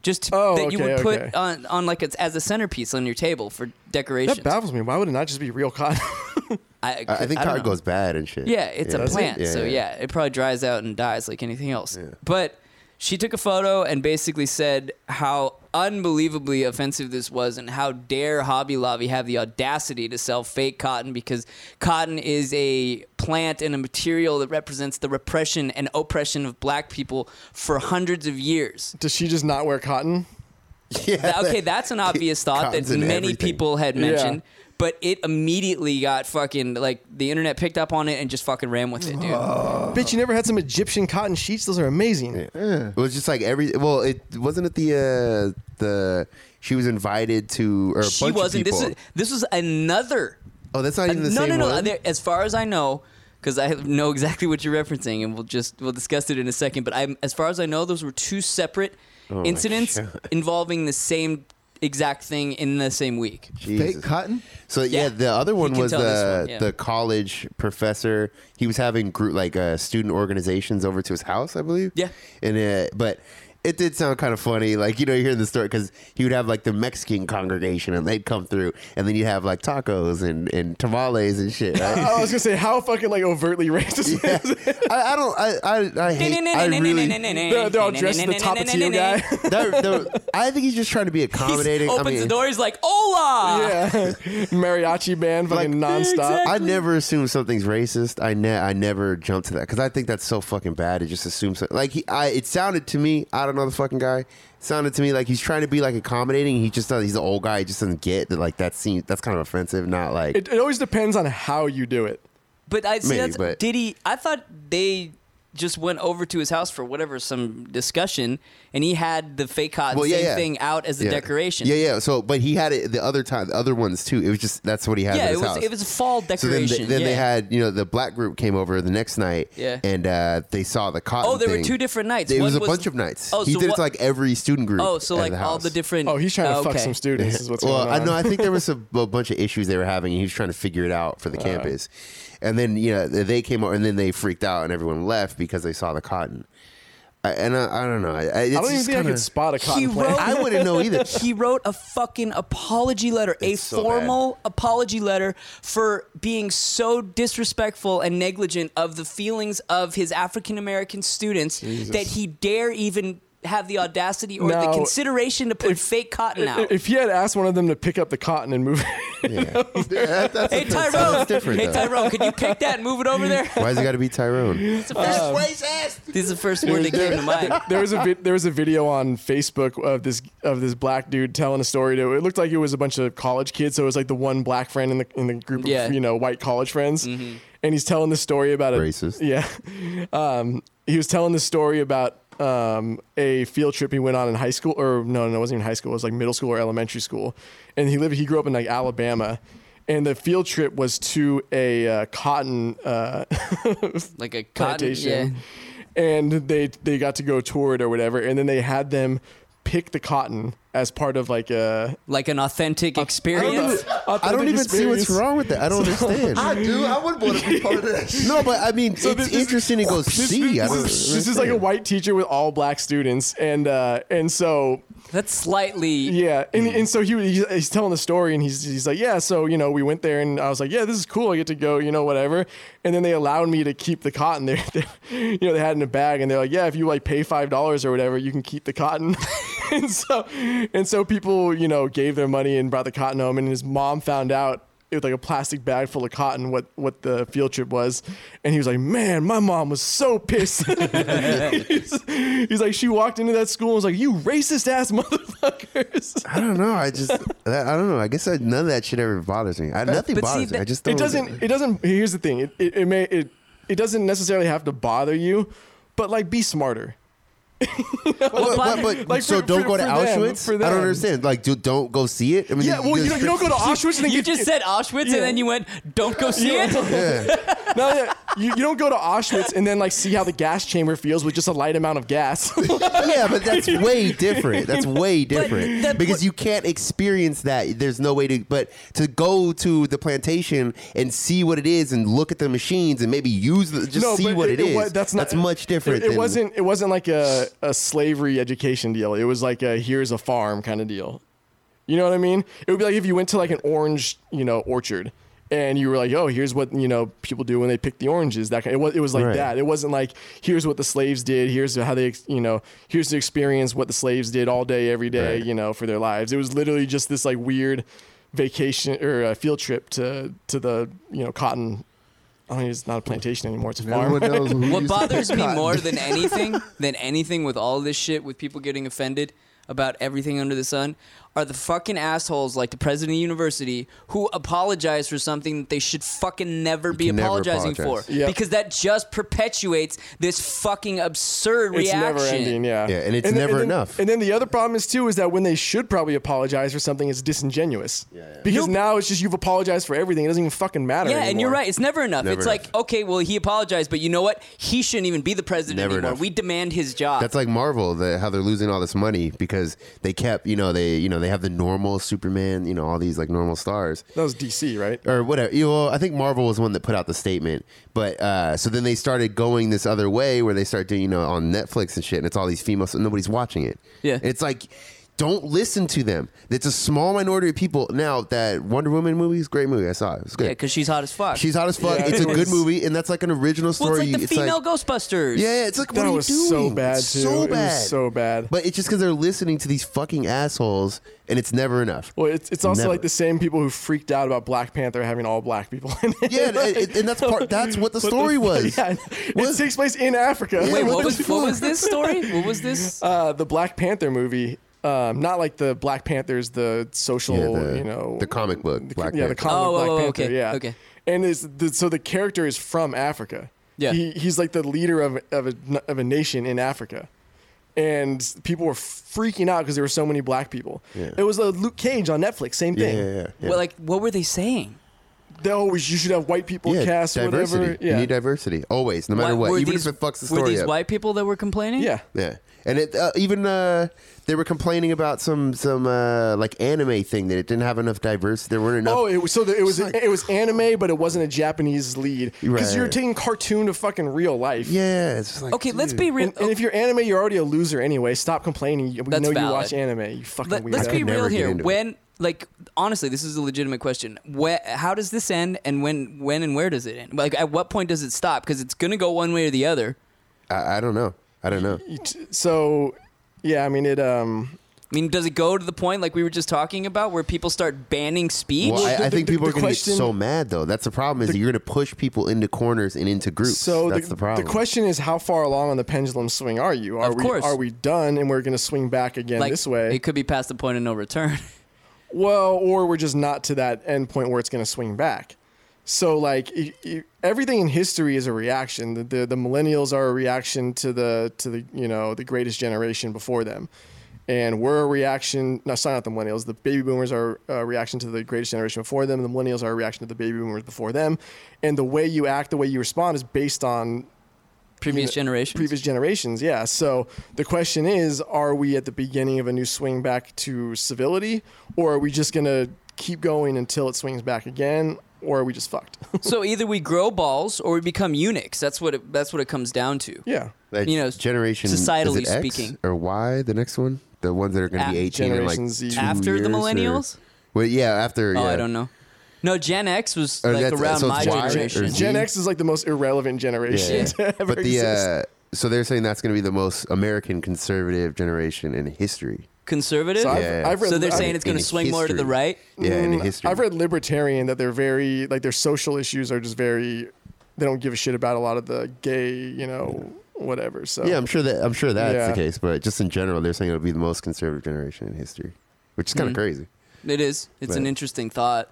[SPEAKER 3] Just
[SPEAKER 2] Oh,
[SPEAKER 3] that you
[SPEAKER 2] okay,
[SPEAKER 3] would put
[SPEAKER 2] okay.
[SPEAKER 3] on on like it's as a centerpiece on your table for decorations.
[SPEAKER 2] That baffles me. Why would it not just be real cotton? <laughs>
[SPEAKER 3] I,
[SPEAKER 4] I I think
[SPEAKER 3] don't
[SPEAKER 4] cotton
[SPEAKER 3] know.
[SPEAKER 4] goes bad and shit.
[SPEAKER 3] Yeah, it's a
[SPEAKER 4] that's it.
[SPEAKER 3] plant, so yeah. it probably dries out and dies like anything else. But she took a photo and basically said how unbelievably offensive this was, and how dare Hobby Lobby have the audacity to sell fake cotton because cotton is a plant and a material that represents the repression and oppression of black people for hundreds of years.
[SPEAKER 2] Does she just not wear cotton?
[SPEAKER 4] <laughs>
[SPEAKER 3] That- okay, that's an obvious thought that
[SPEAKER 4] Cotton's in
[SPEAKER 3] many
[SPEAKER 4] everything.
[SPEAKER 3] people had mentioned. But it immediately got fucking like the internet picked up on it and just fucking ran with it, dude.
[SPEAKER 4] Oh,
[SPEAKER 2] Bitch, you never had some Egyptian cotton sheets? Those are amazing.
[SPEAKER 4] It was just like every. Well, it wasn't it the uh, the she was invited to or a
[SPEAKER 3] she
[SPEAKER 4] bunch
[SPEAKER 3] wasn't.
[SPEAKER 4] Of
[SPEAKER 3] This
[SPEAKER 4] people.
[SPEAKER 3] is this was another. uh,
[SPEAKER 4] oh, that's not even the
[SPEAKER 3] no,
[SPEAKER 4] same
[SPEAKER 3] no, no,
[SPEAKER 4] one.
[SPEAKER 3] There, as far as I know, because I know exactly what you're referencing, and we'll just we'll discuss it in a second. But I'm as far as I know, those were two separate
[SPEAKER 4] Oh, my
[SPEAKER 3] incidents
[SPEAKER 4] God.
[SPEAKER 3] <laughs> involving the same exact thing in the same week.
[SPEAKER 4] Jesus.
[SPEAKER 8] Fake cotton?
[SPEAKER 4] So yeah,
[SPEAKER 3] Yeah.
[SPEAKER 4] the other one
[SPEAKER 3] can
[SPEAKER 4] was
[SPEAKER 3] tell this
[SPEAKER 4] the
[SPEAKER 3] one, yeah.
[SPEAKER 4] the college professor. He was having group like uh, student organizations over to his house, I believe.
[SPEAKER 3] Yeah.
[SPEAKER 4] and uh, but it did sound kind of funny. Like you know, you hear the story because he would have like the Mexican congregation, and they'd come through, and then you would have like tacos and and tamales and shit. Right?
[SPEAKER 2] I was gonna say how fucking like overtly <laughs> racist. is it?
[SPEAKER 4] I, I don't. I I, I hate. I really.
[SPEAKER 3] <laughs>
[SPEAKER 2] They're, they're all dressed in the Tapatio guy. <laughs>
[SPEAKER 4] they're- they're- I think he's just trying to be
[SPEAKER 3] He
[SPEAKER 4] accommodating. I
[SPEAKER 3] opens
[SPEAKER 4] mean,
[SPEAKER 3] the door. He's like, "Hola!"
[SPEAKER 2] yeah, <laughs> mariachi band, fucking nonstop.
[SPEAKER 4] I never assume something's racist. I ne- I never jump to that because I think that's so fucking bad to just assume something. Like he, I, it sounded to me. I don't know the fucking guy. It sounded to me like he's trying to be like accommodating. He just he's an old guy. He just doesn't get that. Like that seems that's kind of offensive. Not like
[SPEAKER 2] It, it always depends on how you do it.
[SPEAKER 3] But I see
[SPEAKER 4] Maybe,
[SPEAKER 3] that's
[SPEAKER 4] but-
[SPEAKER 3] did he I thought they just went over to his house for whatever some discussion and he had the fake cotton
[SPEAKER 4] Well, yeah,
[SPEAKER 3] same
[SPEAKER 4] yeah.
[SPEAKER 3] thing out as the
[SPEAKER 4] yeah.
[SPEAKER 3] decoration.
[SPEAKER 4] Yeah, yeah. So, but he had it the other time. The other ones too. It was just that's what he had.
[SPEAKER 3] Yeah,
[SPEAKER 4] at
[SPEAKER 3] it
[SPEAKER 4] his
[SPEAKER 3] was
[SPEAKER 4] house.
[SPEAKER 3] it was a fall
[SPEAKER 4] So then,
[SPEAKER 3] decoration.
[SPEAKER 4] they, then
[SPEAKER 3] yeah.
[SPEAKER 4] they had you know the black group came over the next night,
[SPEAKER 3] Yeah.
[SPEAKER 4] and uh, they saw the cotton.
[SPEAKER 3] Oh, there were
[SPEAKER 4] thing.
[SPEAKER 3] two different nights.
[SPEAKER 4] It
[SPEAKER 3] One
[SPEAKER 4] was a
[SPEAKER 3] was-
[SPEAKER 4] bunch of nights.
[SPEAKER 3] Oh,
[SPEAKER 4] he
[SPEAKER 3] so
[SPEAKER 4] did it
[SPEAKER 3] what-
[SPEAKER 4] to like every student group.
[SPEAKER 3] Oh, so
[SPEAKER 4] at
[SPEAKER 3] like
[SPEAKER 4] the
[SPEAKER 3] all the
[SPEAKER 4] house.
[SPEAKER 3] different
[SPEAKER 2] Oh, he's trying to fuck
[SPEAKER 3] okay.
[SPEAKER 2] some students. Is what's
[SPEAKER 4] well,
[SPEAKER 2] going
[SPEAKER 4] I
[SPEAKER 2] on.
[SPEAKER 4] know. I think there was a, a bunch of issues they were having, and he was trying to figure it out for the campus. And then you know they came over, and then they freaked out, and everyone left because they saw the cotton. I, and I, I don't know. I, I- it's
[SPEAKER 2] I don't even
[SPEAKER 4] just
[SPEAKER 2] think I
[SPEAKER 4] kinda-
[SPEAKER 2] could
[SPEAKER 4] <laughs>
[SPEAKER 2] spot a cotton
[SPEAKER 3] He
[SPEAKER 2] plant.
[SPEAKER 3] wrote-
[SPEAKER 4] I wouldn't know
[SPEAKER 2] <laughs>
[SPEAKER 4] either.
[SPEAKER 3] he wrote a fucking apology letter,
[SPEAKER 4] It's
[SPEAKER 3] a
[SPEAKER 4] so bad.
[SPEAKER 3] formal apology letter for being so disrespectful and negligent of the feelings of his African American students that he dare even have the audacity or the
[SPEAKER 2] Now,
[SPEAKER 3] consideration to put fake cotton out.
[SPEAKER 2] If- If he had asked one of them to pick up the cotton and move, it,
[SPEAKER 4] That- <laughs> that's
[SPEAKER 3] hey
[SPEAKER 4] offensive.
[SPEAKER 3] Tyrone,
[SPEAKER 4] That's different,
[SPEAKER 3] hey
[SPEAKER 4] though.
[SPEAKER 3] Tyrone, could you pick that and move it over
[SPEAKER 4] <laughs>
[SPEAKER 3] there? Um,
[SPEAKER 4] Why has it got to be Tyrone?
[SPEAKER 3] This is the first word that came to mind.
[SPEAKER 4] <laughs>
[SPEAKER 2] <laughs> there was a vi- there was a video on Facebook of this of this black dude telling a story to. It looked like it was a bunch of college kids, so it was like the one black friend in the in the group of
[SPEAKER 3] Yeah. Mm-hmm.
[SPEAKER 2] you know white college friends, and he's telling the story about a <laughs>
[SPEAKER 4] Racist.
[SPEAKER 2] Yeah, um, he was telling the story about um, a field trip he went on in high school, or no, no, it wasn't even high school. It was like middle school or elementary school, and he lived. He grew up in like Alabama. And the field trip was to a uh, cotton uh, <laughs>
[SPEAKER 3] Like a cotton. Yeah.
[SPEAKER 2] plantation, and they they got to go tour it or whatever, and then they had them pick the cotton as part of like a.
[SPEAKER 3] Like an authentic experience.
[SPEAKER 4] Uh, I don't even see what's wrong with that. I don't understand.
[SPEAKER 5] I do. I would want to be part of that.
[SPEAKER 4] <laughs> no, but I mean, it's
[SPEAKER 2] this is-
[SPEAKER 4] interesting to go see. I
[SPEAKER 2] <laughs>
[SPEAKER 4] don't
[SPEAKER 2] This is, this is like a white teacher with all black students, and uh, and so
[SPEAKER 3] That's slightly
[SPEAKER 2] yeah, and, and so he he's, he's telling the story, and he's he's like, yeah, so you know, we went there, and I was like, yeah, this is cool, I get to go, you know, whatever, and then they allowed me to keep the cotton there, <laughs> you know, they had in a bag, and they're like, yeah, if you like pay five dollars or whatever, you can keep the cotton, <laughs> and so and so people you know gave their money and brought the cotton home, and his mom found out with like a plastic bag full of cotton what what the field trip was and he was like man my mom was so pissed <laughs> he's, he's like she walked into that school and was like you racist ass motherfuckers
[SPEAKER 4] I don't know. I just, that, I don't know. I guess I, none of that shit ever bothers me. I, nothing
[SPEAKER 3] But see,
[SPEAKER 4] bothers me.
[SPEAKER 3] that-
[SPEAKER 4] I just don't.
[SPEAKER 2] it doesn't it doesn't here's the thing it, it, it may it it doesn't necessarily have to bother you but like be smarter
[SPEAKER 4] But, but, but-
[SPEAKER 2] Like,
[SPEAKER 4] so
[SPEAKER 2] for-
[SPEAKER 4] don't
[SPEAKER 2] for-
[SPEAKER 4] go to
[SPEAKER 2] for them,
[SPEAKER 4] Auschwitz.
[SPEAKER 2] for
[SPEAKER 4] I
[SPEAKER 2] them.
[SPEAKER 4] don't understand. Like, do, don't go see it. I mean,
[SPEAKER 2] yeah well you don't, you don't
[SPEAKER 4] <laughs>
[SPEAKER 2] go to auschwitz and then
[SPEAKER 3] You just said Auschwitz,
[SPEAKER 2] Yeah.
[SPEAKER 3] and then you went, "Don't go see it."
[SPEAKER 2] no, yeah, you, you don't go to auschwitz and then like see how the gas chamber feels with just a light amount of gas <laughs>
[SPEAKER 4] yeah, but that's way different. That's way different
[SPEAKER 3] that-
[SPEAKER 4] because you can't experience that. There's no way to. But to go to the plantation and see what it is and look at the machines and maybe use the, just see
[SPEAKER 2] but
[SPEAKER 4] what it is.
[SPEAKER 2] wa-
[SPEAKER 4] that's much different.
[SPEAKER 2] It, it
[SPEAKER 4] than-
[SPEAKER 2] wasn't. It wasn't like a, a slavery education deal. It was like a here's a farm kind of deal. You know what I mean? It would be like if you went to like an orange, you know, orchard and you were like, oh, here's what you know people do when they pick the oranges. That kind it was it was like
[SPEAKER 4] Right.
[SPEAKER 2] that. It wasn't like here's what the slaves did. Here's how they ex- you know here's the experience what the slaves did all day every day you know for their lives. It was literally just this like weird vacation or uh, field trip to to the you know cotton. I mean, it's not a plantation anymore. It's a farm.
[SPEAKER 8] Everyone knows who used
[SPEAKER 3] What
[SPEAKER 8] to
[SPEAKER 3] bothers
[SPEAKER 8] pick
[SPEAKER 3] me
[SPEAKER 8] cotton.
[SPEAKER 3] more than anything, than anything with all this shit with people getting offended about everything under the sun, are the fucking assholes like the president of the university who apologize for something that they should fucking never be
[SPEAKER 4] can never
[SPEAKER 3] apologizing
[SPEAKER 4] apologize.
[SPEAKER 3] for.
[SPEAKER 2] Yeah.
[SPEAKER 3] Because that just perpetuates this fucking absurd
[SPEAKER 2] <laughs> it's
[SPEAKER 3] reaction.
[SPEAKER 2] never ending. Yeah,
[SPEAKER 4] Yeah, and it's
[SPEAKER 2] then-
[SPEAKER 4] never
[SPEAKER 2] then-
[SPEAKER 4] enough.
[SPEAKER 2] And then the other problem is too is that when they should probably apologize for something, it's disingenuous. Yeah, Because now it's just you've apologized for everything. It doesn't even fucking matter.
[SPEAKER 3] Yeah, and you're
[SPEAKER 2] anymore.
[SPEAKER 3] right. It's never enough.
[SPEAKER 4] Never
[SPEAKER 3] it's like,
[SPEAKER 4] enough.
[SPEAKER 3] okay, well, he apologized, but you know what? He shouldn't even be the president
[SPEAKER 4] Never
[SPEAKER 3] anymore.
[SPEAKER 4] enough.
[SPEAKER 3] We demand his job.
[SPEAKER 4] That's like Marvel, the, how they're losing all this money because they kept, you know, they, you know, they have the normal Superman, you know, all these like normal stars,
[SPEAKER 2] That was DC, right?
[SPEAKER 4] or whatever. You know, I think Marvel was the one that put out the statement, but uh, so then they started going this other way where they start doing, you know, on Netflix and shit, and it's all these females, so nobody's watching it.
[SPEAKER 3] Yeah.
[SPEAKER 4] it's like. Don't listen to them. It's a small minority of people. Now that Wonder Woman movie is a great movie. I saw it. It was good.
[SPEAKER 3] yeah, because she's hot as fuck.
[SPEAKER 4] She's hot as fuck.
[SPEAKER 2] Yeah,
[SPEAKER 4] it's a
[SPEAKER 2] it
[SPEAKER 4] good
[SPEAKER 2] was-
[SPEAKER 4] movie, and that's like an original
[SPEAKER 3] well,
[SPEAKER 4] story.
[SPEAKER 3] it's like the
[SPEAKER 4] It's
[SPEAKER 3] female
[SPEAKER 4] like-
[SPEAKER 3] Ghostbusters.
[SPEAKER 4] yeah, yeah, it's like what
[SPEAKER 2] that
[SPEAKER 4] are
[SPEAKER 2] was
[SPEAKER 4] you doing?
[SPEAKER 2] so bad too. It
[SPEAKER 4] So
[SPEAKER 2] was
[SPEAKER 4] bad.
[SPEAKER 2] so bad.
[SPEAKER 4] But it's just because they're listening to these fucking assholes, and it's never enough.
[SPEAKER 2] Well, it's, it's also
[SPEAKER 4] Never.
[SPEAKER 2] like the same people who freaked out about Black Panther having all black people. in it. <laughs>
[SPEAKER 4] Yeah, and, and- and that's part. That's what the
[SPEAKER 2] What <laughs>
[SPEAKER 4] story
[SPEAKER 2] fuck?
[SPEAKER 4] was.
[SPEAKER 2] Yeah, it
[SPEAKER 4] What?
[SPEAKER 2] takes place in Africa.
[SPEAKER 3] Wait,
[SPEAKER 4] what
[SPEAKER 3] what
[SPEAKER 4] the
[SPEAKER 3] was what was this story? What was
[SPEAKER 4] <laughs>
[SPEAKER 3] this?
[SPEAKER 2] Uh, the Black Panther movie, um, not like the Black Panthers, the social,
[SPEAKER 4] Yeah, the-
[SPEAKER 2] you know,
[SPEAKER 4] the comic book
[SPEAKER 2] the-
[SPEAKER 4] Black
[SPEAKER 2] yeah, the
[SPEAKER 4] Panther.
[SPEAKER 2] comic
[SPEAKER 3] Oh,
[SPEAKER 2] Black
[SPEAKER 3] oh, oh,
[SPEAKER 2] Panther,
[SPEAKER 3] okay,
[SPEAKER 2] yeah,
[SPEAKER 3] okay.
[SPEAKER 2] And it's the, so the character is from Africa.
[SPEAKER 3] Yeah.
[SPEAKER 2] he, he's like the leader of of a, of a nation in Africa. And people were freaking out because there were so many black people. It was a Luke Cage on Netflix, same
[SPEAKER 4] yeah,
[SPEAKER 2] thing.
[SPEAKER 4] yeah, yeah. yeah.
[SPEAKER 3] Well, like, what were they saying?
[SPEAKER 2] They always you should have white people
[SPEAKER 4] Yeah,
[SPEAKER 2] cast
[SPEAKER 4] diversity.
[SPEAKER 2] whatever.
[SPEAKER 4] You
[SPEAKER 2] Yeah,
[SPEAKER 4] need diversity always, no matter
[SPEAKER 3] Why-
[SPEAKER 4] what.
[SPEAKER 3] were
[SPEAKER 4] Even
[SPEAKER 3] these-
[SPEAKER 4] if it fucks the
[SPEAKER 3] Were
[SPEAKER 4] story
[SPEAKER 3] these
[SPEAKER 4] up.
[SPEAKER 3] white people that were complaining?
[SPEAKER 2] yeah.
[SPEAKER 4] Yeah, and it uh, even uh, they were complaining about some some uh, like anime thing that it didn't have enough diversity. There weren't enough.
[SPEAKER 2] Oh, it was so the, it was it was anime, but it wasn't a Japanese lead because
[SPEAKER 4] Right.
[SPEAKER 2] you're taking cartoon to fucking real life.
[SPEAKER 4] yeah, it's just like
[SPEAKER 3] Okay, let's
[SPEAKER 4] dude.
[SPEAKER 3] be real.
[SPEAKER 2] And, and if you're anime, you're already a loser anyway. Stop complaining. We
[SPEAKER 3] That's
[SPEAKER 2] know you
[SPEAKER 3] valid.
[SPEAKER 2] watch anime. You fucking
[SPEAKER 3] Let,
[SPEAKER 2] weirdo.
[SPEAKER 3] us be
[SPEAKER 4] could never
[SPEAKER 3] real
[SPEAKER 4] get
[SPEAKER 3] here.
[SPEAKER 4] into it.
[SPEAKER 3] When, like, honestly, this is a legitimate question. Where, how does this end, and when, when, and where does it end? Like, at what point does it stop? Because it's gonna go one way or the other.
[SPEAKER 4] I, I don't know. I don't know.
[SPEAKER 2] so, yeah, I mean it. Um,
[SPEAKER 3] I mean, does it go to the point like we were just talking about, where people start banning speech?
[SPEAKER 4] Well, I, I think
[SPEAKER 2] the-
[SPEAKER 4] people
[SPEAKER 2] the
[SPEAKER 4] are going to get
[SPEAKER 2] question-
[SPEAKER 4] so mad though. That's the problem is that you're going to push people into corners and into groups.
[SPEAKER 2] so
[SPEAKER 4] that's the, problem.
[SPEAKER 2] question is, how far along on the pendulum swing are you? Are
[SPEAKER 3] Of
[SPEAKER 2] we
[SPEAKER 3] course.
[SPEAKER 2] are we done and we're going to swing back again
[SPEAKER 3] like,
[SPEAKER 2] this way?
[SPEAKER 3] it could be past the point of no return.
[SPEAKER 2] Well, or we're just not to that end point where it's going to swing back. So, like, i i everything in history is a reaction. The, the the millennials are a reaction to the to the you know the greatest generation before them, and we're a reaction. No, sorry, not the millennials. The baby boomers are a reaction to the greatest generation before them. The millennials are a reaction to the baby boomers before them, and the way you act, the way you respond, is based on
[SPEAKER 3] <laughs> Previous generations.
[SPEAKER 2] previous generations yeah so the question is are we at the beginning of a new swing back to civility or are we just gonna keep going until it swings back again or are we just fucked <laughs>
[SPEAKER 3] so either we grow balls or we become eunuchs. That's what it, that's what it comes down to. Oh,
[SPEAKER 2] yeah
[SPEAKER 4] That
[SPEAKER 3] you know,
[SPEAKER 4] generation is it
[SPEAKER 3] societally
[SPEAKER 4] X
[SPEAKER 3] speaking.
[SPEAKER 4] or Y, the next one, the ones that are going to
[SPEAKER 3] Ah,
[SPEAKER 4] be 18 in like
[SPEAKER 2] Generation Z.
[SPEAKER 4] two
[SPEAKER 3] After the
[SPEAKER 4] years, or-
[SPEAKER 3] millennials?
[SPEAKER 4] well, yeah, after.
[SPEAKER 3] Oh,
[SPEAKER 4] yeah.
[SPEAKER 3] I don't know. No, Gen X was
[SPEAKER 4] Or
[SPEAKER 3] like
[SPEAKER 4] that's-
[SPEAKER 3] around
[SPEAKER 4] so it's
[SPEAKER 3] my
[SPEAKER 4] Y or
[SPEAKER 3] generation.
[SPEAKER 4] Z?
[SPEAKER 2] gen x is like the most irrelevant generation <laughs>
[SPEAKER 3] <laughs>
[SPEAKER 4] Yeah.
[SPEAKER 2] to ever
[SPEAKER 4] but the
[SPEAKER 2] exist
[SPEAKER 4] uh, so they're saying that's going to be the most American conservative generation in history.
[SPEAKER 3] Conservative.
[SPEAKER 2] So I've-
[SPEAKER 4] Yeah.
[SPEAKER 2] I've read-
[SPEAKER 3] So they're
[SPEAKER 2] I've-
[SPEAKER 3] saying it's going
[SPEAKER 4] In
[SPEAKER 3] to swing more to the
[SPEAKER 4] history.
[SPEAKER 3] right.
[SPEAKER 4] Yeah, in history.
[SPEAKER 2] i've read libertarian that they're very like their social issues are just very they don't give a shit about a lot of the gay you know whatever so
[SPEAKER 4] Yeah, I'm sure that I'm sure that's
[SPEAKER 2] Yeah.
[SPEAKER 4] the case, but just in general, they're saying it'll be the most conservative generation in history, which is kind of
[SPEAKER 3] Mm-hmm.
[SPEAKER 4] crazy.
[SPEAKER 3] It is. It's an
[SPEAKER 4] Right.
[SPEAKER 3] interesting thought.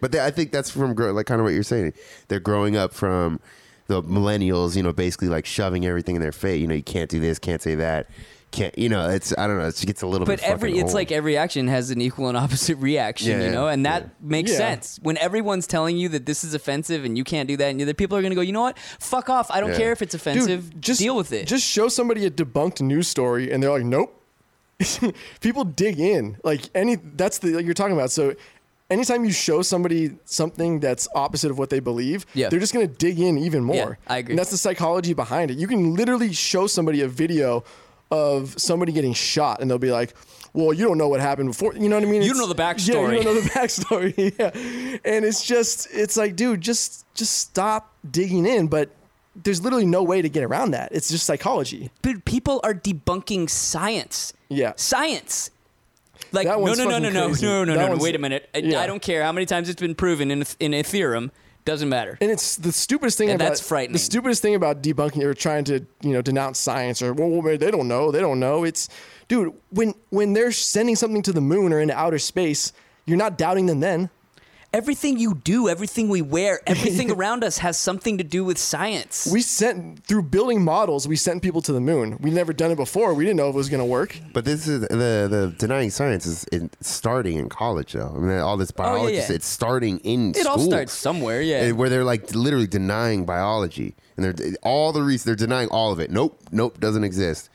[SPEAKER 4] But they, I think that's from grow, like kind of what you're saying. They're growing up from the millennials, you know, basically like shoving everything in their face. You know, you can't do this, can't say that, can't. You know, it's I don't know. It just gets a little.
[SPEAKER 3] But
[SPEAKER 4] bit
[SPEAKER 3] every
[SPEAKER 4] fucking
[SPEAKER 3] it's
[SPEAKER 4] old.
[SPEAKER 3] like every action has an equal and <laughs> opposite reaction,
[SPEAKER 4] Yeah,
[SPEAKER 3] you
[SPEAKER 4] yeah,
[SPEAKER 3] know, and that makes
[SPEAKER 2] Yeah.
[SPEAKER 3] sense. When everyone's telling you that this is offensive and you can't do that, and the other people are going to go, you know what, fuck off. I don't
[SPEAKER 4] Yeah.
[SPEAKER 3] care if it's offensive. just deal with it.
[SPEAKER 2] Just show somebody a debunked news story and they're like, nope. <laughs> People dig in. Like any that's the like you're talking about. So anytime you show somebody something that's opposite of what they believe,
[SPEAKER 3] Yeah.
[SPEAKER 2] they're just gonna dig in even more.
[SPEAKER 3] I agree.
[SPEAKER 2] And that's the psychology behind it. You can literally show somebody a video of somebody getting shot, and they'll be like, "Well, you don't know what happened before." You know what I mean?
[SPEAKER 3] You don't know
[SPEAKER 2] <laughs>
[SPEAKER 3] the
[SPEAKER 2] Yeah, you
[SPEAKER 3] backstory.
[SPEAKER 2] don't know the backstory. <laughs> yeah, and it's just, it's like, dude, just just stop digging in. But there's literally no way to get around that. It's just psychology.
[SPEAKER 3] But people are debunking science.
[SPEAKER 2] Yeah.
[SPEAKER 3] Science. Like
[SPEAKER 2] That
[SPEAKER 3] no no
[SPEAKER 2] one's
[SPEAKER 3] no no no
[SPEAKER 2] fucking
[SPEAKER 3] no
[SPEAKER 2] crazy.
[SPEAKER 3] no no
[SPEAKER 2] That
[SPEAKER 3] no no
[SPEAKER 2] one's-
[SPEAKER 3] wait a minute I,
[SPEAKER 2] yeah.
[SPEAKER 3] I don't care how many times it's been proven in a, in a theorem doesn't matter
[SPEAKER 2] And it's the stupidest thing
[SPEAKER 3] And
[SPEAKER 2] about
[SPEAKER 3] that's frightening.
[SPEAKER 2] The stupidest thing about debunking or trying to you know denounce science or well, well they don't know they don't know. It's dude when when they're sending something to the moon or into outer space, you're not doubting them then.
[SPEAKER 3] everything you do everything we
[SPEAKER 2] <laughs>
[SPEAKER 3] wear everything around us has something to do with science
[SPEAKER 2] We sent through building models, we sent people to the moon. We never done it before. We didn't know if it was gonna work.
[SPEAKER 4] But this is the the denying science is in, starting in college though. I mean, all this biology
[SPEAKER 3] Oh, yeah.
[SPEAKER 4] it's starting in
[SPEAKER 3] it
[SPEAKER 4] school.
[SPEAKER 3] all starts somewhere yeah
[SPEAKER 4] And where they're like literally denying biology and they're all the reason they're denying all of it. Nope, nope, doesn't exist.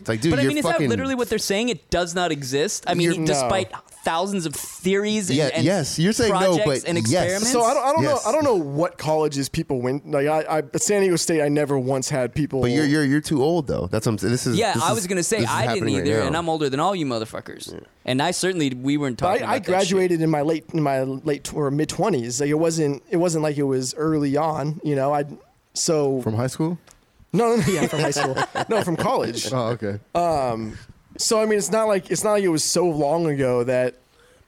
[SPEAKER 4] It's like, dude,
[SPEAKER 3] but I
[SPEAKER 4] you're
[SPEAKER 3] mean, is
[SPEAKER 4] fucking
[SPEAKER 3] that literally what they're saying? It does not exist. I mean,
[SPEAKER 2] You're-
[SPEAKER 3] despite thousands of theories and,
[SPEAKER 4] Yeah,
[SPEAKER 3] and
[SPEAKER 4] yes, you're saying no,
[SPEAKER 3] projects
[SPEAKER 4] but
[SPEAKER 3] and
[SPEAKER 4] yes.
[SPEAKER 3] experiments.
[SPEAKER 2] So I don't, I don't
[SPEAKER 4] Yes.
[SPEAKER 2] know. I don't know what colleges people went. Like I, I, at San Diego State, I never once had people.
[SPEAKER 4] But you're you're you're too old though. That's what I'm saying. This is
[SPEAKER 3] yeah,
[SPEAKER 4] this
[SPEAKER 3] I
[SPEAKER 4] is-
[SPEAKER 3] was gonna say
[SPEAKER 4] this is
[SPEAKER 3] I didn't
[SPEAKER 4] happening right
[SPEAKER 3] either,
[SPEAKER 4] now.
[SPEAKER 3] and I'm older than all you motherfuckers. And I certainly we weren't
[SPEAKER 2] But
[SPEAKER 3] talking. about
[SPEAKER 2] I, I
[SPEAKER 3] that shit.
[SPEAKER 2] graduated in my late in my late tw- or mid twenties. Like it wasn't it wasn't like it was early on. You know, I so
[SPEAKER 8] From high school?
[SPEAKER 2] <laughs> no no no yeah from high
[SPEAKER 4] <laughs>
[SPEAKER 2] school no from college.
[SPEAKER 8] Oh, okay.
[SPEAKER 2] So I mean, it's not like it's not like it was so long ago that.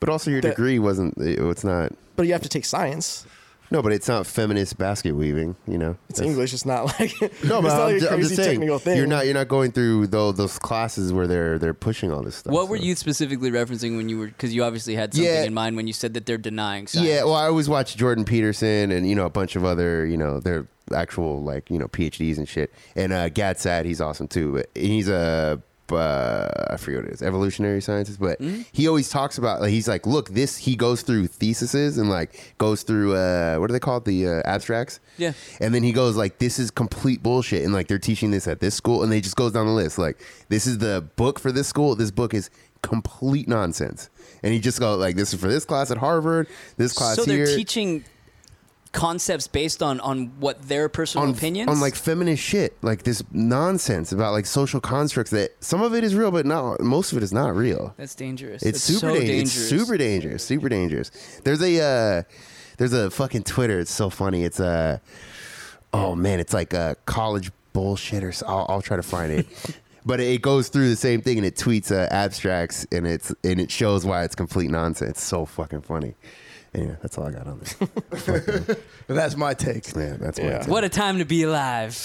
[SPEAKER 4] But also your
[SPEAKER 2] that-
[SPEAKER 4] degree wasn't it's not
[SPEAKER 2] But you have to take science.
[SPEAKER 4] no, but it's not feminist basket weaving, you know.
[SPEAKER 2] It's English. It's not like
[SPEAKER 4] <laughs> No, but
[SPEAKER 2] <laughs> it's not
[SPEAKER 4] I'm,
[SPEAKER 2] like
[SPEAKER 4] ju-
[SPEAKER 2] a
[SPEAKER 4] I'm
[SPEAKER 2] crazy
[SPEAKER 4] just saying
[SPEAKER 2] technical thing.
[SPEAKER 4] you're not you're not going through tho- those classes where they're they're pushing all this stuff.
[SPEAKER 3] What were
[SPEAKER 4] so.
[SPEAKER 3] you specifically referencing when you were? Because you obviously had something
[SPEAKER 4] Yeah.
[SPEAKER 3] in mind when you said that they're denying science.
[SPEAKER 4] Yeah, well, I always watch Jordan Peterson and you know a bunch of other you know their actual like you know PhDs and shit. And uh, Gad Sad, he's awesome too. But he's a uh, I forget what it is, evolutionary scientist. But he always talks about like, he's like, look, this he goes through theses and like goes through uh, what do they call it? the uh, abstracts.
[SPEAKER 3] Yeah.
[SPEAKER 4] And then he goes like, "This is complete bullshit," and like they're teaching this at this school, and they just goes down the list like, "This is the book for this school. This book is complete nonsense." And he just goes like, "This is for this class at Harvard. This class
[SPEAKER 3] so they're
[SPEAKER 4] here."
[SPEAKER 3] teaching concepts based on on what their personal
[SPEAKER 4] on,
[SPEAKER 3] opinions
[SPEAKER 4] on like feminist shit, like this nonsense about like social constructs that some of it is real, but not most of it is not real.
[SPEAKER 3] That's dangerous.
[SPEAKER 4] It's,
[SPEAKER 3] That's
[SPEAKER 4] super
[SPEAKER 3] so
[SPEAKER 4] dangerous.
[SPEAKER 3] dangerous.
[SPEAKER 4] It's super dangerous. Super dangerous. There's a uh, there's a fucking Twitter. It's so funny. It's uh, oh man, it's like uh, college bullshit or so. I'll, I'll try to find it. But it goes through the same thing, and it tweets uh, abstracts, and it's and it shows why it's complete nonsense. It's so fucking funny. Anyway, that's all I got on this.
[SPEAKER 8] That's my take.
[SPEAKER 4] Yeah, that's
[SPEAKER 2] Yeah.
[SPEAKER 4] yeah.
[SPEAKER 3] What a time to be alive.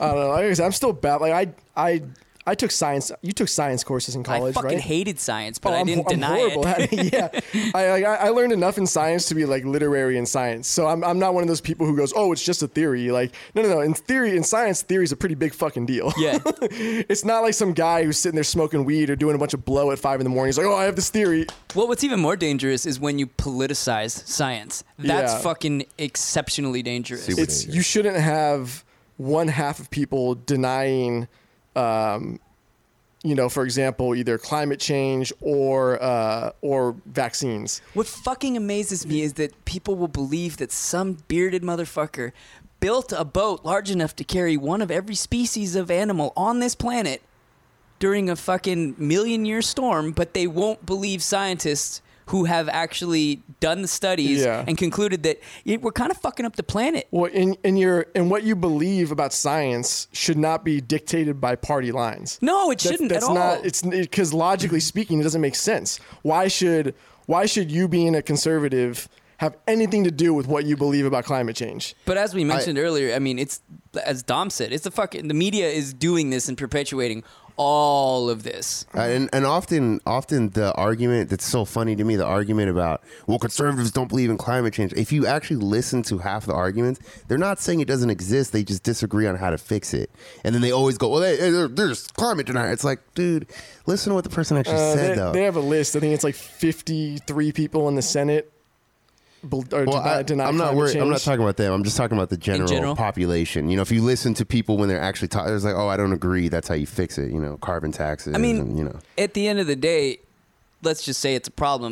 [SPEAKER 2] I don't know. Like I said, I'm still bad. Like I I I took science. You took science courses in
[SPEAKER 3] I
[SPEAKER 2] college,
[SPEAKER 3] fucking
[SPEAKER 2] right?
[SPEAKER 3] hated science, but
[SPEAKER 2] Oh,
[SPEAKER 3] I
[SPEAKER 2] I'm-
[SPEAKER 3] didn't
[SPEAKER 2] I'm
[SPEAKER 3] deny
[SPEAKER 2] horrible
[SPEAKER 3] it.
[SPEAKER 2] at <laughs> yeah, I, like, I I learned enough in science to be like literary in science. So I'm I'm not one of those people who goes, oh, it's just a theory. Like no, no, no. In theory, in science, theory's a pretty big fucking deal.
[SPEAKER 3] <laughs> Yeah.
[SPEAKER 2] <laughs> it's not like some guy who's sitting there smoking weed or doing a bunch of blow at five in the morning. He's like, oh, I have this theory.
[SPEAKER 3] Well, what's even more dangerous is when you politicize science. That's
[SPEAKER 2] Yeah.
[SPEAKER 3] fucking exceptionally dangerous.
[SPEAKER 4] Super-
[SPEAKER 2] It's you shouldn't have one half of people denying. Um, you know, for example, either climate change or uh, or vaccines.
[SPEAKER 3] What fucking amazes me is that people will believe that some bearded motherfucker built a boat large enough to carry one of every species of animal on this planet during a fucking million year storm, but they won't believe scientists who have actually done the studies
[SPEAKER 2] Yeah.
[SPEAKER 3] and concluded that "Yeah, we're kind of fucking up the planet.
[SPEAKER 2] Well, in in your and what you believe about science should not be dictated by party lines.
[SPEAKER 3] No, it
[SPEAKER 2] That's-
[SPEAKER 3] shouldn't
[SPEAKER 2] That's
[SPEAKER 3] at all.
[SPEAKER 2] not. It's because logically speaking, it doesn't make sense. Why should why should you being a conservative have anything to do with what you believe about climate change?
[SPEAKER 3] But as we mentioned earlier, I mean, it's as Dom said, it's the fucking the media is doing this and perpetuating all of this.
[SPEAKER 4] Uh, and, and often often the argument that's so funny to me the argument about well conservatives don't believe in climate change if you actually listen to half the arguments they're not saying it doesn't exist they just disagree on how to fix it and then they always go well they, they- they're, they're just climate denier it's like dude listen to what the person actually
[SPEAKER 2] Uh,
[SPEAKER 4] said
[SPEAKER 2] they,
[SPEAKER 4] though
[SPEAKER 2] they have a list. I think it's like fifty three people in the Senate. bel- Or
[SPEAKER 4] well,
[SPEAKER 2] deny,
[SPEAKER 4] I,
[SPEAKER 2] deny
[SPEAKER 4] am not
[SPEAKER 2] climate
[SPEAKER 4] worried. I'm
[SPEAKER 2] change.
[SPEAKER 4] not talking about them. I'm just talking about the general,
[SPEAKER 3] general?
[SPEAKER 4] population. You know, if you listen to people when they're actually talking, it's like, oh, I don't agree. That's how you fix it. You know, carbon taxes.
[SPEAKER 3] I mean,
[SPEAKER 4] and, you know,
[SPEAKER 3] at the end of the day, let's just say it's a problem.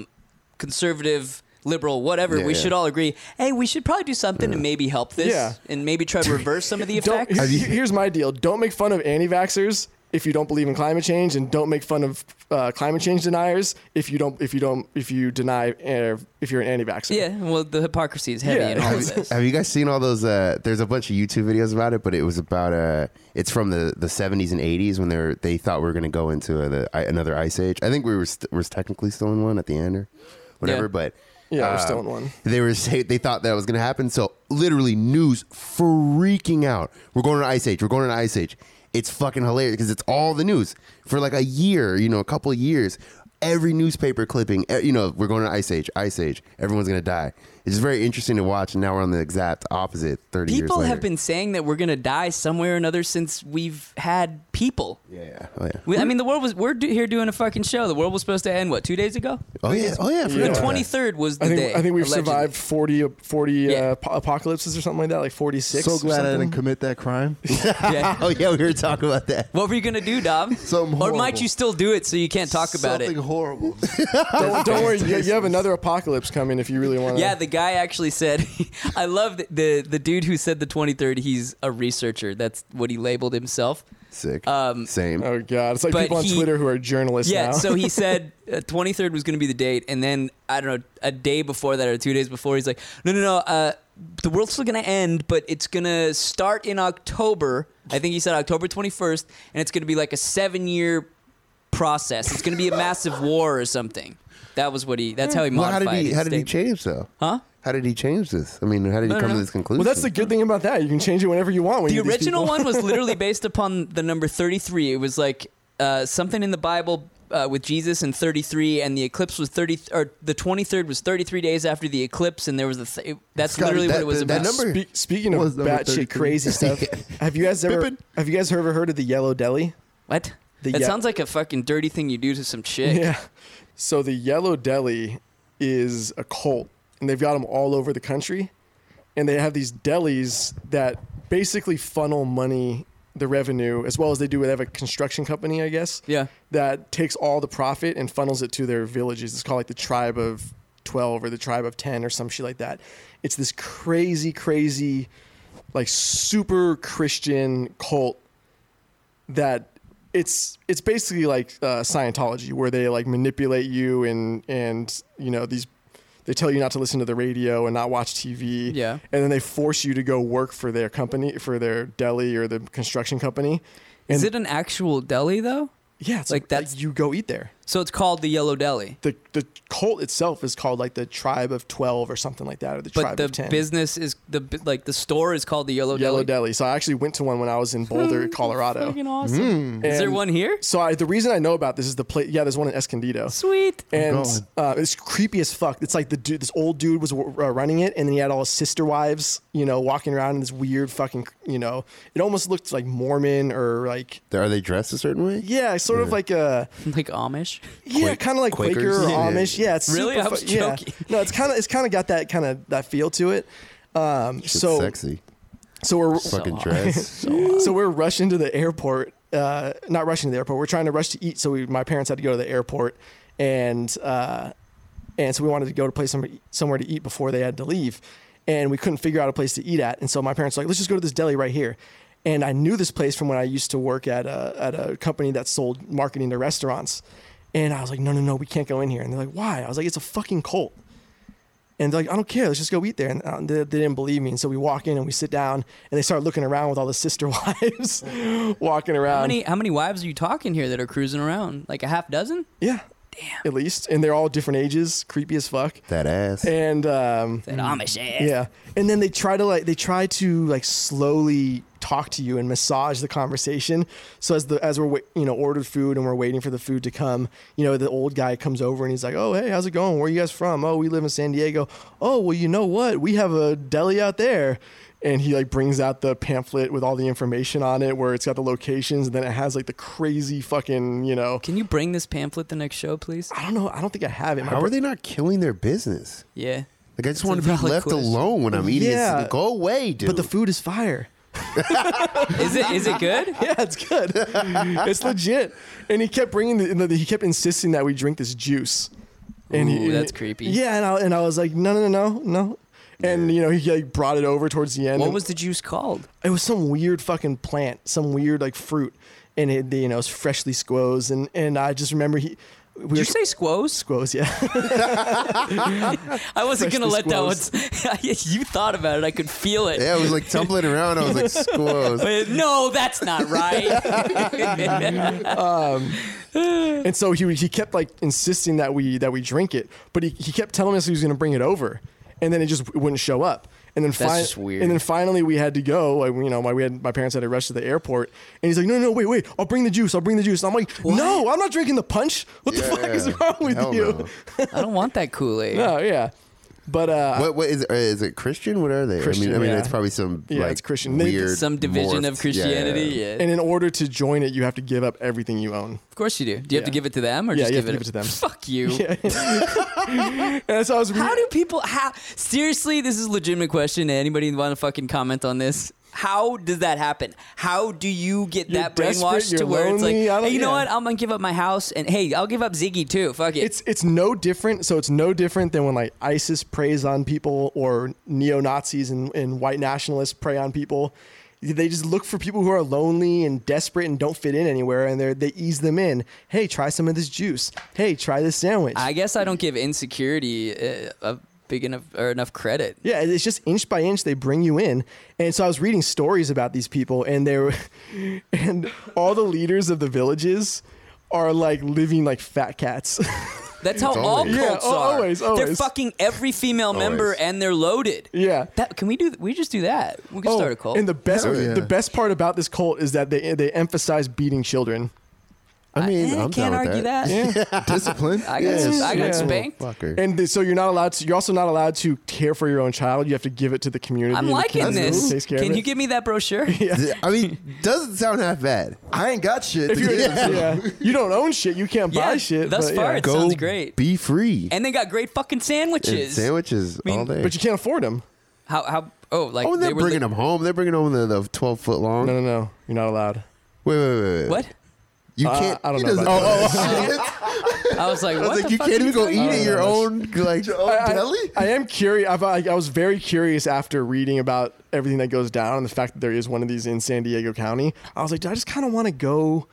[SPEAKER 3] Conservative, liberal, whatever,
[SPEAKER 4] Yeah,
[SPEAKER 3] we
[SPEAKER 4] yeah.
[SPEAKER 3] should all agree. Hey, we should probably do something to maybe help this
[SPEAKER 2] Yeah.
[SPEAKER 3] and maybe try to reverse some of the
[SPEAKER 2] Don't,
[SPEAKER 3] effects.
[SPEAKER 2] here- here's my deal. Don't make fun of anti-vaxxers if you don't believe in climate change, and don't make fun of uh, climate change deniers if you don't if you don't if you deny uh, if you're an anti-vaxxer.
[SPEAKER 3] Yeah, well, the hypocrisy is heavy
[SPEAKER 2] Yeah.
[SPEAKER 3] in all of this.
[SPEAKER 4] Have you guys seen all those? Uh, there's a bunch of YouTube videos about it, but it was about uh, it's from the, the 70s and 80s when they were, they thought we were going to go into a, the, I- another ice age. I think we were st- was technically still in one at the end or whatever,
[SPEAKER 3] Yeah.
[SPEAKER 4] but
[SPEAKER 2] Yeah, we're
[SPEAKER 4] uh,
[SPEAKER 2] still in one.
[SPEAKER 4] They were say, they thought that was going to happen, so literally news freaking out. We're going to an ice age. We're going to an ice age. It's fucking hilarious because it's all the news for like a year, you know, a couple of years. Every newspaper clipping, eh, you know, we're going to ice age, ice age. Everyone's going to die. It's just very interesting to watch. And now we're on the exact opposite. Thirty years
[SPEAKER 3] People have
[SPEAKER 4] later.
[SPEAKER 3] been saying that we're gonna die somewhere or another since we've had people.
[SPEAKER 4] Yeah. Oh yeah.
[SPEAKER 3] We, I mean, the world was we're do, here doing a fucking show. The world was supposed to end what two days ago.
[SPEAKER 4] Oh yeah. Oh yeah. I forgot
[SPEAKER 3] The
[SPEAKER 4] about
[SPEAKER 3] twenty third was the
[SPEAKER 2] I think
[SPEAKER 3] day.
[SPEAKER 2] I think we've
[SPEAKER 3] allegedly.
[SPEAKER 2] survived 40, 40
[SPEAKER 3] Yeah.
[SPEAKER 2] uh, po- apocalypses or something like that, like forty six.
[SPEAKER 8] So glad I
[SPEAKER 2] or
[SPEAKER 8] didn't
[SPEAKER 2] something.
[SPEAKER 8] commit that crime.
[SPEAKER 2] <laughs>
[SPEAKER 4] that. <laughs> Oh yeah. We were talking about that.
[SPEAKER 3] What were you gonna do, Dom?
[SPEAKER 8] Something
[SPEAKER 3] or might
[SPEAKER 8] horrible.
[SPEAKER 3] you still do it so you can't talk about
[SPEAKER 8] Something
[SPEAKER 3] it?
[SPEAKER 8] horrible.
[SPEAKER 2] Don't, don't worry, you,
[SPEAKER 8] <laughs>
[SPEAKER 2] you have another apocalypse coming if you really want to.
[SPEAKER 3] Yeah, the guy actually said. <laughs> I love the, the the dude who said the twenty third. He's a researcher. That's what he labeled himself.
[SPEAKER 4] Sick.
[SPEAKER 3] Um,
[SPEAKER 4] Same.
[SPEAKER 2] Oh god, it's like
[SPEAKER 3] But
[SPEAKER 2] people on
[SPEAKER 3] he-
[SPEAKER 2] Twitter who are journalists
[SPEAKER 3] Yeah,
[SPEAKER 2] now.
[SPEAKER 3] so
[SPEAKER 4] <laughs>
[SPEAKER 3] he said uh, 23rd was going to be the date, and then I don't know a day before that or two days before, he's like, no, no, no, uh, the world's still going to end, but it's going to start in October. I think he said October 21st, and it's going to be like a seven year process. It's going to be a massive war or something. That was what he. That's how he
[SPEAKER 4] Well, how
[SPEAKER 3] modified.
[SPEAKER 4] did he?
[SPEAKER 3] his
[SPEAKER 4] How did he
[SPEAKER 3] statement.
[SPEAKER 4] change though?
[SPEAKER 3] Huh?
[SPEAKER 4] How did he change this? I mean, how did he
[SPEAKER 3] No, no,
[SPEAKER 4] come
[SPEAKER 3] no.
[SPEAKER 4] to this conclusion?
[SPEAKER 2] <laughs> well, that's the good thing about that. You can change it whenever you want. When
[SPEAKER 3] The
[SPEAKER 2] you get these
[SPEAKER 3] original
[SPEAKER 2] people.
[SPEAKER 3] one
[SPEAKER 2] <laughs>
[SPEAKER 3] was literally based upon the number 33. It was like uh, something in the Bible uh, with Jesus and 33, and the eclipse was 30, or the 23rd was 33 days after the eclipse, and there was a. Th- it- that's
[SPEAKER 4] Scotty,
[SPEAKER 3] literally what
[SPEAKER 4] that-
[SPEAKER 3] it was
[SPEAKER 4] that-
[SPEAKER 3] about.
[SPEAKER 4] that number-
[SPEAKER 2] Spe- speaking
[SPEAKER 8] What was
[SPEAKER 2] of
[SPEAKER 8] number
[SPEAKER 2] batshit
[SPEAKER 8] 33?
[SPEAKER 2] crazy stuff,
[SPEAKER 8] <laughs>
[SPEAKER 2] have you guys ever
[SPEAKER 8] Pippin.
[SPEAKER 2] have you guys ever heard of the Yellow Deli?
[SPEAKER 3] What?
[SPEAKER 2] The
[SPEAKER 3] that
[SPEAKER 2] ye-
[SPEAKER 3] sounds like a fucking dirty thing you do to some chick.
[SPEAKER 2] Yeah. So the Yellow Deli is a cult, and they've got them all over the country, and they have these delis that basically funnel money, the revenue, as well as they do. They have a construction company, I guess.
[SPEAKER 3] Yeah.
[SPEAKER 2] That takes all the profit and funnels it to their villages. It's called like the tribe of twelve or the tribe of ten or some shit like that. It's this crazy, crazy, like super Christian cult that it's it's basically like uh, Scientology, where they like manipulate you and and you know these they tell you not to listen to the radio and not watch TV.
[SPEAKER 3] Yeah.
[SPEAKER 2] and then they force you to go work for their company, for their deli or the construction company. And
[SPEAKER 3] Is it an actual deli, though?
[SPEAKER 2] yeah, it's
[SPEAKER 3] like
[SPEAKER 2] like
[SPEAKER 3] that's-
[SPEAKER 2] that. You go eat there.
[SPEAKER 3] So it's called the Yellow Deli.
[SPEAKER 2] The the cult itself is called like the Tribe of Twelve or something like that, or the
[SPEAKER 3] But
[SPEAKER 2] Tribe
[SPEAKER 3] the
[SPEAKER 2] of Ten.
[SPEAKER 3] business is the bu- like the store is called the Yellow,
[SPEAKER 2] Yellow
[SPEAKER 3] Deli. Mm,
[SPEAKER 2] Deli. So I actually went to one when I was in
[SPEAKER 3] <laughs>
[SPEAKER 2] Boulder, Colorado. Mm.
[SPEAKER 3] Fucking awesome. Is there
[SPEAKER 2] And
[SPEAKER 3] one here?
[SPEAKER 2] So I, the reason I know about this is the place. Yeah, there's one in Escondido.
[SPEAKER 3] Sweet.
[SPEAKER 2] and uh, it's creepy as fuck. It's like the dude, this old dude was uh, running it, and then he had all his sister wives, you know, walking around in this weird fucking, you know, it almost looked like Mormon or like,
[SPEAKER 4] Are they dressed a certain way?
[SPEAKER 2] yeah, sort of like a,
[SPEAKER 3] <laughs> Like Amish.
[SPEAKER 2] yeah, kind of like Quaker
[SPEAKER 4] Quakers?
[SPEAKER 2] or
[SPEAKER 4] Yeah.
[SPEAKER 2] Amish. Yeah, it's
[SPEAKER 3] Really?
[SPEAKER 2] super
[SPEAKER 3] I was
[SPEAKER 2] fu- yeah.
[SPEAKER 3] joking.
[SPEAKER 2] No, it's kind of it's kind of got that kind of that feel to it. Um,
[SPEAKER 4] It's
[SPEAKER 2] so
[SPEAKER 4] sexy.
[SPEAKER 2] so we're
[SPEAKER 4] Fucking
[SPEAKER 3] hot. <laughs>
[SPEAKER 4] dress.
[SPEAKER 2] so we're rushing to the airport. Uh, not rushing to the airport. We're trying to rush to eat. So we, my parents had to go to the airport, and uh, and so we wanted to go to place somewhere, somewhere to eat before they had to leave, and we couldn't figure out a place to eat at. And so my parents were like, let's just go to this deli right here. And I knew this place from when I used to work at a at a company that sold marketing to restaurants. And I was like, no, no, no, we can't go in here. And they're like, why? I was like, it's a fucking cult. And they're like, I don't care. Let's just go eat there. And uh, they, they didn't believe me. And so we walk in and we sit down and they start looking around with all the sister <laughs> wives walking around.
[SPEAKER 3] How many how many wives are you talking here that are cruising around? Like a half dozen?
[SPEAKER 2] Yeah. Damn. At least. And they're all different ages, creepy as fuck.
[SPEAKER 4] that ass.
[SPEAKER 2] And um,
[SPEAKER 3] That Amish ass.
[SPEAKER 4] Eh.
[SPEAKER 2] yeah. And then they try to like, they try to like slowly talk to you and massage the conversation. So as the, as we're, wait, you know, ordered food and we're waiting for the food to come, you know, the old guy comes over and he's like, oh, hey, how's it going? Where are you guys from? Oh, we live in San Diego. Oh, well, you know what? We have a deli out there. and he like brings out the pamphlet with all the information on it where it's got the locations and then it has like the crazy fucking you know
[SPEAKER 3] Can you bring this pamphlet the next show, please?
[SPEAKER 2] i don't know i don't think i have it My
[SPEAKER 4] How
[SPEAKER 2] bro-
[SPEAKER 4] are they not killing their business?
[SPEAKER 3] Yeah.
[SPEAKER 4] Like I just
[SPEAKER 3] a
[SPEAKER 4] want to be
[SPEAKER 3] valid
[SPEAKER 4] left
[SPEAKER 3] question.
[SPEAKER 4] alone when I'm eating. It's-
[SPEAKER 2] Yeah.
[SPEAKER 4] go away, dude.
[SPEAKER 2] but the food is fire
[SPEAKER 3] <laughs> Is it is
[SPEAKER 2] <laughs>
[SPEAKER 3] it good?
[SPEAKER 2] yeah it's good it's legit and he kept bringing the, the he kept insisting that we drink this juice and he-
[SPEAKER 3] Ooh, that's creepy.
[SPEAKER 2] yeah and I, and I was like no no no no no and you know he like brought it over towards the end
[SPEAKER 3] What
[SPEAKER 2] and-
[SPEAKER 3] was the juice called?
[SPEAKER 2] it was some weird fucking plant, some weird like fruit. and it you know it's freshly squoze and and I just remember he we
[SPEAKER 3] Did
[SPEAKER 2] were
[SPEAKER 3] you say squoze?
[SPEAKER 2] squoze yeah
[SPEAKER 3] I wasn't gonna let
[SPEAKER 2] Freshly
[SPEAKER 3] <laughs> that one. you thought about it. I could feel it.
[SPEAKER 4] Yeah, it was like tumbling around. I was
[SPEAKER 3] <laughs>
[SPEAKER 4] like, squoze.
[SPEAKER 3] Uh, No,
[SPEAKER 2] <laughs>
[SPEAKER 3] that's not right.
[SPEAKER 2] and so he he kept like insisting that we that we drink it but he, he kept telling us he was gonna bring it over and then it just wouldn't show up and then
[SPEAKER 3] That's
[SPEAKER 2] fin-
[SPEAKER 3] just weird.
[SPEAKER 2] and then finally we had to go like, you know my we had my parents had to rush to the airport and he's like no no no wait wait I'll bring the juice I'll bring the juice and I'm like no I'm not drinking the punch what the fuck is wrong with
[SPEAKER 4] Hell
[SPEAKER 2] you
[SPEAKER 4] no.
[SPEAKER 3] I don't want that Kool
[SPEAKER 2] <laughs>
[SPEAKER 3] Aid.
[SPEAKER 2] no yeah but uh
[SPEAKER 4] What, what is, uh, is it Christian? What are they?
[SPEAKER 2] Christian,
[SPEAKER 4] I mean, I mean,
[SPEAKER 2] yeah.
[SPEAKER 4] it's probably some
[SPEAKER 2] Yeah,
[SPEAKER 4] like
[SPEAKER 2] it's Christian. They-
[SPEAKER 4] weird
[SPEAKER 3] Some division
[SPEAKER 4] morphed-
[SPEAKER 3] of Christianity. Yeah,
[SPEAKER 2] and in order to join it you have to give up everything you own <laughs>
[SPEAKER 3] Of course you do. Do you have to
[SPEAKER 2] Yeah.
[SPEAKER 3] give it to them or
[SPEAKER 2] Yeah,
[SPEAKER 3] just
[SPEAKER 2] you
[SPEAKER 3] give,
[SPEAKER 2] have to
[SPEAKER 3] it,
[SPEAKER 2] give it to them.
[SPEAKER 3] <laughs>
[SPEAKER 2] <laughs>
[SPEAKER 3] Fuck you.
[SPEAKER 2] and so I was
[SPEAKER 3] How do people how seriously, this is a legitimate question. Anybody want to fucking comment on this? How does that happen? How do you get
[SPEAKER 2] You're
[SPEAKER 3] that
[SPEAKER 2] desperate,
[SPEAKER 3] brainwashed to
[SPEAKER 2] you're
[SPEAKER 3] where
[SPEAKER 2] lonely,
[SPEAKER 3] it's
[SPEAKER 2] I
[SPEAKER 3] like,
[SPEAKER 2] don't-
[SPEAKER 3] hey, you know
[SPEAKER 2] yeah.
[SPEAKER 3] what? I'm gonna give up my house and hey, I'll give up Ziggy too. Fuck it.
[SPEAKER 2] it's it's no different. So it's no different than when like ISIS preys on people or neo Nazis and, and white nationalists prey on people. They just look for people who are lonely and desperate and don't fit in anywhere, and they they ease them in. Hey, try some of this juice. Hey, try this sandwich.
[SPEAKER 3] I guess I don't give insecurity uh, a big enough or enough credit.
[SPEAKER 2] Yeah, it's just inch by inch they bring you in. And so I was reading stories about these people, and they were, <laughs> and all the leaders of the villages are like living like fat cats. <laughs>
[SPEAKER 3] That's how all
[SPEAKER 4] always-
[SPEAKER 2] Yeah,
[SPEAKER 3] cults
[SPEAKER 2] al-
[SPEAKER 3] are.
[SPEAKER 2] always,
[SPEAKER 3] They're
[SPEAKER 2] always.
[SPEAKER 3] fucking every female member
[SPEAKER 4] Always.
[SPEAKER 3] and they're loaded.
[SPEAKER 2] yeah.
[SPEAKER 3] That can we do? We just do that. We can start a cult.
[SPEAKER 2] Oh, And the best
[SPEAKER 5] Hell yeah.
[SPEAKER 2] the best part about this cult is that they they emphasize beating children.
[SPEAKER 4] I mean,
[SPEAKER 3] Eh,
[SPEAKER 4] I, am
[SPEAKER 3] can't argue that.
[SPEAKER 5] Discipline.
[SPEAKER 3] I got, I got
[SPEAKER 2] Yeah.
[SPEAKER 3] spanked.
[SPEAKER 4] Fucker.
[SPEAKER 2] And th- so you're not allowed to you're also not allowed to care for your own child. You have to give it to the community.
[SPEAKER 3] I'm
[SPEAKER 2] and the
[SPEAKER 3] liking
[SPEAKER 2] community
[SPEAKER 3] this.
[SPEAKER 2] takes care of
[SPEAKER 3] Can
[SPEAKER 2] it.
[SPEAKER 3] you give me that
[SPEAKER 4] <laughs>
[SPEAKER 3] brochure?
[SPEAKER 4] I mean,
[SPEAKER 3] <laughs>
[SPEAKER 4] doesn't sound half bad.
[SPEAKER 8] I ain't got shit.
[SPEAKER 2] if
[SPEAKER 8] to
[SPEAKER 2] you're,
[SPEAKER 8] give.
[SPEAKER 2] <laughs> yeah, you don't own shit, you can't buy
[SPEAKER 3] Yeah,
[SPEAKER 2] shit.
[SPEAKER 3] thus
[SPEAKER 2] but,
[SPEAKER 3] far
[SPEAKER 2] yeah.
[SPEAKER 3] it's- Sounds great.
[SPEAKER 4] Be free.
[SPEAKER 3] And they got great fucking
[SPEAKER 4] And
[SPEAKER 3] sandwiches.
[SPEAKER 4] sandwiches
[SPEAKER 3] mean,
[SPEAKER 4] all day.
[SPEAKER 2] but you can't afford them.
[SPEAKER 3] How? How? Oh, like
[SPEAKER 4] oh, and
[SPEAKER 3] they
[SPEAKER 4] they're
[SPEAKER 3] were
[SPEAKER 4] bringing
[SPEAKER 3] li-
[SPEAKER 4] them home. They're bringing home the, the 12 foot long.
[SPEAKER 2] No, no, no. You're not allowed.
[SPEAKER 4] Wait, wait, wait, wait.
[SPEAKER 3] What?
[SPEAKER 4] You
[SPEAKER 2] Uh,
[SPEAKER 4] can't.
[SPEAKER 2] I don't
[SPEAKER 4] he
[SPEAKER 2] know
[SPEAKER 4] doesn't-
[SPEAKER 2] about
[SPEAKER 4] oh, oh,
[SPEAKER 2] <laughs>
[SPEAKER 4] shit.
[SPEAKER 3] I was like,
[SPEAKER 4] <laughs> I
[SPEAKER 3] what
[SPEAKER 4] was
[SPEAKER 3] the
[SPEAKER 4] like, you
[SPEAKER 3] fuck
[SPEAKER 4] can't
[SPEAKER 3] are
[SPEAKER 4] even go
[SPEAKER 3] talking
[SPEAKER 4] eat
[SPEAKER 3] about?
[SPEAKER 4] at your own. Like,
[SPEAKER 2] I-
[SPEAKER 5] Deli?
[SPEAKER 2] I, I am curious. I've, I, I was very curious after reading about everything that goes down and the fact that there is one of these in San Diego County. I was like, do I just kind of want to go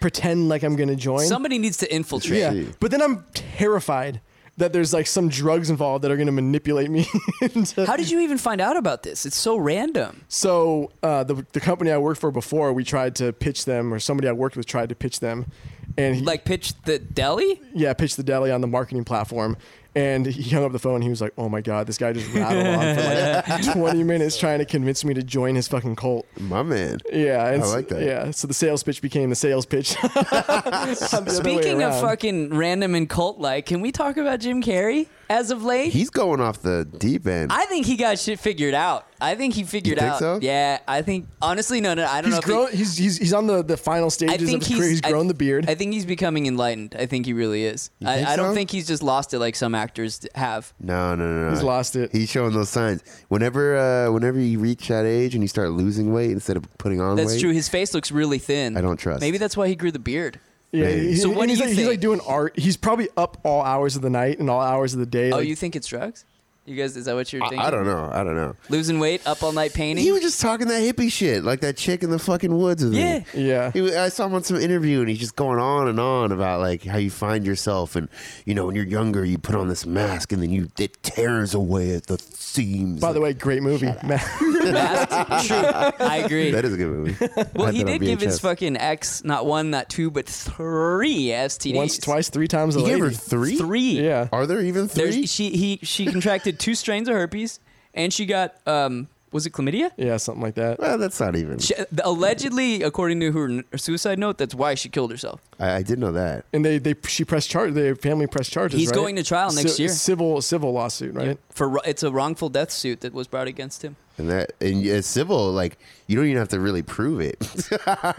[SPEAKER 2] pretend like I'm going to join?
[SPEAKER 3] Somebody needs to infiltrate.
[SPEAKER 2] Yeah,
[SPEAKER 4] Shit.
[SPEAKER 2] but then I'm terrified that there's like some drugs involved that are going to manipulate me. <laughs> into-
[SPEAKER 3] How did you even find out about this? It's so random.
[SPEAKER 2] so uh, the the company I worked for before, we tried to pitch them, or somebody I worked with tried to pitch them, and he,
[SPEAKER 3] Like pitch the deli.
[SPEAKER 2] yeah, pitched the deli on the marketing platform. And he hung up the phone. And he was like, "Oh my god, this guy just rattled on for like
[SPEAKER 3] <laughs>
[SPEAKER 2] 20 minutes trying to convince me to join his fucking cult."
[SPEAKER 4] my man.
[SPEAKER 2] Yeah, and
[SPEAKER 4] I
[SPEAKER 2] s-
[SPEAKER 4] like that.
[SPEAKER 2] Yeah, so the sales pitch became the sales pitch. <laughs> On the other way
[SPEAKER 3] Speaking of
[SPEAKER 2] around.
[SPEAKER 3] fucking random and cult like, can we talk about Jim Carrey as of late?
[SPEAKER 4] He's going off the deep end.
[SPEAKER 3] I think he got shit figured out. I think he figured
[SPEAKER 4] think
[SPEAKER 3] out.
[SPEAKER 4] so?
[SPEAKER 3] Yeah, I think honestly, no, no, I
[SPEAKER 2] he's
[SPEAKER 3] don't know. if he-
[SPEAKER 2] grown. he's, he's he's on the the final
[SPEAKER 3] I
[SPEAKER 2] stages
[SPEAKER 3] think
[SPEAKER 2] of his career. He's
[SPEAKER 3] I-
[SPEAKER 2] grown the beard.
[SPEAKER 3] I think he's becoming enlightened. I think he really is. I,
[SPEAKER 4] think
[SPEAKER 3] I don't
[SPEAKER 4] so?
[SPEAKER 3] think he's just lost it like some actors have.
[SPEAKER 4] No, no, no, no.
[SPEAKER 2] He's lost it.
[SPEAKER 4] He's showing those signs. Whenever, uh, whenever you reach that age and you start losing weight instead of putting on
[SPEAKER 3] That's
[SPEAKER 4] weight.
[SPEAKER 3] true. His face looks really thin.
[SPEAKER 4] I don't trust.
[SPEAKER 3] Maybe that's why he grew the beard.
[SPEAKER 2] Yeah,
[SPEAKER 4] Maybe.
[SPEAKER 2] he-
[SPEAKER 3] So
[SPEAKER 2] he-
[SPEAKER 3] what do
[SPEAKER 2] he's
[SPEAKER 3] you
[SPEAKER 2] like, He's like
[SPEAKER 3] think?
[SPEAKER 2] doing art. He's probably up all hours of the night and all hours of the day.
[SPEAKER 3] Oh,
[SPEAKER 2] like-
[SPEAKER 3] you think it's drugs? You guys, is that what you're thinking?
[SPEAKER 4] I, I don't know. I don't know.
[SPEAKER 3] Losing weight, up all night painting.
[SPEAKER 4] He was just talking that hippie shit, like that chick in the fucking woods with
[SPEAKER 3] Yeah.
[SPEAKER 4] me.
[SPEAKER 2] Yeah.
[SPEAKER 4] He was, I saw him on some interview, and he's just going on and on about like how you find yourself, and you know, when you're younger, you put on this mask, and then you it tears away at the seams.
[SPEAKER 2] By the way, great movie.
[SPEAKER 3] <laughs>
[SPEAKER 4] <laughs>
[SPEAKER 3] That's true. I agree.
[SPEAKER 4] that is a good movie.
[SPEAKER 3] <laughs> well,
[SPEAKER 4] I
[SPEAKER 3] he
[SPEAKER 4] had that on
[SPEAKER 3] did give his
[SPEAKER 4] VHS.
[SPEAKER 3] fucking ex not one, not two, but three STDs.
[SPEAKER 2] Once, twice, three times a
[SPEAKER 4] He
[SPEAKER 2] lady.
[SPEAKER 4] gave her three.
[SPEAKER 3] Three.
[SPEAKER 2] Yeah.
[SPEAKER 4] Are there even three?
[SPEAKER 3] There's, she he she contracted two strains of herpes, and she got um was it chlamydia?
[SPEAKER 2] Yeah, something like that.
[SPEAKER 4] well, that's not even.
[SPEAKER 3] She, allegedly, according to her, her suicide note, that's why she killed herself.
[SPEAKER 4] I, I did know that.
[SPEAKER 2] And they they she pressed charge. Their family pressed charges.
[SPEAKER 3] He's
[SPEAKER 2] right?
[SPEAKER 3] going to trial next year.
[SPEAKER 2] Civil civil lawsuit,
[SPEAKER 3] <laughs>
[SPEAKER 2] right?
[SPEAKER 3] For wr- it's a wrongful death suit that was brought against him.
[SPEAKER 4] And that and as civil, like you don't even have to really prove it. <laughs>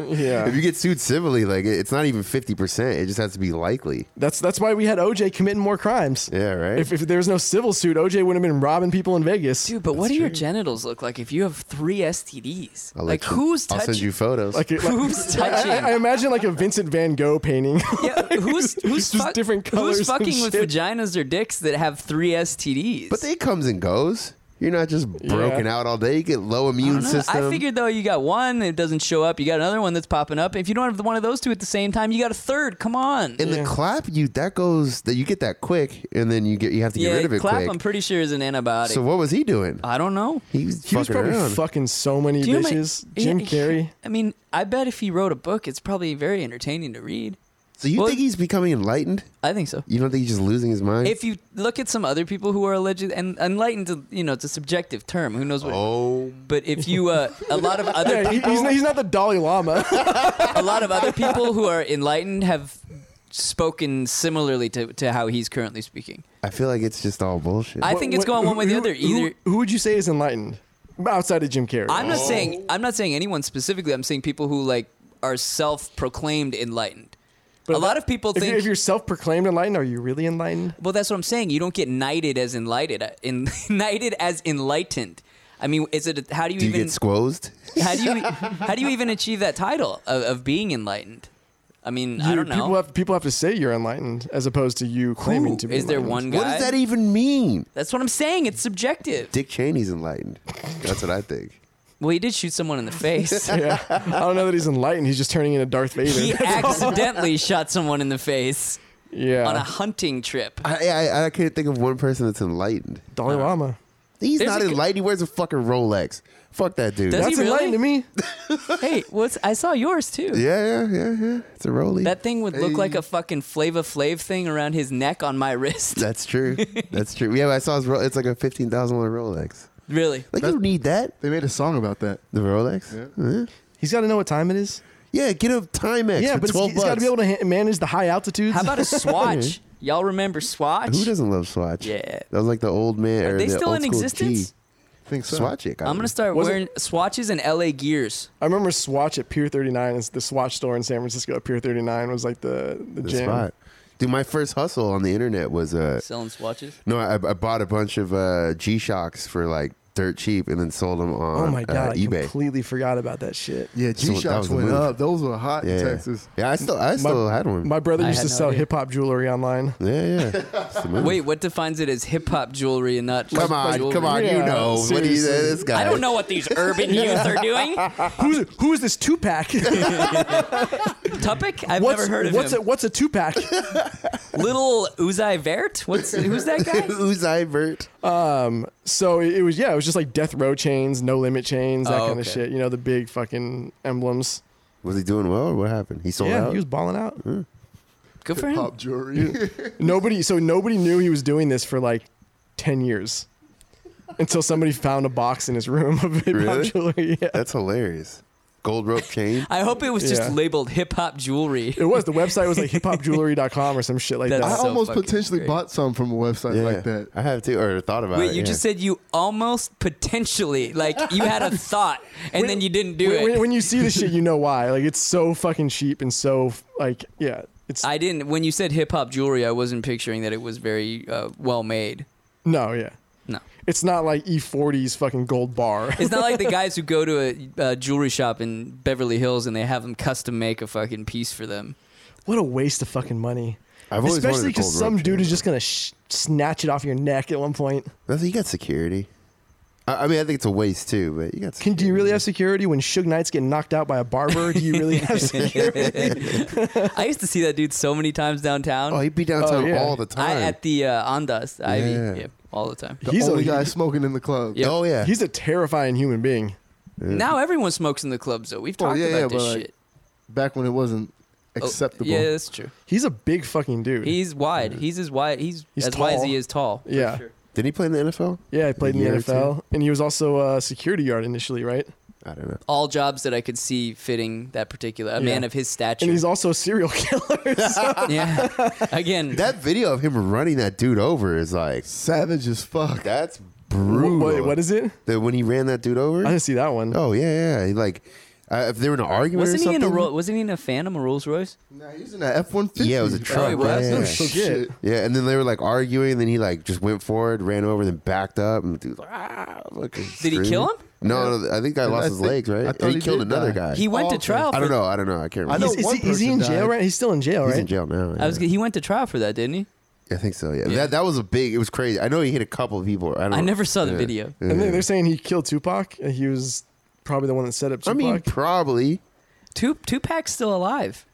[SPEAKER 2] Yeah.
[SPEAKER 4] if you get sued civilly, like it- it's not even fifty percent. It just has to be likely.
[SPEAKER 2] That's that's why we had OJ committing more crimes.
[SPEAKER 4] Yeah, right.
[SPEAKER 2] If, if there was no civil suit, OJ would have been robbing people in Vegas.
[SPEAKER 3] Dude, but what do your genitals look like if you have three STDs?
[SPEAKER 4] I'll
[SPEAKER 3] like
[SPEAKER 4] let you-
[SPEAKER 3] who's
[SPEAKER 4] I'll send
[SPEAKER 3] touching?
[SPEAKER 4] you photos.
[SPEAKER 2] Like, it- like-
[SPEAKER 3] <laughs> Who's
[SPEAKER 4] <laughs>
[SPEAKER 2] I-
[SPEAKER 3] touching?
[SPEAKER 2] I, I imagine like a Vincent Van Gogh painting.
[SPEAKER 3] <laughs> yeah,
[SPEAKER 4] <laughs>
[SPEAKER 3] who's who's
[SPEAKER 2] Just
[SPEAKER 3] fuck-
[SPEAKER 2] different colors
[SPEAKER 3] Who's
[SPEAKER 2] and
[SPEAKER 3] fucking with
[SPEAKER 2] shit.
[SPEAKER 3] vaginas or dicks that have three STDs?
[SPEAKER 4] but they comes and goes. You're not just broken out all day. You get low immune
[SPEAKER 3] No,
[SPEAKER 4] system.
[SPEAKER 3] I figured though you got one it doesn't show up. You got another one that's popping up. If you don't have one of those two at the same time, you got a third. Come on.
[SPEAKER 4] and the clap, you that goes that you get that quick, and then you get you have to get
[SPEAKER 3] yeah,
[SPEAKER 4] rid of it
[SPEAKER 3] clap.
[SPEAKER 4] quick.
[SPEAKER 3] I'm pretty Uh, sure is an antibiotic.
[SPEAKER 4] so what was he doing?
[SPEAKER 3] I don't know.
[SPEAKER 4] He
[SPEAKER 2] <laughs>
[SPEAKER 4] was,
[SPEAKER 2] He was
[SPEAKER 4] fucking
[SPEAKER 2] probably
[SPEAKER 4] around.
[SPEAKER 2] fucking so many
[SPEAKER 3] Do you know my-
[SPEAKER 2] bitches.
[SPEAKER 3] Yeah,
[SPEAKER 2] Jim
[SPEAKER 3] yeah.
[SPEAKER 2] Carrey.
[SPEAKER 3] I mean, I bet if he wrote a book, it's probably very entertaining to read.
[SPEAKER 4] so you
[SPEAKER 3] Well-
[SPEAKER 4] think he's becoming enlightened?
[SPEAKER 3] I think so.
[SPEAKER 4] You don't think he's just losing his mind?
[SPEAKER 3] If you look at some other people who are alleged and enlightened, you know, it's a subjective term. Who knows what?
[SPEAKER 4] oh,
[SPEAKER 3] But if you, uh, a lot of
[SPEAKER 2] <laughs>
[SPEAKER 3] other
[SPEAKER 2] Yeah, he-
[SPEAKER 3] people,
[SPEAKER 2] he's, not- he's not the Dalai Lama.
[SPEAKER 3] a lot of other people who are enlightened have spoken similarly to, to how he's currently speaking.
[SPEAKER 4] I feel like it's just all
[SPEAKER 3] <laughs>
[SPEAKER 4] bullshit.
[SPEAKER 3] I think it's
[SPEAKER 2] What-
[SPEAKER 3] going one way or the
[SPEAKER 2] who-
[SPEAKER 3] other.
[SPEAKER 2] who-
[SPEAKER 3] Either
[SPEAKER 2] Who, would you say is enlightened outside of Jim Carrey?
[SPEAKER 3] I'm not saying I'm not saying anyone specifically. I'm saying people who like are self-proclaimed enlightened. a lot of people
[SPEAKER 2] If,
[SPEAKER 3] think
[SPEAKER 2] you're, if you're self-proclaimed enlightened, are you really enlightened?
[SPEAKER 3] Well, that's what I'm saying. You don't get knighted as enlightened. uh, En <laughs> knighted as enlightened. I mean, is it? How do you
[SPEAKER 4] Do you
[SPEAKER 3] even?
[SPEAKER 4] get squozed?
[SPEAKER 3] <laughs> how do you? How do you even achieve that title of, of being enlightened? I mean, I
[SPEAKER 2] You-
[SPEAKER 3] don't know.
[SPEAKER 2] People have people have to say you're enlightened as opposed to you claiming
[SPEAKER 3] Who-
[SPEAKER 2] to be.
[SPEAKER 3] is there
[SPEAKER 2] enlightened.
[SPEAKER 3] one guy?
[SPEAKER 4] What does that
[SPEAKER 2] e-,
[SPEAKER 4] even mean?
[SPEAKER 3] That's what I'm saying. It's
[SPEAKER 2] <laughs>
[SPEAKER 3] subjective.
[SPEAKER 4] Dick Cheney's enlightened. That's what I think.
[SPEAKER 3] Well, he did shoot someone in
[SPEAKER 2] <laughs>
[SPEAKER 3] the face.
[SPEAKER 2] Yeah, I don't know that he's enlightened. He's just turning into Darth Vader.
[SPEAKER 3] <laughs> he
[SPEAKER 2] <laughs>
[SPEAKER 3] accidentally shot someone in the face
[SPEAKER 2] yeah,
[SPEAKER 3] on a
[SPEAKER 2] <laughs>
[SPEAKER 3] hunting trip.
[SPEAKER 4] I, I I can't think of one person that's enlightened.
[SPEAKER 2] Dalai Lama.
[SPEAKER 4] He's
[SPEAKER 3] There's
[SPEAKER 4] not
[SPEAKER 3] a-
[SPEAKER 4] enlightened. He wears a fucking Rolex. Fuck that dude.
[SPEAKER 3] Does
[SPEAKER 2] That's
[SPEAKER 3] he really?
[SPEAKER 2] enlightened to me.
[SPEAKER 3] hey, what's? I saw yours too.
[SPEAKER 4] yeah, yeah, yeah, yeah. It's a Rolex.
[SPEAKER 3] That thing would look like a fucking Flava Flav thing around his neck on my wrist.
[SPEAKER 4] That's true. That's true. Yeah, I saw his. Ro- it's like a fifteen thousand dollar Rolex.
[SPEAKER 3] <laughs> really?
[SPEAKER 4] Like you don't need that.
[SPEAKER 5] They made a song about that.
[SPEAKER 4] The Rolex. Yeah,
[SPEAKER 2] He's got to know what time it is.
[SPEAKER 4] yeah get a Timex
[SPEAKER 2] Yeah,
[SPEAKER 4] for
[SPEAKER 2] but he's,
[SPEAKER 4] twelve
[SPEAKER 2] he's
[SPEAKER 4] bucks.
[SPEAKER 2] got to be able to ha- manage the high altitudes. <laughs>
[SPEAKER 3] How about a
[SPEAKER 4] <laughs>
[SPEAKER 3] swatch? Y'all remember swatch?
[SPEAKER 4] Who doesn't love Swatch?
[SPEAKER 3] Yeah.
[SPEAKER 4] that was like the old man.
[SPEAKER 3] Are
[SPEAKER 4] or
[SPEAKER 3] they
[SPEAKER 4] the
[SPEAKER 3] still
[SPEAKER 4] old
[SPEAKER 3] in
[SPEAKER 4] school
[SPEAKER 3] existence?
[SPEAKER 4] G.
[SPEAKER 5] Think so.
[SPEAKER 4] Swatch it.
[SPEAKER 3] I'm gonna start
[SPEAKER 2] Was it-
[SPEAKER 3] wearing swatches and LA gears.
[SPEAKER 2] I remember Swatch at Pier 39. It's the Swatch store in San Francisco. At Pier 39 was like the the,
[SPEAKER 4] the
[SPEAKER 2] jam.
[SPEAKER 4] spot. Dude, my first hustle on the internet was uh
[SPEAKER 3] Selling swatches.
[SPEAKER 4] no, I, I bought a bunch of uh G Shocks for like dirt cheap and then sold them on
[SPEAKER 2] Oh my god!
[SPEAKER 4] uh,
[SPEAKER 2] I
[SPEAKER 4] eBay.
[SPEAKER 2] completely forgot about that shit.
[SPEAKER 5] Yeah,
[SPEAKER 4] So that
[SPEAKER 5] G Shocks
[SPEAKER 4] was the
[SPEAKER 5] went
[SPEAKER 4] move.
[SPEAKER 5] up. Those were hot
[SPEAKER 4] yeah,
[SPEAKER 5] in Texas.
[SPEAKER 4] yeah, I still I still had one.
[SPEAKER 2] My brother
[SPEAKER 3] I
[SPEAKER 2] used
[SPEAKER 3] had
[SPEAKER 2] to
[SPEAKER 3] no
[SPEAKER 2] sell
[SPEAKER 3] idea.
[SPEAKER 2] hip hop jewelry online.
[SPEAKER 4] yeah, yeah.
[SPEAKER 2] <laughs>
[SPEAKER 4] It's the move.
[SPEAKER 3] Wait, what defines it as hip hop jewelry and not?
[SPEAKER 4] come on,
[SPEAKER 3] jewelry?
[SPEAKER 4] come on, you
[SPEAKER 2] Yeah,
[SPEAKER 4] know what do you
[SPEAKER 2] seriously.
[SPEAKER 4] this guy?
[SPEAKER 3] I
[SPEAKER 4] <laughs>
[SPEAKER 3] don't know what these urban youth are doing.
[SPEAKER 2] Who's who is this two <laughs>
[SPEAKER 3] <laughs>
[SPEAKER 2] pack?
[SPEAKER 3] Tupac? I've
[SPEAKER 2] What's
[SPEAKER 3] never heard of
[SPEAKER 2] what's
[SPEAKER 3] him.
[SPEAKER 2] a what's a two pack?
[SPEAKER 3] Little Uzi Vert? What's who's that
[SPEAKER 4] <laughs>
[SPEAKER 3] guy?
[SPEAKER 4] Uzai Vert.
[SPEAKER 2] so it, it was yeah, it was just like death row chains, no limit chains, that
[SPEAKER 3] Oh,
[SPEAKER 2] kind of
[SPEAKER 3] okay.
[SPEAKER 2] shit. You know the big fucking emblems.
[SPEAKER 4] Was he doing well or what happened? He sold
[SPEAKER 2] yeah,
[SPEAKER 4] out.
[SPEAKER 2] he was balling out.
[SPEAKER 3] Good for him.
[SPEAKER 5] Pop jewelry.
[SPEAKER 2] Nobody, so nobody knew he was doing this for like ten years until somebody found a box in his room of hip hop
[SPEAKER 4] Really?
[SPEAKER 2] jewelry. <laughs> Yeah.
[SPEAKER 4] That's hilarious. Gold
[SPEAKER 2] <laughs>
[SPEAKER 4] rope chain.
[SPEAKER 3] I hope it was just
[SPEAKER 2] Yeah.
[SPEAKER 3] labeled hip hop jewelry.
[SPEAKER 4] <laughs>
[SPEAKER 2] It was the website
[SPEAKER 3] <laughs>
[SPEAKER 2] was like hiphopjewelry.com or some shit like
[SPEAKER 3] That's
[SPEAKER 2] that.
[SPEAKER 5] I
[SPEAKER 3] so
[SPEAKER 5] almost
[SPEAKER 3] fucking
[SPEAKER 5] potentially
[SPEAKER 3] great.
[SPEAKER 5] bought some from a website
[SPEAKER 4] yeah,
[SPEAKER 5] like that.
[SPEAKER 4] I have too, or thought about
[SPEAKER 3] Wait,
[SPEAKER 4] it.
[SPEAKER 3] you
[SPEAKER 4] Oh, yeah.
[SPEAKER 3] just said you almost potentially like you had
[SPEAKER 4] <laughs>
[SPEAKER 3] a thought and then you didn't do
[SPEAKER 2] when,
[SPEAKER 3] it.
[SPEAKER 2] when- when you see
[SPEAKER 3] <laughs>
[SPEAKER 2] the shit, you know why. Like it's so fucking cheap and so like yeah, it's
[SPEAKER 3] I didn't. When you said hip hop jewelry, I wasn't picturing that it was very uh, well made.
[SPEAKER 2] no yeah.
[SPEAKER 3] No,
[SPEAKER 2] It's not like E40's fucking gold bar.
[SPEAKER 3] it's not like the guys who go to a, a jewelry shop in Beverly Hills and they have them custom make a fucking piece for them.
[SPEAKER 2] <laughs>
[SPEAKER 3] <laughs>
[SPEAKER 2] What a waste of fucking money.
[SPEAKER 4] I've always wanted
[SPEAKER 2] Especially
[SPEAKER 4] a gold
[SPEAKER 2] because
[SPEAKER 4] rope
[SPEAKER 2] some dude
[SPEAKER 4] chain.
[SPEAKER 2] is just gonna sh- snatch it off your neck at one point.
[SPEAKER 4] That's- you got security. I, I mean, I think it's a waste too, but you got.
[SPEAKER 2] Can do you really have security when Suge Knight's getting knocked out by a barber? Do you really
[SPEAKER 3] <laughs>
[SPEAKER 2] have security?
[SPEAKER 3] I used to see that dude so many times downtown.
[SPEAKER 4] Oh, he beat downtown
[SPEAKER 2] Oh, yeah.
[SPEAKER 4] all the
[SPEAKER 3] I
[SPEAKER 4] time.
[SPEAKER 3] at the uh, Ondas the
[SPEAKER 4] Yeah.
[SPEAKER 3] Ivy, yeah, all the time.
[SPEAKER 5] The
[SPEAKER 2] He's
[SPEAKER 5] only
[SPEAKER 2] a-
[SPEAKER 5] guy smoking in the club.
[SPEAKER 3] Yeah.
[SPEAKER 4] Oh
[SPEAKER 2] <laughs>
[SPEAKER 4] yeah,
[SPEAKER 2] He's a terrifying human being.
[SPEAKER 3] Now everyone smokes in the clubs though. We've
[SPEAKER 5] Well,
[SPEAKER 3] talked
[SPEAKER 5] yeah,
[SPEAKER 3] about
[SPEAKER 5] yeah,
[SPEAKER 3] this
[SPEAKER 5] but, like,
[SPEAKER 3] shit.
[SPEAKER 5] Back when it wasn't
[SPEAKER 3] Oh,
[SPEAKER 5] acceptable.
[SPEAKER 3] yeah, that's true.
[SPEAKER 2] He's a big fucking dude.
[SPEAKER 3] He's wide. He's as wide. He's,
[SPEAKER 2] He's
[SPEAKER 3] as wide as
[SPEAKER 2] tall.
[SPEAKER 3] he is tall. for
[SPEAKER 2] Yeah.
[SPEAKER 3] sure.
[SPEAKER 4] Did he play in the E NFL?
[SPEAKER 2] yeah, he played in
[SPEAKER 4] A
[SPEAKER 2] the
[SPEAKER 4] year or
[SPEAKER 2] NFL, and he was also a security guard initially, right?
[SPEAKER 4] I don't know.
[SPEAKER 3] All jobs that I could see fitting that particular a man of his stature.
[SPEAKER 2] And he's also a serial <laughs> killer. so-
[SPEAKER 3] yeah. <laughs> Again,
[SPEAKER 4] That video of him running that dude over is like
[SPEAKER 5] Savage as fuck.
[SPEAKER 4] that's brutal.
[SPEAKER 2] Wait, what is it?
[SPEAKER 4] the, when he ran that dude over?
[SPEAKER 2] I didn't see that one.
[SPEAKER 4] oh yeah, yeah. He, like uh, if they were in an argument
[SPEAKER 3] wasn't
[SPEAKER 4] or
[SPEAKER 3] he
[SPEAKER 4] something.
[SPEAKER 3] in a Ro- wasn't he in a Phantom, a Rolls Royce?
[SPEAKER 5] Nah, he's in that F one fifty.
[SPEAKER 4] yeah, it was a truck.
[SPEAKER 3] he was?
[SPEAKER 4] yeah.
[SPEAKER 3] Oh,
[SPEAKER 5] shit.
[SPEAKER 2] shit.
[SPEAKER 4] Yeah, and then they were like arguing, and then he like just went forward, ran over, then backed up, and the dude's like, ah, fucking
[SPEAKER 3] Did he kill him?
[SPEAKER 4] No, no, I think I lost
[SPEAKER 5] I
[SPEAKER 4] his
[SPEAKER 5] think-
[SPEAKER 4] legs,
[SPEAKER 5] I
[SPEAKER 4] right?
[SPEAKER 5] thought
[SPEAKER 4] And he,
[SPEAKER 5] he
[SPEAKER 4] killed
[SPEAKER 5] did
[SPEAKER 4] another
[SPEAKER 5] die.
[SPEAKER 4] guy.
[SPEAKER 3] He went
[SPEAKER 5] Oh,
[SPEAKER 3] to
[SPEAKER 5] okay.
[SPEAKER 3] trial. For,
[SPEAKER 4] I don't know. I don't know. I can't remember.
[SPEAKER 5] know
[SPEAKER 2] Is, is
[SPEAKER 5] one
[SPEAKER 2] he, is he in
[SPEAKER 5] person
[SPEAKER 2] jail
[SPEAKER 5] died.
[SPEAKER 2] right? He's still in jail,
[SPEAKER 4] He's
[SPEAKER 2] right?
[SPEAKER 4] in jail now.
[SPEAKER 3] I was. He went to trial for that, didn't he?
[SPEAKER 4] I think so. Yeah. That that was a big. It was crazy. I know he hit a couple of people. I, don't
[SPEAKER 3] I never saw the
[SPEAKER 4] yeah.
[SPEAKER 3] video.
[SPEAKER 2] And they- they're saying he killed Tupac. and He was probably the one that set up
[SPEAKER 4] I
[SPEAKER 2] Tupac.
[SPEAKER 4] mean, probably.
[SPEAKER 3] Two Tupac's still alive.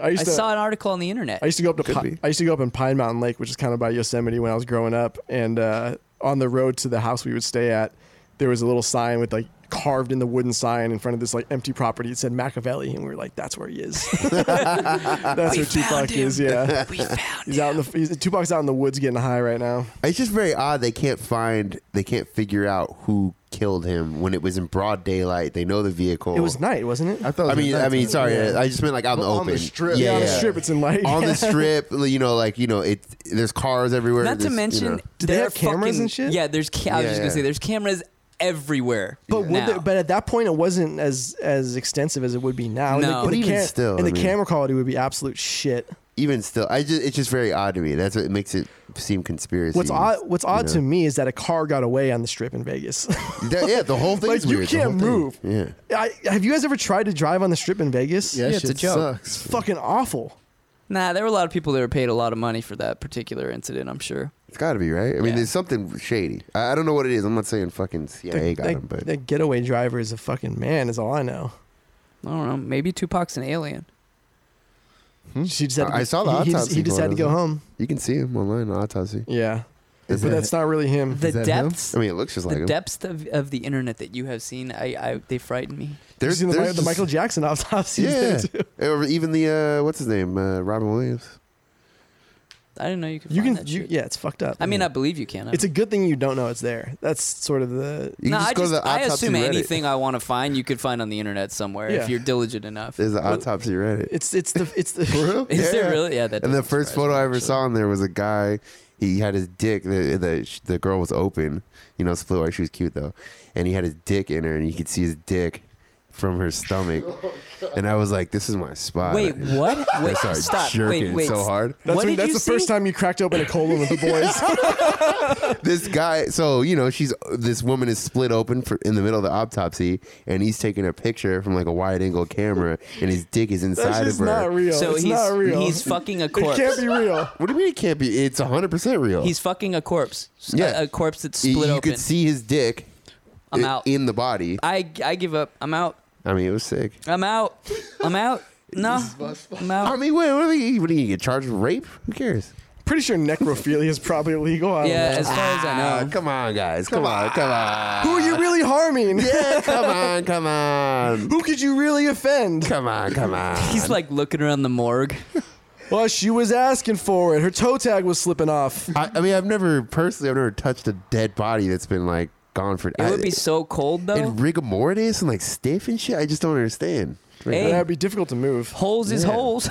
[SPEAKER 2] I
[SPEAKER 3] I
[SPEAKER 2] used to
[SPEAKER 3] saw an article on the internet.
[SPEAKER 2] I used to go up to
[SPEAKER 4] Could
[SPEAKER 2] Pi-
[SPEAKER 4] be.
[SPEAKER 2] I used to go up in Pine Mountain Lake, which is kind of by Yosemite when I was growing up, and uh, on the road to the house we would stay at, there was a little sign with like carved in the wooden sign in front of this like empty property. It said Machiavelli, and we were like, "That's where he is. That's
[SPEAKER 3] We
[SPEAKER 2] where Tupac
[SPEAKER 3] found him.
[SPEAKER 2] is. Yeah,
[SPEAKER 4] <laughs>
[SPEAKER 3] we found
[SPEAKER 2] he's out in the he's, Tupac's out in the woods getting high right now.
[SPEAKER 4] It's just very odd. They can't find. They can't figure out who killed him when it was in broad daylight. They know the vehicle.
[SPEAKER 2] It was night, wasn't it?
[SPEAKER 8] I thought.
[SPEAKER 4] I
[SPEAKER 8] it was
[SPEAKER 4] mean,
[SPEAKER 8] a
[SPEAKER 4] I
[SPEAKER 8] night
[SPEAKER 4] mean,
[SPEAKER 8] time.
[SPEAKER 4] sorry, I just meant like out in the
[SPEAKER 8] On
[SPEAKER 4] open.
[SPEAKER 8] the strip.
[SPEAKER 4] Yeah,
[SPEAKER 2] Yeah, on the
[SPEAKER 4] yeah.
[SPEAKER 2] strip, it's in
[SPEAKER 3] <laughs>
[SPEAKER 2] light.
[SPEAKER 4] on <laughs> the strip. You know, like you know, it. There's cars everywhere.
[SPEAKER 3] Not to
[SPEAKER 4] there's, you
[SPEAKER 3] mention,
[SPEAKER 4] know.
[SPEAKER 2] Do they
[SPEAKER 3] there
[SPEAKER 2] have
[SPEAKER 3] are
[SPEAKER 2] cameras
[SPEAKER 3] fucking-
[SPEAKER 2] and shit?
[SPEAKER 3] Yeah, there's. Ca- I was
[SPEAKER 4] Yeah,
[SPEAKER 3] just gonna
[SPEAKER 4] yeah.
[SPEAKER 3] say there's cameras everywhere.
[SPEAKER 2] But would
[SPEAKER 3] now.
[SPEAKER 2] the- but at that point, it wasn't as as extensive as it would be now. And the-
[SPEAKER 3] No.
[SPEAKER 2] and
[SPEAKER 3] But
[SPEAKER 2] the
[SPEAKER 4] even
[SPEAKER 2] ca-
[SPEAKER 4] still,
[SPEAKER 2] and
[SPEAKER 4] I
[SPEAKER 2] the
[SPEAKER 4] mean-
[SPEAKER 2] camera quality would be absolute shit.
[SPEAKER 4] even still, I just it's just very odd to me. That's what makes it seem conspiracy.
[SPEAKER 2] What's odd? What's odd
[SPEAKER 4] know.
[SPEAKER 2] to me is that a car got away on the strip in Vegas. <laughs>
[SPEAKER 4] That- yeah, the whole thing.
[SPEAKER 2] like you can't move.
[SPEAKER 4] Yeah.
[SPEAKER 2] I, have you guys ever tried to drive on the strip in Vegas?
[SPEAKER 8] Yeah,
[SPEAKER 3] it's a
[SPEAKER 8] shit
[SPEAKER 3] joke.
[SPEAKER 8] Sucks.
[SPEAKER 2] It's fucking awful.
[SPEAKER 3] nah, there were a lot of people that were paid a lot of money for that particular incident. I'm sure.
[SPEAKER 4] It's got to be right. I mean,
[SPEAKER 3] Yeah.
[SPEAKER 4] there's something shady. I, I don't know what it is. I'm not saying fucking CIA got
[SPEAKER 2] that,
[SPEAKER 4] him, but
[SPEAKER 2] that getaway driver is a fucking man. Is all I know.
[SPEAKER 3] I don't know. Maybe Tupac's an alien.
[SPEAKER 2] She just had to
[SPEAKER 4] Hmm? I- I
[SPEAKER 2] go-
[SPEAKER 4] saw the
[SPEAKER 2] he- he, just-
[SPEAKER 4] autopsy
[SPEAKER 2] he just had to go
[SPEAKER 4] photos.
[SPEAKER 2] home.
[SPEAKER 4] you can see him online on autopsy.
[SPEAKER 2] Yeah,
[SPEAKER 4] Is
[SPEAKER 2] but
[SPEAKER 4] that-
[SPEAKER 2] that's not really him.
[SPEAKER 3] The
[SPEAKER 8] that him?
[SPEAKER 3] depths.
[SPEAKER 4] I mean, it looks just like
[SPEAKER 3] the
[SPEAKER 4] him.
[SPEAKER 3] depths of, of the internet that you have seen, I, I they frighten me.
[SPEAKER 2] There's,
[SPEAKER 4] There's,
[SPEAKER 2] the, Mi-
[SPEAKER 4] there's
[SPEAKER 2] the
[SPEAKER 4] just-
[SPEAKER 2] Michael Jackson <laughs> autopsy.
[SPEAKER 4] Yeah, or even the uh, what's his name, uh, Robin Williams.
[SPEAKER 3] I didn't know you could.
[SPEAKER 2] you
[SPEAKER 3] find
[SPEAKER 2] can.
[SPEAKER 3] That
[SPEAKER 2] You,
[SPEAKER 3] shit.
[SPEAKER 2] yeah, it's fucked up.
[SPEAKER 3] I mean, I believe you can. I
[SPEAKER 2] it's a good thing you don't know it's there. That's sort of the.
[SPEAKER 4] You
[SPEAKER 3] no,
[SPEAKER 4] can just
[SPEAKER 3] I
[SPEAKER 4] go
[SPEAKER 3] just,
[SPEAKER 4] to the
[SPEAKER 3] I
[SPEAKER 4] autopsy
[SPEAKER 3] assume
[SPEAKER 4] Reddit.
[SPEAKER 3] anything I want to find, you could find on the internet somewhere
[SPEAKER 2] Yeah.
[SPEAKER 3] if you're diligent enough.
[SPEAKER 4] There's an autopsy Reddit.
[SPEAKER 2] It's it's the it's the. <laughs>
[SPEAKER 3] <laughs> Is there really? Yeah, that.
[SPEAKER 4] And the
[SPEAKER 3] doesn't
[SPEAKER 4] first
[SPEAKER 3] surprise
[SPEAKER 4] photo
[SPEAKER 3] me,
[SPEAKER 4] I ever
[SPEAKER 3] actually.
[SPEAKER 4] saw on there was a guy. He had his dick. The the, the girl was open. You know, split wire. She was cute though, and he had his dick in her, and you could see his dick from
[SPEAKER 3] <laughs>
[SPEAKER 4] her stomach. and I was like, "This is my spot."
[SPEAKER 3] Oh, Wait, what?
[SPEAKER 4] I
[SPEAKER 3] Wait,
[SPEAKER 4] started
[SPEAKER 3] stop.
[SPEAKER 4] jerking
[SPEAKER 3] Wait, wait.
[SPEAKER 4] so hard.
[SPEAKER 2] That's, when-
[SPEAKER 3] what did
[SPEAKER 2] that's
[SPEAKER 3] you
[SPEAKER 2] the first
[SPEAKER 3] see?
[SPEAKER 2] time you cracked open a colon
[SPEAKER 3] <laughs>
[SPEAKER 2] with the boys.
[SPEAKER 4] <laughs> this guy so you know she's this woman is split open for in the middle of the autopsy and he's taking a picture from like a wide angle camera and his dick is
[SPEAKER 2] That's
[SPEAKER 4] inside of
[SPEAKER 2] just
[SPEAKER 4] her
[SPEAKER 2] not real.
[SPEAKER 3] So
[SPEAKER 2] it's
[SPEAKER 3] he's
[SPEAKER 2] not real.
[SPEAKER 3] he's
[SPEAKER 4] <laughs>
[SPEAKER 3] fucking a
[SPEAKER 2] It
[SPEAKER 3] corpse.
[SPEAKER 2] can't be real.
[SPEAKER 4] what do you mean it can't be it's 100% real
[SPEAKER 3] He's fucking a corpse. S- a-
[SPEAKER 4] Yeah.
[SPEAKER 3] a, corpse that's
[SPEAKER 4] Y-
[SPEAKER 3] split
[SPEAKER 4] you
[SPEAKER 3] open.
[SPEAKER 4] could see his dick
[SPEAKER 3] I'm
[SPEAKER 4] i-
[SPEAKER 3] out.
[SPEAKER 4] in the body
[SPEAKER 3] I I give up. I'm out.
[SPEAKER 4] i mean it was sick
[SPEAKER 3] I'm out. I'm
[SPEAKER 4] <laughs>
[SPEAKER 3] out. No, I'm out.
[SPEAKER 4] i mean what, what are they what are you gonna get charged with rape who cares
[SPEAKER 2] Pretty sure necrophilia is probably illegal. I don't
[SPEAKER 3] yeah,
[SPEAKER 2] know.
[SPEAKER 3] as far as I
[SPEAKER 4] Ah,
[SPEAKER 3] know.
[SPEAKER 4] come on guys come, on, come on
[SPEAKER 2] Who are you really harming?
[SPEAKER 4] yeah come on come on
[SPEAKER 2] <laughs> Who could you really offend?
[SPEAKER 4] come on come on
[SPEAKER 3] He's like looking around the morgue.
[SPEAKER 2] Well, she was asking for it. Her toe tag was slipping off.
[SPEAKER 4] I, I mean i've never personally i've never touched a dead body that's been like gone for
[SPEAKER 3] It would be so cold though.
[SPEAKER 4] and rigor mortis and like stiff and shit. I just don't understand. Like,
[SPEAKER 3] Hey.
[SPEAKER 2] That'd be difficult to move.
[SPEAKER 3] holes is
[SPEAKER 4] Yeah.
[SPEAKER 3] holes.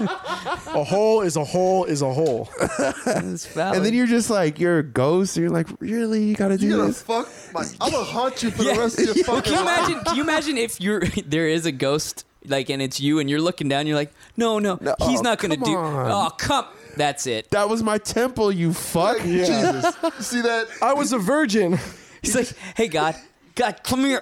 [SPEAKER 2] A hole is a hole is a hole.
[SPEAKER 3] It's valid.
[SPEAKER 4] And then you're just like you're a ghost. And you're like, really, you gotta do
[SPEAKER 5] You gonna
[SPEAKER 4] this?
[SPEAKER 5] fuck my? I'm gonna haunt you for the rest of your
[SPEAKER 3] Well,
[SPEAKER 5] fucking <laughs>
[SPEAKER 3] can you
[SPEAKER 5] life.
[SPEAKER 3] imagine? Can you imagine if you're <laughs> there is a ghost like and it's you and you're looking down? You're like, no, no, he's
[SPEAKER 4] oh,
[SPEAKER 3] not gonna
[SPEAKER 4] come
[SPEAKER 3] do.
[SPEAKER 4] on.
[SPEAKER 3] Oh, come. That's it.
[SPEAKER 4] that was my temple, you fuck.
[SPEAKER 5] Jesus, You see that?
[SPEAKER 2] I was a virgin.
[SPEAKER 3] He's like, hey God, God, come here.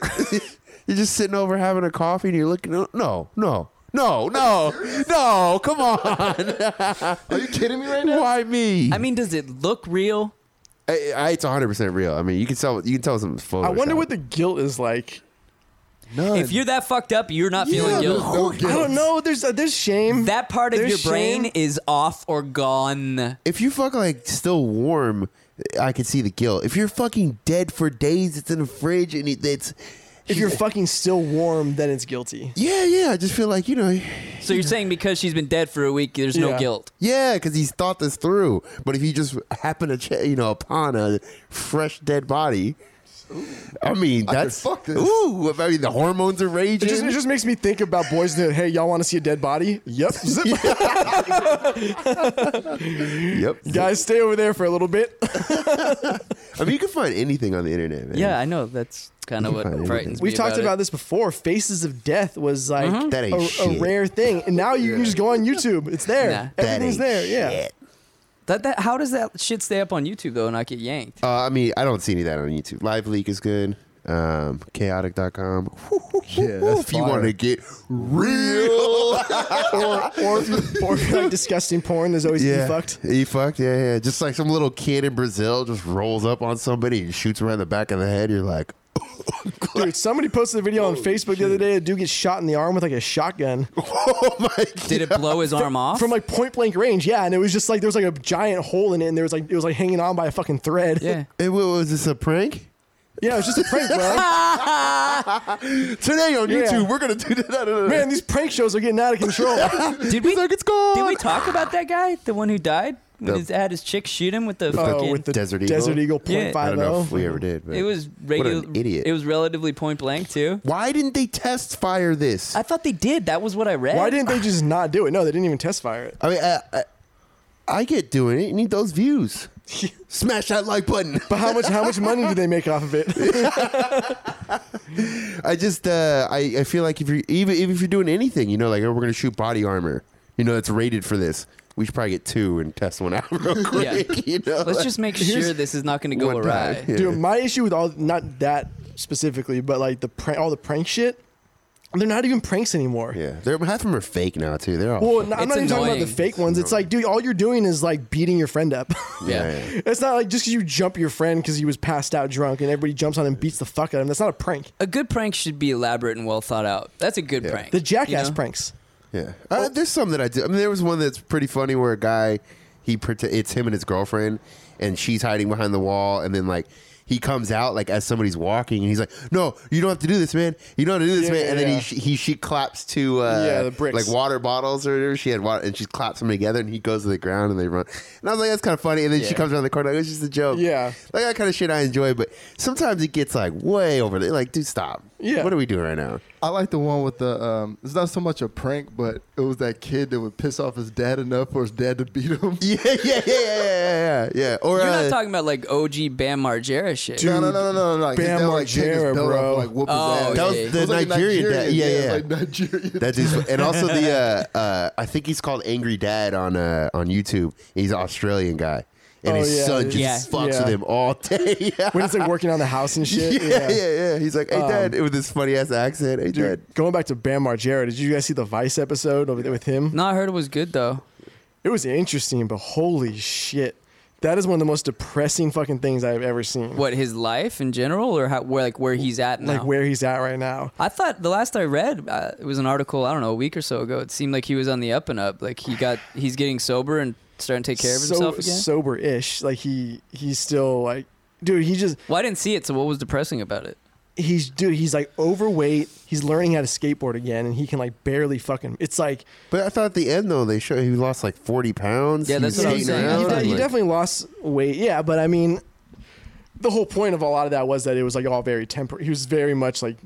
[SPEAKER 4] You're just sitting over having a coffee and you're looking. No, no, no, no, no. Come on,
[SPEAKER 5] Are you kidding me right now?
[SPEAKER 4] why me?
[SPEAKER 3] I mean, does it look real?
[SPEAKER 4] I, I, it's 100 percent real. I mean, you can tell. You can tell some photos.
[SPEAKER 2] I wonder what the guilt is like.
[SPEAKER 8] None.
[SPEAKER 3] If you're that fucked up, you're not feeling
[SPEAKER 8] there's
[SPEAKER 3] guilt.
[SPEAKER 8] no
[SPEAKER 2] I
[SPEAKER 8] guilt.
[SPEAKER 2] don't know. There's uh, there's shame.
[SPEAKER 3] That part of
[SPEAKER 2] There's
[SPEAKER 3] your brain
[SPEAKER 2] shame.
[SPEAKER 3] is off or gone.
[SPEAKER 4] If you fuck like still warm, I can see the guilt. If you're fucking dead for days, it's in the fridge and it, it's.
[SPEAKER 2] If you're fucking still warm, then it's guilty.
[SPEAKER 4] Yeah, yeah. I just feel like you know.
[SPEAKER 3] So you're saying because she's been dead for a week, there's no
[SPEAKER 2] Yeah.
[SPEAKER 3] guilt.
[SPEAKER 4] Yeah, because he's thought this through. But if you just happen to, ch- you know, upon a fresh dead body, I mean,
[SPEAKER 5] could
[SPEAKER 4] that's
[SPEAKER 5] fuck this.
[SPEAKER 4] Ooh, I mean, the hormones are
[SPEAKER 2] It
[SPEAKER 4] raging.
[SPEAKER 2] just, it just makes me think about boys that hey, y'all want to see a dead body? Yep.
[SPEAKER 4] <laughs>
[SPEAKER 2] Zip. <laughs>
[SPEAKER 4] yep.
[SPEAKER 2] Guys, stay over there for a little bit.
[SPEAKER 4] I mean, you can find anything on the internet, man.
[SPEAKER 3] Yeah, I know. That's kind of what
[SPEAKER 4] find
[SPEAKER 3] frightens me.
[SPEAKER 2] We've talked about
[SPEAKER 3] about
[SPEAKER 2] this before. Faces of Death was like
[SPEAKER 4] That ain't
[SPEAKER 2] a, a
[SPEAKER 4] shit.
[SPEAKER 2] rare thing, and now you can just go on YouTube. It's there.
[SPEAKER 3] Nah. That
[SPEAKER 4] that
[SPEAKER 2] Everything's
[SPEAKER 4] ain't
[SPEAKER 2] there. Yeah.
[SPEAKER 4] shit.
[SPEAKER 3] it. That, that, how does that shit stay up on YouTube though and not get yanked?
[SPEAKER 4] Uh, I mean, I don't see any of that on YouTube. Live leak is good. um, chaotic.com.
[SPEAKER 8] Yeah, that's
[SPEAKER 4] if you
[SPEAKER 8] fire.
[SPEAKER 4] want to get real.
[SPEAKER 2] or, if you- or <laughs> if you like disgusting porn, there's always
[SPEAKER 4] yeah.
[SPEAKER 2] e fucked.
[SPEAKER 4] He fucked. Yeah, yeah. Just like some little kid in Brazil just rolls up on somebody and shoots him right in the back of the head. You're like, <laughs>
[SPEAKER 2] Dude, somebody posted a video on Facebook the other day. A dude gets shot in the arm with like a shotgun
[SPEAKER 4] oh my
[SPEAKER 3] Did it blow his arm off?
[SPEAKER 2] from like point blank range. Yeah, and it was just like there was like a giant hole in it, and there was like it was like hanging on by a fucking thread.
[SPEAKER 3] yeah.
[SPEAKER 4] Hey, what, was this a prank?
[SPEAKER 2] <laughs>
[SPEAKER 4] <laughs>
[SPEAKER 2] yeah, it was just a prank, bro.
[SPEAKER 4] Today on
[SPEAKER 2] Yeah.
[SPEAKER 4] YouTube, we're gonna do that. <laughs>
[SPEAKER 2] Man, these prank shows are getting out of control.
[SPEAKER 3] Did we?
[SPEAKER 4] like, it's gone.
[SPEAKER 3] Did we talk about that guy, the one who died? When
[SPEAKER 4] The-
[SPEAKER 3] his had his chick shoot him with the
[SPEAKER 2] Oh,
[SPEAKER 3] fucking.
[SPEAKER 2] with the
[SPEAKER 4] Desert
[SPEAKER 2] Desert
[SPEAKER 4] Eagle?
[SPEAKER 2] Eagle, Desert Eagle
[SPEAKER 3] Yeah.
[SPEAKER 2] point
[SPEAKER 4] I
[SPEAKER 2] five
[SPEAKER 4] don't know
[SPEAKER 2] oh.
[SPEAKER 4] if we ever did. But
[SPEAKER 3] it was
[SPEAKER 4] What
[SPEAKER 3] regular.
[SPEAKER 4] an idiot.
[SPEAKER 3] It was relatively point blank too.
[SPEAKER 4] Why didn't they test fire this?
[SPEAKER 3] I thought they did. That was what I read.
[SPEAKER 2] Why didn't they just not do it? No, they didn't even test fire it.
[SPEAKER 4] I mean, I, I, I get doing it. You need
[SPEAKER 2] <laughs>
[SPEAKER 4] those views. Smash that like button.
[SPEAKER 2] But how much how much money do they make off of it?
[SPEAKER 4] <laughs> I just, uh, I, I feel like if you're even, even if you're doing anything, you know, like oh, we're gonna shoot body armor. You know, it's rated for this. We should probably get two and test one out <laughs> real quick. You know, <laughs>
[SPEAKER 3] Let's just make sure this is not going to go
[SPEAKER 4] one
[SPEAKER 3] awry.
[SPEAKER 4] time. <laughs> Yeah.
[SPEAKER 2] Dude, my issue with all not that specifically, but like the prank, all the prank shit, they're not even pranks anymore.
[SPEAKER 4] yeah. They're, half of them are fake now too. They're all.
[SPEAKER 2] Well, n- I'm
[SPEAKER 3] It's
[SPEAKER 2] not even talking about the
[SPEAKER 3] annoying.
[SPEAKER 2] fake ones. It's like, dude, all you're doing is like beating your friend
[SPEAKER 4] <laughs>
[SPEAKER 2] up.
[SPEAKER 3] Yeah.
[SPEAKER 2] <laughs> it's not like just 'cause you jump your friend because he was passed out drunk and everybody jumps on him and beats the fuck out of him. That's not a prank.
[SPEAKER 3] A good prank should be elaborate and well thought out. That's a good prank.
[SPEAKER 2] The
[SPEAKER 3] you
[SPEAKER 2] jackass
[SPEAKER 3] know?
[SPEAKER 2] pranks.
[SPEAKER 4] Yeah, uh, there's some that I do. I mean, there was one that's pretty funny where a guy he prete- it's him and his girlfriend, and she's hiding behind the wall, and then like he comes out like as somebody's walking, and he's like, "No, you don't have to do this, man. You don't have to do this,
[SPEAKER 2] Yeah,
[SPEAKER 4] man."
[SPEAKER 2] yeah,
[SPEAKER 4] And
[SPEAKER 2] yeah.
[SPEAKER 4] then he he he she claps to uh,
[SPEAKER 2] Yeah, the bricks.
[SPEAKER 4] like water bottles or whatever. She had water, and she claps them together, and he goes to the ground, and they run. And I was like, "That's kind of funny." And then she
[SPEAKER 3] Yeah.
[SPEAKER 4] comes around the corner, like, "It's just a joke."
[SPEAKER 2] Yeah.
[SPEAKER 4] like that kind of shit I enjoy, but sometimes it gets like way over. The, like, dude, stop.
[SPEAKER 2] Yeah.
[SPEAKER 4] what are we doing right now?
[SPEAKER 5] I like the one with the. Um, it's not so much a prank, but it was that kid that would piss off his dad enough for his dad to beat him.
[SPEAKER 4] Yeah, yeah, yeah, yeah, yeah, yeah. yeah. Or
[SPEAKER 3] You're
[SPEAKER 4] uh,
[SPEAKER 3] not talking about like OG Bam Margera shit.
[SPEAKER 5] No, no, no, no, no, no. Like, his
[SPEAKER 2] Bam
[SPEAKER 5] dad would, like, take his
[SPEAKER 2] Margera,
[SPEAKER 5] belt
[SPEAKER 2] bro.
[SPEAKER 5] off, like, whoop his
[SPEAKER 3] Oh,
[SPEAKER 5] ass.
[SPEAKER 3] That
[SPEAKER 4] was
[SPEAKER 5] It
[SPEAKER 4] the
[SPEAKER 5] like
[SPEAKER 4] Nigerian dad. Yeah,
[SPEAKER 5] it was
[SPEAKER 4] yeah.
[SPEAKER 5] like Nigerian.
[SPEAKER 4] That dude's, and also the uh, uh, I think he's called Angry Dad on uh, on YouTube. He's an Australian guy, and
[SPEAKER 2] Oh,
[SPEAKER 4] his
[SPEAKER 2] yeah.
[SPEAKER 4] son just
[SPEAKER 3] Yeah.
[SPEAKER 4] fucks
[SPEAKER 2] Yeah.
[SPEAKER 4] with him all day. yeah.
[SPEAKER 2] <laughs> When
[SPEAKER 4] <laughs>
[SPEAKER 2] it's like working on the house and
[SPEAKER 4] yeah,
[SPEAKER 2] shit. Um,
[SPEAKER 4] yeah, yeah. He's like, "Hey, Dad," with his funny ass accent. Hey, Dad.
[SPEAKER 2] Dude, going back to Bam Margera, did you guys see the Vice episode over there with him?
[SPEAKER 3] No, I heard it was good though.
[SPEAKER 2] It was interesting, but holy shit. That is one of the most depressing fucking things I've ever seen.
[SPEAKER 3] What his life in general, or how, where like where he's at now?
[SPEAKER 2] Like where he's at right now.
[SPEAKER 3] I thought the last I read, uh, it was an article I don't know a week or so ago. It seemed like he was on the up and up. Like
[SPEAKER 2] <sighs>
[SPEAKER 3] he got he's getting sober and starting to take care of himself again.
[SPEAKER 2] Sober ish. Like he he's still like dude, he just
[SPEAKER 3] well, I didn't see it, so what was depressing about it?
[SPEAKER 2] he's dude, he's like overweight. He's learning how to skateboard again and he can like barely fucking it's like
[SPEAKER 4] But I thought at the end though they show he lost like forty pounds.
[SPEAKER 3] Yeah,
[SPEAKER 4] He
[SPEAKER 3] that's
[SPEAKER 4] was
[SPEAKER 3] what I'm
[SPEAKER 4] skating
[SPEAKER 3] saying.
[SPEAKER 4] around,
[SPEAKER 2] he, de- he
[SPEAKER 4] like-
[SPEAKER 2] definitely lost weight. Yeah, but I mean the whole point of a lot of that was that it was like all very temper he was very much like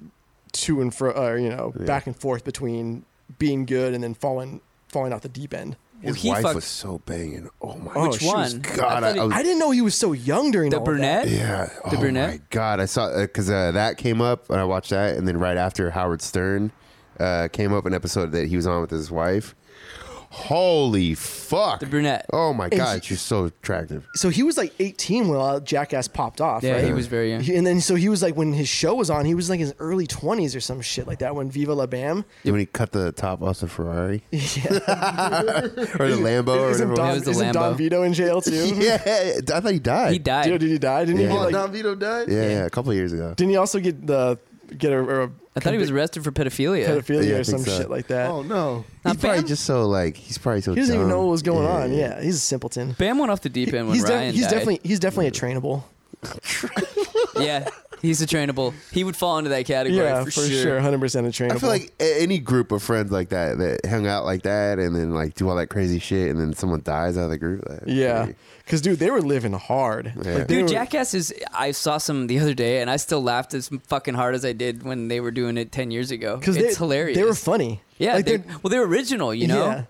[SPEAKER 2] to and fro or you know, back and forth between being good and then falling falling off the deep end.
[SPEAKER 4] His
[SPEAKER 3] Well, he
[SPEAKER 4] wife
[SPEAKER 3] fucked-
[SPEAKER 4] was so banging. Oh my
[SPEAKER 2] Oh,
[SPEAKER 3] Which
[SPEAKER 2] she was-
[SPEAKER 3] one? I
[SPEAKER 4] God,
[SPEAKER 3] thought
[SPEAKER 4] I- I
[SPEAKER 3] it-
[SPEAKER 4] was-
[SPEAKER 2] I didn't know he was so young during
[SPEAKER 3] the
[SPEAKER 2] all of that.
[SPEAKER 3] brunette.
[SPEAKER 4] Yeah,
[SPEAKER 3] The
[SPEAKER 4] oh
[SPEAKER 3] brunette?
[SPEAKER 4] My God, I saw because uh, that came up and I watched that, and then right after Howard Stern uh, came up an episode that he was on with his wife. Holy fuck! The
[SPEAKER 3] brunette.
[SPEAKER 4] Oh my God,
[SPEAKER 2] he-
[SPEAKER 4] she's so attractive.
[SPEAKER 2] so he was like 18 when all that Jackass popped off.
[SPEAKER 3] Yeah,
[SPEAKER 2] right?
[SPEAKER 3] he was very young.
[SPEAKER 2] He- And then so he was like when his show was on, he was like in his early 20s or some shit like that. When Viva La Bam,
[SPEAKER 4] When he cut the top off
[SPEAKER 3] <laughs>
[SPEAKER 4] the Ferrari, <laughs> or the Lambo, or
[SPEAKER 2] isn't
[SPEAKER 4] whatever.
[SPEAKER 3] It
[SPEAKER 2] Don,
[SPEAKER 3] was the
[SPEAKER 2] isn't Don
[SPEAKER 3] Lambo.
[SPEAKER 2] Vito in jail
[SPEAKER 3] <laughs>
[SPEAKER 2] too?
[SPEAKER 4] <laughs> yeah, I thought he died.
[SPEAKER 3] He died.
[SPEAKER 2] Dude, did he die? Didn't
[SPEAKER 4] Yeah.
[SPEAKER 2] he?
[SPEAKER 5] Oh,
[SPEAKER 2] Like,
[SPEAKER 5] Don Vito died?
[SPEAKER 4] Yeah, yeah, a couple years ago.
[SPEAKER 2] didn't he also get the get a, a
[SPEAKER 3] I thought he was arrested for pedophilia.
[SPEAKER 2] pedophilia
[SPEAKER 4] Yeah, I
[SPEAKER 2] or
[SPEAKER 4] think
[SPEAKER 2] some
[SPEAKER 4] so.
[SPEAKER 2] shit like that?
[SPEAKER 5] Oh, no.
[SPEAKER 3] Now,
[SPEAKER 4] He's probably
[SPEAKER 3] Bam,
[SPEAKER 4] just so like he's probably so.
[SPEAKER 2] he doesn't even
[SPEAKER 4] dumb.
[SPEAKER 2] know what was going
[SPEAKER 4] Yeah,
[SPEAKER 2] on. Yeah, he's a simpleton.
[SPEAKER 3] Bam went off the deep end when
[SPEAKER 2] he's de-
[SPEAKER 3] Ryan
[SPEAKER 2] he's
[SPEAKER 3] died.
[SPEAKER 2] definitely he's definitely a trainable.
[SPEAKER 3] <laughs> yeah, he's a trainable. He would fall into that category
[SPEAKER 2] Yeah,
[SPEAKER 3] for,
[SPEAKER 2] for sure, hundred percent a trainable.
[SPEAKER 4] I feel like a- any group of friends like that that hung out like that and then like do all that crazy shit and then someone dies out of the group. Like,
[SPEAKER 2] yeah, because dude, they were living hard. Like, they
[SPEAKER 3] Dude,
[SPEAKER 2] were-
[SPEAKER 3] Jackass is. I saw some the other day, and I still laughed as fucking hard as I did when they were doing it ten years ago. Because
[SPEAKER 2] they-
[SPEAKER 3] it's hilarious.
[SPEAKER 2] They were funny.
[SPEAKER 3] yeah.
[SPEAKER 2] Like,
[SPEAKER 3] they,
[SPEAKER 2] they're-
[SPEAKER 3] well, they were original, you know.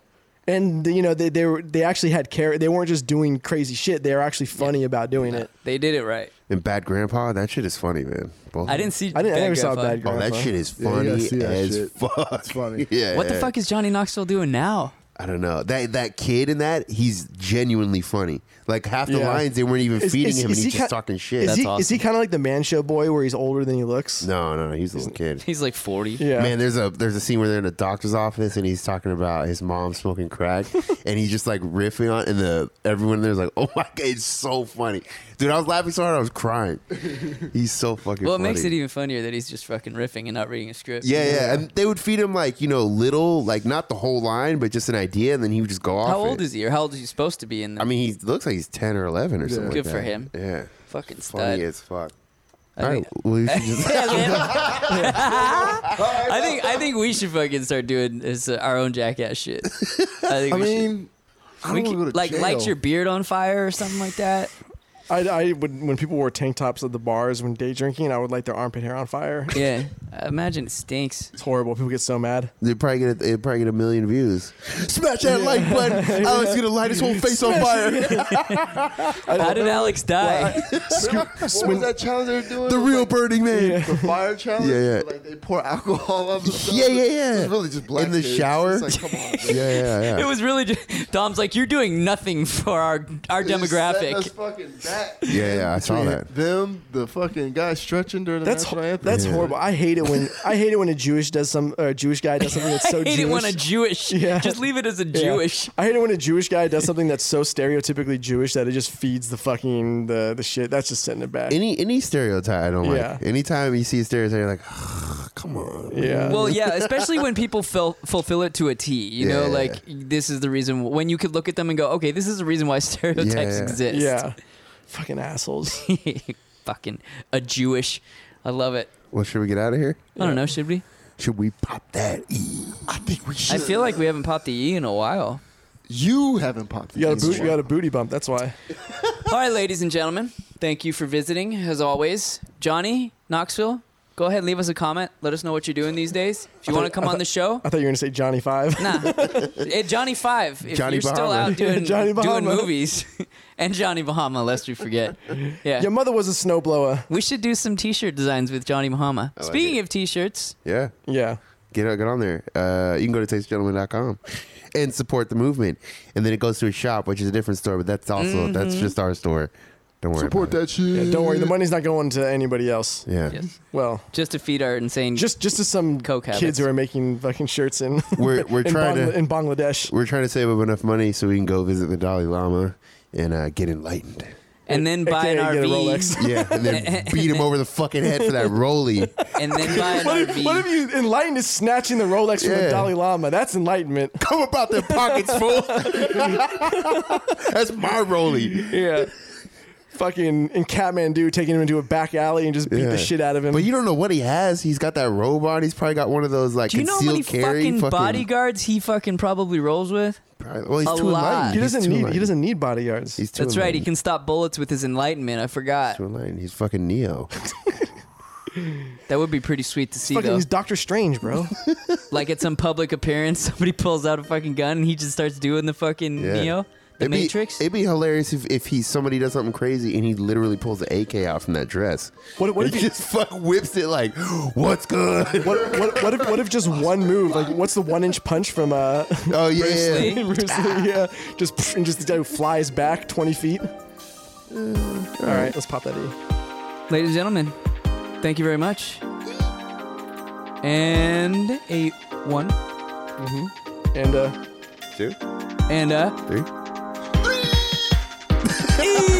[SPEAKER 2] And you know they they were, they actually had care. They weren't just doing crazy shit. They were actually funny about doing it.
[SPEAKER 3] They did it right.
[SPEAKER 4] And Bad Grandpa, that shit is funny, man. Both
[SPEAKER 3] I didn't see.
[SPEAKER 2] I didn't. I
[SPEAKER 3] Bad
[SPEAKER 2] never saw
[SPEAKER 3] Grandpa.
[SPEAKER 2] bad
[SPEAKER 4] Oh,
[SPEAKER 2] grandpa.
[SPEAKER 4] that shit is
[SPEAKER 5] Yeah, you
[SPEAKER 4] funny
[SPEAKER 5] gotta see that
[SPEAKER 4] as
[SPEAKER 5] shit.
[SPEAKER 4] fuck.
[SPEAKER 5] It's funny.
[SPEAKER 4] <laughs> Yeah.
[SPEAKER 3] What the fuck is Johnny Knoxville doing now? <laughs>
[SPEAKER 4] I don't know that that kid in that he's genuinely funny. Like half the
[SPEAKER 2] Yeah.
[SPEAKER 4] lines they weren't even
[SPEAKER 2] Is-
[SPEAKER 4] feeding
[SPEAKER 2] is-
[SPEAKER 4] him,
[SPEAKER 2] is
[SPEAKER 4] and he's
[SPEAKER 2] he
[SPEAKER 4] just
[SPEAKER 2] ki-
[SPEAKER 4] talking shit.
[SPEAKER 2] Is
[SPEAKER 3] That's
[SPEAKER 2] he, is he
[SPEAKER 3] awesome.
[SPEAKER 2] kind of like the man show boy where he's older than he looks?
[SPEAKER 4] no, no, no, he's a little kid.
[SPEAKER 3] He's like 40.
[SPEAKER 2] Yeah.
[SPEAKER 4] Man, there's a there's a scene where they're in a doctor's office and he's talking about his mom smoking crack and he's just like riffing on and the everyone there's like, oh my god, it's so funny, dude. I was laughing so hard I was crying. He's so fucking.
[SPEAKER 3] Well, it
[SPEAKER 4] funny.
[SPEAKER 3] makes e- it even funnier that he's just fucking riffing and not reading a script.
[SPEAKER 4] Yeah, yeah, and they would feed him like you know little, like not the whole line, but just an idea, and then he would just go off.
[SPEAKER 3] How old
[SPEAKER 4] it.
[SPEAKER 3] is he, or how old is he supposed to be in the
[SPEAKER 4] I mean, he looks like he's ten or eleven or something.
[SPEAKER 3] Good
[SPEAKER 4] like
[SPEAKER 3] for
[SPEAKER 4] that.
[SPEAKER 3] him.
[SPEAKER 4] Yeah,
[SPEAKER 3] fucking stud?
[SPEAKER 4] funny as fuck.
[SPEAKER 3] I
[SPEAKER 4] All
[SPEAKER 3] mean-
[SPEAKER 4] right, well, you
[SPEAKER 3] <laughs>
[SPEAKER 4] should just-
[SPEAKER 3] Yeah, man. I think I think we should fucking start doing this, uh, our own jackass shit. I think
[SPEAKER 5] I
[SPEAKER 3] we should.
[SPEAKER 5] mean, I
[SPEAKER 3] We
[SPEAKER 5] don't
[SPEAKER 3] could,
[SPEAKER 5] want to go to
[SPEAKER 3] like
[SPEAKER 5] jail.
[SPEAKER 3] light your beard on fire or something like that.
[SPEAKER 2] I, I would when people wore tank tops at the bars when day drinking, I would light their armpit hair on fire.
[SPEAKER 3] Yeah, I imagine it stinks.
[SPEAKER 2] It's horrible. People get so mad.
[SPEAKER 4] they probably get a, they probably get a million views. Smash that like button. Alex gonna light his whole face on fire.
[SPEAKER 3] How did Alex die?
[SPEAKER 5] What was that challenge they were doing?
[SPEAKER 4] the real Burning Man.
[SPEAKER 5] the fire challenge.
[SPEAKER 4] Yeah, yeah.
[SPEAKER 5] Like they pour alcohol on themselves.
[SPEAKER 4] <laughs> Yeah, yeah, yeah.
[SPEAKER 5] It's really just black
[SPEAKER 4] In the
[SPEAKER 5] kids.
[SPEAKER 4] shower?
[SPEAKER 5] It's like, come on, man.
[SPEAKER 4] <laughs> Yeah, yeah,
[SPEAKER 5] <laughs>
[SPEAKER 4] yeah.
[SPEAKER 3] It was really just, Dom's like you're doing nothing for our our
[SPEAKER 5] They just set
[SPEAKER 3] demographic.
[SPEAKER 5] us fucking back.
[SPEAKER 4] yeah, yeah. I saw that.
[SPEAKER 5] Them, the fucking guy stretching during the
[SPEAKER 2] That's
[SPEAKER 5] national
[SPEAKER 2] ho-
[SPEAKER 5] anthem.
[SPEAKER 2] that's horrible. I hate it when I hate it when a Jewish does some or a Jewish guy does something that's so
[SPEAKER 3] <laughs> I hate
[SPEAKER 2] Jewish.
[SPEAKER 3] it when a <laughs> Jewish.
[SPEAKER 2] Yeah.
[SPEAKER 3] Just leave it as a
[SPEAKER 2] Yeah.
[SPEAKER 3] Jewish.
[SPEAKER 2] I hate it when a Jewish guy does something that's so stereotypically Jewish that it just feeds the fucking the the shit. That's just sending it back.
[SPEAKER 4] Any any stereotype I don't
[SPEAKER 2] Yeah.
[SPEAKER 4] like. Anytime you see a stereotype, you're like, come on.
[SPEAKER 2] yeah.
[SPEAKER 3] Well, <laughs> yeah, especially when people ful- fulfill it to a T. You know,
[SPEAKER 4] Yeah.
[SPEAKER 3] like this is the reason when you could look at them and go, okay, this is the reason why <laughs> stereotypes
[SPEAKER 4] Yeah.
[SPEAKER 3] exist.
[SPEAKER 2] yeah. Fucking assholes.
[SPEAKER 3] <laughs> Fucking a Jewish. I love it.
[SPEAKER 4] Well, should we get out of here?
[SPEAKER 3] I don't know. Should we?
[SPEAKER 4] Should we pop that? E?
[SPEAKER 5] I think we should.
[SPEAKER 3] I feel like we haven't popped the E in a while.
[SPEAKER 5] you haven't popped.
[SPEAKER 2] You got a boot, you got a booty bump. That's why.
[SPEAKER 3] All right, ladies and gentlemen, thank you for visiting. As always, Johnny Knoxville, go ahead and leave us a comment. Let us know what you're doing these days. If you want to come on the show,
[SPEAKER 2] I thought you were gonna say Johnny
[SPEAKER 3] <laughs>
[SPEAKER 2] Five.
[SPEAKER 3] nah. Eh, Johnny Five, if
[SPEAKER 4] Johnny
[SPEAKER 3] you're still
[SPEAKER 4] Bahama.
[SPEAKER 3] out
[SPEAKER 2] <laughs>
[SPEAKER 3] doing,
[SPEAKER 2] Johnny
[SPEAKER 3] doing
[SPEAKER 2] Bahama.
[SPEAKER 3] movies, <laughs> and Johnny Bahama, lest we forget.
[SPEAKER 2] <laughs>
[SPEAKER 3] Yeah,
[SPEAKER 2] Your mother was a snowblower.
[SPEAKER 3] we should do some T-shirt designs with Johnny Bahama.
[SPEAKER 4] like
[SPEAKER 3] Speaking
[SPEAKER 4] it.
[SPEAKER 3] of T-shirts,
[SPEAKER 4] Yeah.
[SPEAKER 2] Yeah.
[SPEAKER 4] Get out, get on there. Uh, you can go to tastegentleman.com and support the movement. And then it goes to a shop, which is a different store, but that's also that's
[SPEAKER 3] Mm-hmm.
[SPEAKER 4] just our store. Don't worry.
[SPEAKER 5] support
[SPEAKER 4] about
[SPEAKER 5] that shit.
[SPEAKER 2] Yeah, don't
[SPEAKER 3] Mm.
[SPEAKER 2] worry, the money's not going to anybody else.
[SPEAKER 4] It. Yeah.
[SPEAKER 3] yes,
[SPEAKER 2] Well,
[SPEAKER 3] just to feed our insane.
[SPEAKER 2] just just to some
[SPEAKER 3] Coke habits.
[SPEAKER 2] kids who are making fucking shirts in
[SPEAKER 4] We're we're
[SPEAKER 2] <laughs> in,
[SPEAKER 4] trying
[SPEAKER 2] Bangla-
[SPEAKER 4] to
[SPEAKER 2] in Bangladesh.
[SPEAKER 4] we're trying to save up enough money so we can go visit the Dalai Lama and uh, get enlightened.
[SPEAKER 3] and then buy an
[SPEAKER 2] AKA get a
[SPEAKER 3] RV,
[SPEAKER 2] Rolex.
[SPEAKER 4] Yeah, and then beat him over the fucking head for
[SPEAKER 3] <laughs>
[SPEAKER 4] that rolly.
[SPEAKER 3] and
[SPEAKER 2] <laughs>
[SPEAKER 3] then buy an
[SPEAKER 2] What
[SPEAKER 3] RV.
[SPEAKER 2] if, what if you enlightened is snatching the Rolex from
[SPEAKER 4] Yeah.
[SPEAKER 2] the Dalai Lama? That's
[SPEAKER 3] <laughs>
[SPEAKER 2] enlightenment.
[SPEAKER 4] Come about their pockets full. that's my rolly.
[SPEAKER 2] Yeah. <laughs> Fucking in Kathmandu, taking him into a back alley and just beat
[SPEAKER 4] Yeah.
[SPEAKER 2] the shit out of him.
[SPEAKER 4] But you don't know what he has. He's got that robe on. He's probably got one of those like
[SPEAKER 3] Do you know
[SPEAKER 4] concealed
[SPEAKER 3] how many
[SPEAKER 4] carry.
[SPEAKER 3] fucking, bodyguards he fucking probably rolls with?
[SPEAKER 4] Probably, well, he's
[SPEAKER 3] A
[SPEAKER 4] too
[SPEAKER 3] lot.
[SPEAKER 4] enlightened.
[SPEAKER 2] he
[SPEAKER 4] He's
[SPEAKER 2] doesn't
[SPEAKER 4] too
[SPEAKER 2] need he
[SPEAKER 4] enlightened.
[SPEAKER 2] doesn't need bodyguards.
[SPEAKER 4] He's too
[SPEAKER 3] That's right. He
[SPEAKER 4] enlightened.
[SPEAKER 3] can stop bullets with his enlightenment. I forgot.
[SPEAKER 4] Too enlightened. He's fucking Neo.
[SPEAKER 3] That would be pretty sweet to see,
[SPEAKER 2] Fucking,
[SPEAKER 3] though.
[SPEAKER 2] he's Doctor Strange, bro.
[SPEAKER 4] <laughs>
[SPEAKER 3] Like at some public appearance, <laughs> somebody pulls out a fucking gun and he just starts doing the fucking
[SPEAKER 4] Yeah.
[SPEAKER 3] Neo, the
[SPEAKER 4] It'd be,
[SPEAKER 3] Matrix.
[SPEAKER 4] it'd be hilarious if, if he somebody does something crazy and he literally pulls the AK out from that dress.
[SPEAKER 2] What- what
[SPEAKER 4] And
[SPEAKER 2] if
[SPEAKER 4] he just fuck whips it like, what's good?
[SPEAKER 2] what, what, what if what if just one move? Like, what's the one inch punch from uh, <laughs>
[SPEAKER 4] oh yeah, yeah,
[SPEAKER 3] Lee.
[SPEAKER 4] yeah.
[SPEAKER 2] Bruce Lee? Yeah, just <laughs> pff, and just the guy who flies back twenty feet. all right, let's pop that E.
[SPEAKER 3] Ladies and gentlemen, thank you very much. And a one.
[SPEAKER 2] And uh,
[SPEAKER 4] Two,
[SPEAKER 3] And a
[SPEAKER 4] three.
[SPEAKER 3] E!